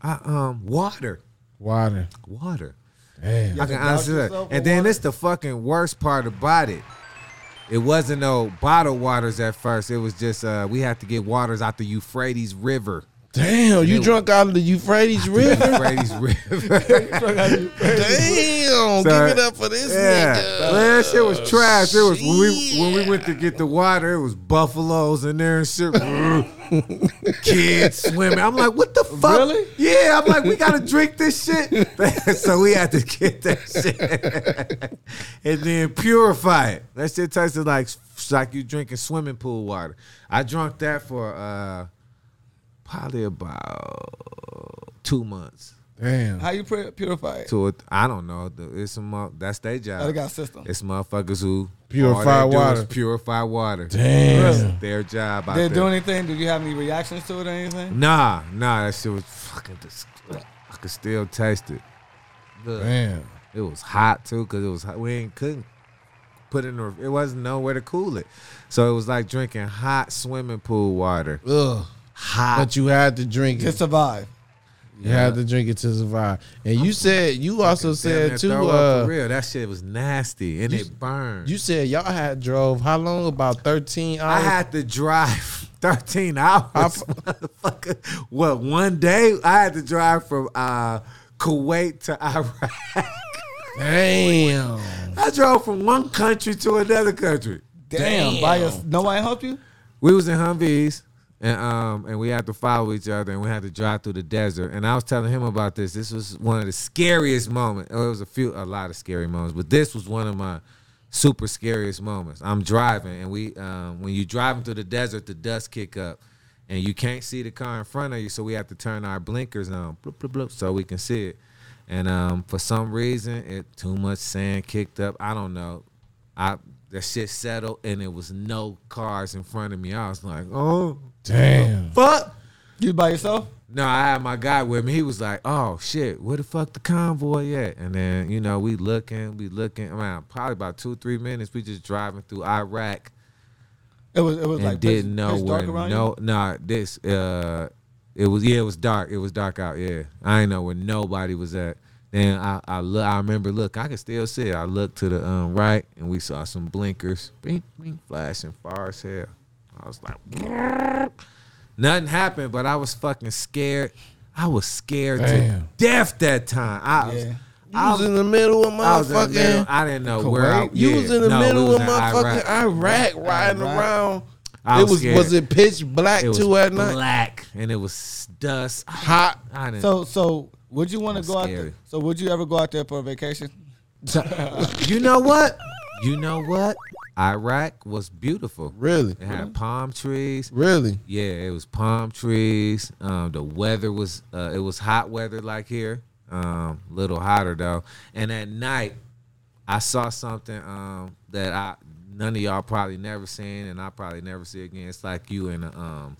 B: I um water,
A: Water.
B: water.
A: Damn.
B: I can
C: to douse
B: answer that.
C: yourself
B: And
C: with
B: then
C: water?
B: it's the fucking worst part about it. It wasn't no bottled waters at first. It was just uh, we had to get waters out the Euphrates River.
A: Damn. You drunk out of the Euphrates River?
B: Euphrates River.
A: Damn.
B: So-
A: give it up for this
B: yeah,
A: nigga.
B: man, that shit was trash. It was when we when we went to get the water. It was buffaloes in there and shit. Kids swimming. I'm like, what the fuck?
C: Really?
B: Yeah. I'm like, we gotta drink this shit. so we had to get that shit and then purify it. That shit tasted like like you drinking swimming pool water. I drank that for uh probably about two months.
A: Damn.
C: How you pur- purify it?
B: To it, I don't know. It's some uh, that's their job.
C: Oh, they got a system.
B: It's motherfuckers who
A: Purify
B: all they do is
A: water.
B: Purify water.
A: Damn.
B: It's their job. Out
C: Did it
B: there.
C: do anything? Did you have any reactions to it or anything?
B: Nah, nah, that shit was fucking. Dis- I could still taste it. Look,
A: Damn.
B: it was hot too, cause it was hot. We ain't couldn't put in the. It wasn't nowhere to cool it, so it was like drinking hot swimming pool water.
A: Ugh.
B: Hot.
A: But you had to drink
C: To
A: it.
C: survive.
A: You had to drink it to survive. And you said you also
B: Damn
A: said
B: near
A: too.
B: throw up
A: Uh,
B: for real, that shit was nasty and it burned.
A: you said y'all had drove how long? About thirteen
B: I
A: hours.
B: had to drive 13 hours.
A: f-
B: motherfucker. What, one day? I had to drive from uh, Kuwait to Iraq.
A: Damn.
B: I drove from one country to another country.
C: Damn. By your, nobody helped you.
B: We was in Humvees. And um and we had to follow each other and we had to drive through the desert and I was telling him about this. This was one of the scariest moments. Oh, it was a few a lot of scary moments, but this was one of my super scariest moments. I'm driving and we um when you driving through the desert, the dust kick up and you can't see the car in front of you, so we have to turn our blinkers on, bloop, bloop, bloop, so we can see it. And um, for some reason, it too much sand kicked up. I don't know. I the shit settled, and it was no cars in front of me. I was like, oh
A: Damn.
B: fuck.
C: You by yourself?
B: No, I had my guy with me. He was like, "Oh shit, where the fuck the convoy at?" And then you know we looking, we looking. Around probably about two, three minutes. We just driving through Iraq,
C: It was. It was
B: and
C: like pitch-
B: didn't know
C: pitch
B: where
C: dark around you?
B: no nah this uh it was yeah it was dark it was dark out yeah I ain't know where nobody was at then I I look I remember look I can still see it. I looked to the um right and we saw some blinkers blink blink flashing far as hell I was like nothing happened but I was fucking scared I was scared to
A: Damn.
B: death that time I was
C: Yeah.
A: You was in the middle of
B: I was in the middle.
A: motherfucking.
B: I didn't know where I,
C: Kuwait?
A: You
B: yeah,
A: was in the
B: no, we
A: middle
B: was
A: of
B: in
A: motherfucking Iraq, riding
C: Iraq.
A: around.
B: I
A: it
B: was
A: was
B: scared.
A: was it pitch black
B: It was
A: too at night?
B: black and it was dust.
A: Hot.
B: I didn't.
C: So so would you want to
B: That's
C: go out
B: scary.
C: there? So would you ever go out there for a vacation?
B: you know what? You know what? Iraq was beautiful.
A: Really?
B: It had palm trees.
A: Really?
B: Yeah, it was palm trees. Um, the weather was uh, it was hot weather like here, um, little hotter though. And at night, I saw something um, that I none of y'all probably never seen, and I probably never see again. It's like you in a um,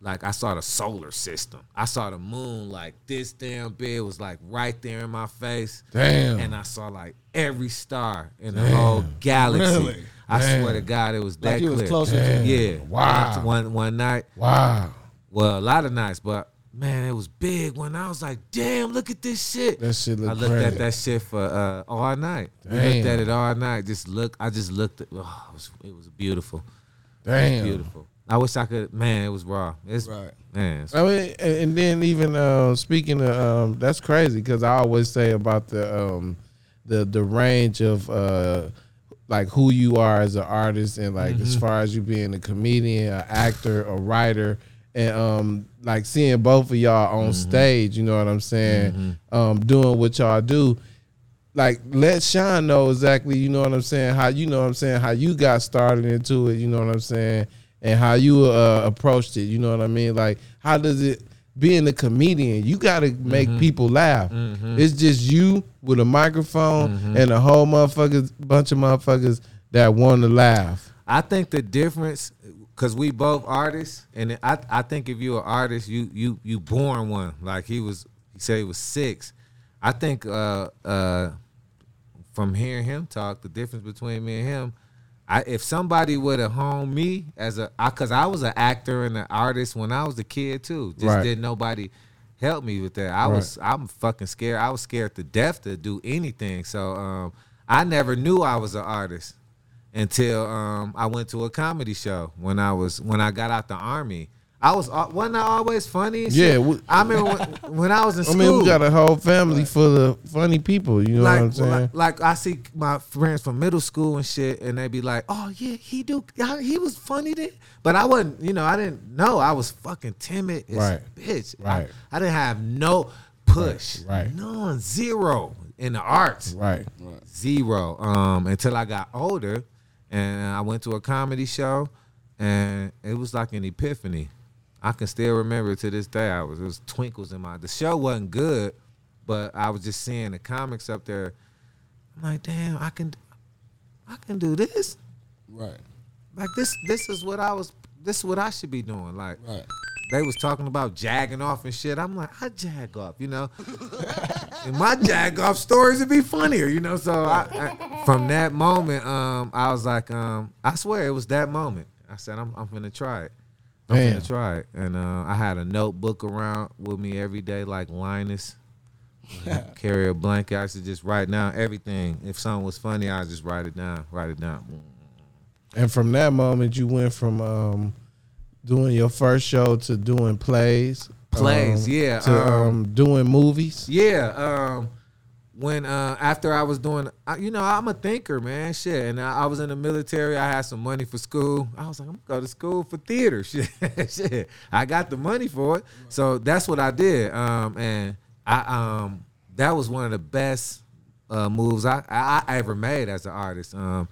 B: like I saw the solar system. I saw the moon like this damn big was like right there in my face.
A: Damn.
B: And I saw like every star in the whole galaxy.
C: Really?
B: I
A: Damn.
B: swear to God, it was that
C: Like you was
B: clear.
C: closer to it.
B: Yeah.
A: Wow.
B: One one night.
A: Wow.
B: Well, a lot of nights, but man, it was big when I was like, damn, look at this shit.
A: That shit look
B: I looked
A: crazy.
B: at that shit for uh, all night. We
A: Damn.
B: looked at it all night. Just look I just looked at oh, it was it was beautiful.
A: Damn.
B: Beautiful. I wish I could. Man, it was raw. It's
C: Right.
B: man. it's-
A: I mean, and and then even uh, speaking of um, that's crazy because I always say about the um, the the range of uh, like who you are as an artist and like as far as you being a comedian, an actor, a writer, and um, like seeing both of y'all on stage. You know what I'm saying? Um, doing what y'all do like let Sean know exactly, you know what I'm saying, how you know what I'm saying, how you got started into it, you know what I'm saying, and how you uh, approached it, you know what I mean? Like how does it being a comedian, you gotta make
B: Mm-hmm.
A: people laugh. It's just you with a microphone
B: Mm-hmm.
A: and a whole motherfuckers bunch of motherfuckers that wanna laugh.
B: I think the difference, cause we both artists, and I I think if you're an artist, you you you born one. Like he was, he said he was six. I think uh uh, from hearing him talk, the difference between me and him, I if somebody would have honed me as a, I, cause I was an actor and an artist when I was a kid too. Just
A: Right.
B: didn't nobody help me with that. I was I'm fucking scared. I was scared to death to do anything. So um, I never knew I was an artist until um, I went to a comedy show when I was when I got out the army. I was al- wasn't I always funny? and shit?
A: Yeah, we-
B: I remember when, when I was in
A: I
B: school.
A: mean, we got a whole family full of funny people, you know
B: like,
A: what I'm saying?
B: like, like I see my friends from middle school and shit, and they be like, "Oh yeah, he do. I- He was funny then." But I wasn't. You know, I didn't know. I was fucking timid as
A: Right.
B: bitch. I-
A: Right.
B: I, didn't have no push.
A: Right. Right.
B: None. Zero in the arts
A: right.
B: zero um until I got older and I went to a comedy show and it was like an epiphany. I can still remember to this day. I was it was twinkles in my. The show wasn't good, but I was just seeing the comics up there. I'm like, damn, I can, I can do this.
C: Right.
B: Like this, this is what I was. This is what I should be doing. Like,
C: Right.
B: they was talking about jagging off and shit. I'm like, I jag off, you know. and my jag off stories would be funnier, you know. So I, I, from that moment, um, I was like, um, I swear it was that moment. I said, I'm, I'm gonna try it. I'm
A: Damn.
B: gonna try it. And uh, I had a notebook around with me every day, like Linus. Carry a blanket. I used to just write down everything. If something was funny, I just write it down. Write it down.
A: And from that moment, you went from um, doing your first show to doing plays.
B: Plays,
A: um,
B: yeah,
A: To um,
B: um,
A: doing movies.
B: Yeah. Um, when uh, after I was doing, I, you know, I'm a thinker, man. Shit, and I, I was in the military. I had some money for school. I was like, I'm gonna go to school for theater. Shit, shit. I got the money for it, so that's what I did. Um, and I um, that was one of the best uh, moves I, I, I ever made as an artist. Um,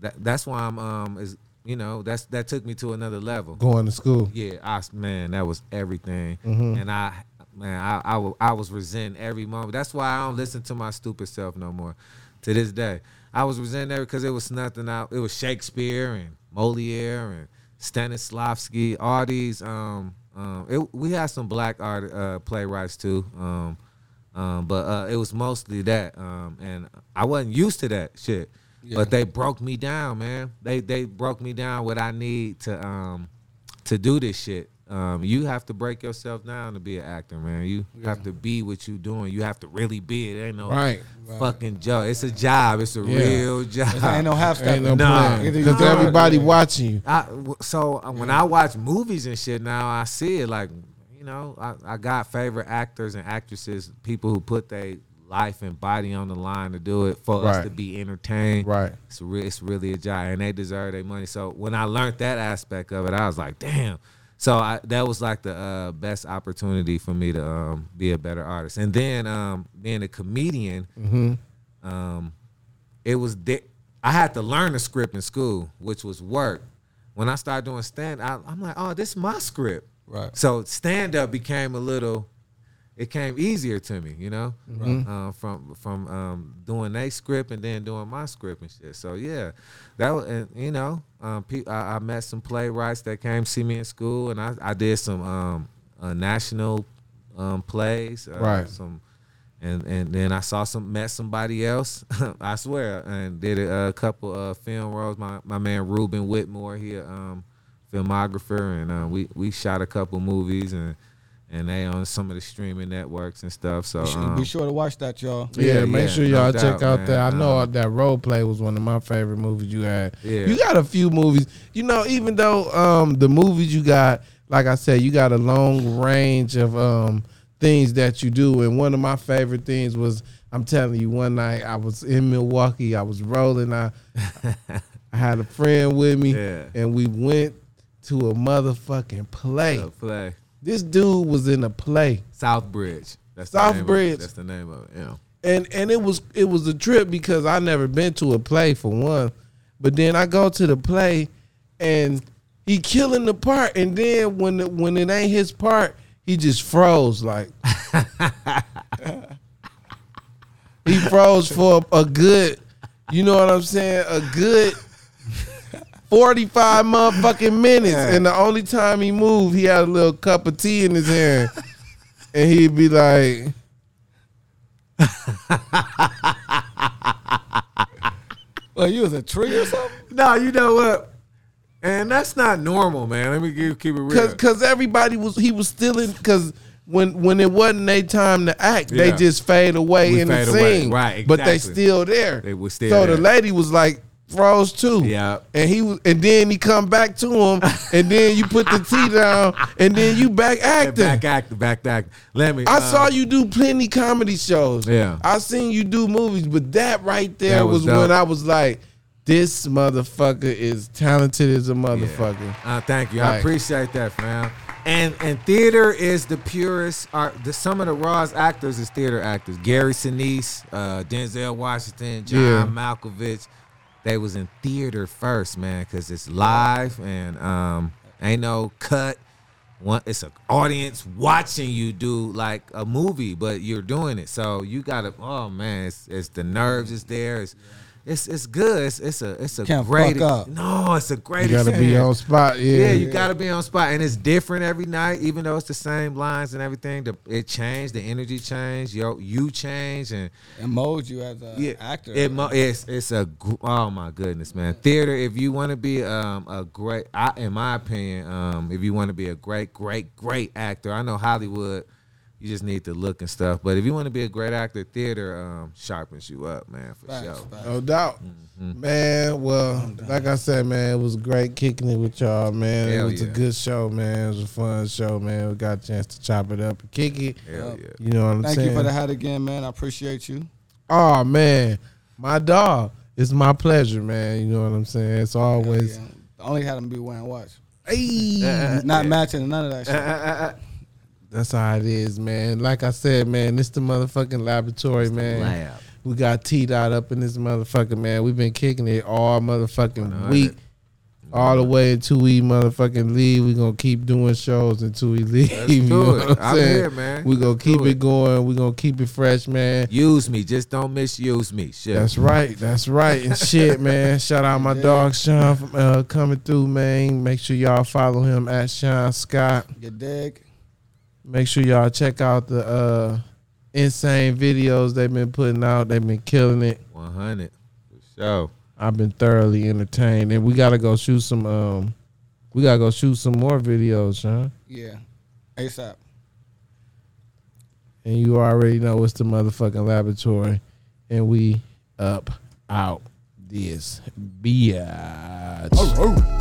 B: that that's why I'm um is you know that's that took me to another level.
A: Going to school.
B: Yeah, I man, that was everything. And I man, I I wa- I was resenting every moment. That's why I don't listen to my stupid self no more. To this day, I was resenting every because it was nothing out. It was Shakespeare and Moliere and Stanislavski. All these um um it, we had some black art uh, playwrights too. Um um but uh it was mostly that um and I wasn't used to that shit. But they broke me down, man. They they broke me down what I need to um to do this shit. Um, you have to break yourself down to be an actor, man. You have to be what you doing. You have to really be it. Ain't no
A: Right.
B: fucking job. It's a job. It's a
A: Yeah.
B: real job.
C: ain't no half
A: Ain't no
C: stepping.
B: Nah.
A: plan.
C: Either you
A: Because
C: do it or
A: everybody
C: you don't.
A: watching you.
B: I w so uh, when I watch movies and shit now, I see it like you know I, I got favorite actors and actresses, people who put their life and body on the line to do it for
A: Right.
B: us to be entertained.
A: Right.
B: It's re- it's really a job, and they deserve their money. So when I learned that aspect of it, I was like, damn. So I, that was like the uh, best opportunity for me to um, be a better artist, and then um, being a comedian
A: Mm-hmm.
B: it was di- I had to learn the script in school, which was work. When I started doing stand, I, I'm like, oh, this is my script.
C: Right.
B: So stand up became a little, it came easier to me, you know, uh, from from um, doing their script and then doing my script and shit. So yeah, that was, and, you know, um, pe- I, I met some playwrights that came see me in school, and I, I did some um, uh, national um, plays, uh,
A: Right.
B: Some and and then I saw some met somebody else. I swear, and did a, a couple of film roles. My my man Ruben Whitmore, he a um, filmographer, and uh, we we shot a couple movies and and they on some of the streaming networks and stuff. So
C: Be su-
B: um,
C: Be sure to watch that, y'all.
A: Yeah,
B: Yeah,
A: make
B: yeah,
A: sure
B: no
A: y'all
B: doubt,
A: check out
B: man.
A: that. I know
B: Uh,
A: that role play was one of my favorite movies you had.
B: Yeah.
A: You got a few movies. You know, even though um the movies you got, like I said, you got a long range of um things that you do. And one of my favorite things was I'm telling you, one night I was in Milwaukee, I was rolling, I I had a friend with me
B: Yeah.
A: and we went to a motherfucking play.
B: uh, play
A: This dude was in a play.
B: Southbridge. That's the
A: South
B: name of it.
A: Bridge.
B: That's the name of it. Yeah.
A: and and it was it was a trip because I never been to a play for one, but then I go to the play, and he killing the part, and then when the, when it ain't his part, he just froze like. he froze for a good, you know what I'm saying, a good. 45 motherfucking minutes. And the only time he moved, he had a little cup of tea in his hand. and he'd be like,
C: Well, you was a tree or something?
B: No, you know what? And that's not normal, man. Let me give, keep it real.
A: Cause, cause everybody was he was still in cause when when it wasn't their time to act, they
B: Yeah.
A: just fade away
B: We
A: in
B: fade
A: the
B: away,
A: scene.
B: right,
A: But they
B: exactly.
A: still there.
B: They was still
A: So
B: there.
A: the lady was like froze too.
B: Yeah.
A: And he was and then he come back to him and then you put the tea down and then you back
B: And
A: acting.
B: back act, back act. Let me.
A: I
B: uh,
A: saw you do plenty comedy shows.
B: Yeah.
A: I seen you do movies, but that right there
B: That
A: was,
B: was
A: when
B: dope.
A: I was like, this motherfucker is talented as a
B: yeah.
A: motherfucker.
B: Uh, thank you. I
A: Right.
B: appreciate that, fam. And and theater is the purest art. The, some of the rawest actors is theater actors. Gary Sinise, uh, Denzel Washington, John
A: Yeah.
B: Malkovich. They was in theater first, man, because it's live and um, ain't no cut. One, it's an audience watching you do like a movie, but you're doing it. So you gotta. Oh man, it's, it's the nerves is there. It's it's, it's good. It's, it's a it's a
C: Can't
B: great.
C: fuck up.
B: No, it's a great.
A: You gotta be
B: experience.
A: on spot. Yeah.
B: Yeah, you gotta be on spot, and it's different every night. Even though it's the same lines and everything, the, it changed. The energy changed. Yo, you change, and
C: It mold you as an
B: yeah,
C: actor.
B: It mo- it's it's a gr- oh my goodness, man. Theater. If you want to be um a great, I, in my opinion, um if you want to be a great, great, great actor, I know Hollywood. You just need to look and stuff. But if you want to be a great actor, theater um sharpens you up, man, for
C: Facts,
B: sure.
C: facts.
A: No doubt.
B: Mm-hmm.
A: Man, well, like I said, man, it was great kicking it with y'all, man.
B: Hell
A: it was a
B: yeah.
A: good show, man. It was a fun show, man. We got a chance to chop it up and kick it.
B: Hell yeah.
A: You know what I'm
C: Thank
A: saying?
C: you for the hat again, man. I appreciate you.
A: Oh man, my dog. It's my pleasure, man. You know what I'm saying? It's always
C: Yeah. Only had him be wearing watch.
A: Ayy.
B: Uh,
C: Not matching none of that shit.
A: That's how it is, man. Like I said, man, this the motherfucking laboratory, man.
B: lab.
A: We got T dot up in this motherfucker, man. We've been kicking it all motherfucking
B: know
A: week.
B: it.
A: All the way until we motherfucking leave. We're gonna keep doing shows until we leave. you
B: do
A: know
B: it.
A: what I'm
B: I'm
A: saying?
B: here, man.
A: We're gonna
B: Let's
A: keep
B: do
A: it.
B: it.
A: going. We're gonna keep it fresh, man.
B: Use me, just don't misuse me. Shit.
A: That's right. That's right. And shit, man. Shout out my
C: Yeah.
A: dog Sean from, uh, coming through, man. Make sure y'all follow him at Sean Scott.
C: You dig?
A: Make sure y'all check out the uh, insane videos they've been putting out. They've been killing it.
B: One hundred for sure.
A: I've been thoroughly entertained, and we gotta go shoot some. Um, we gotta go shoot some more videos, Sean.
C: Yeah. ASAP.
A: And you already know it's the motherfucking laboratory, and we up out this bitch.
C: Oh, oh.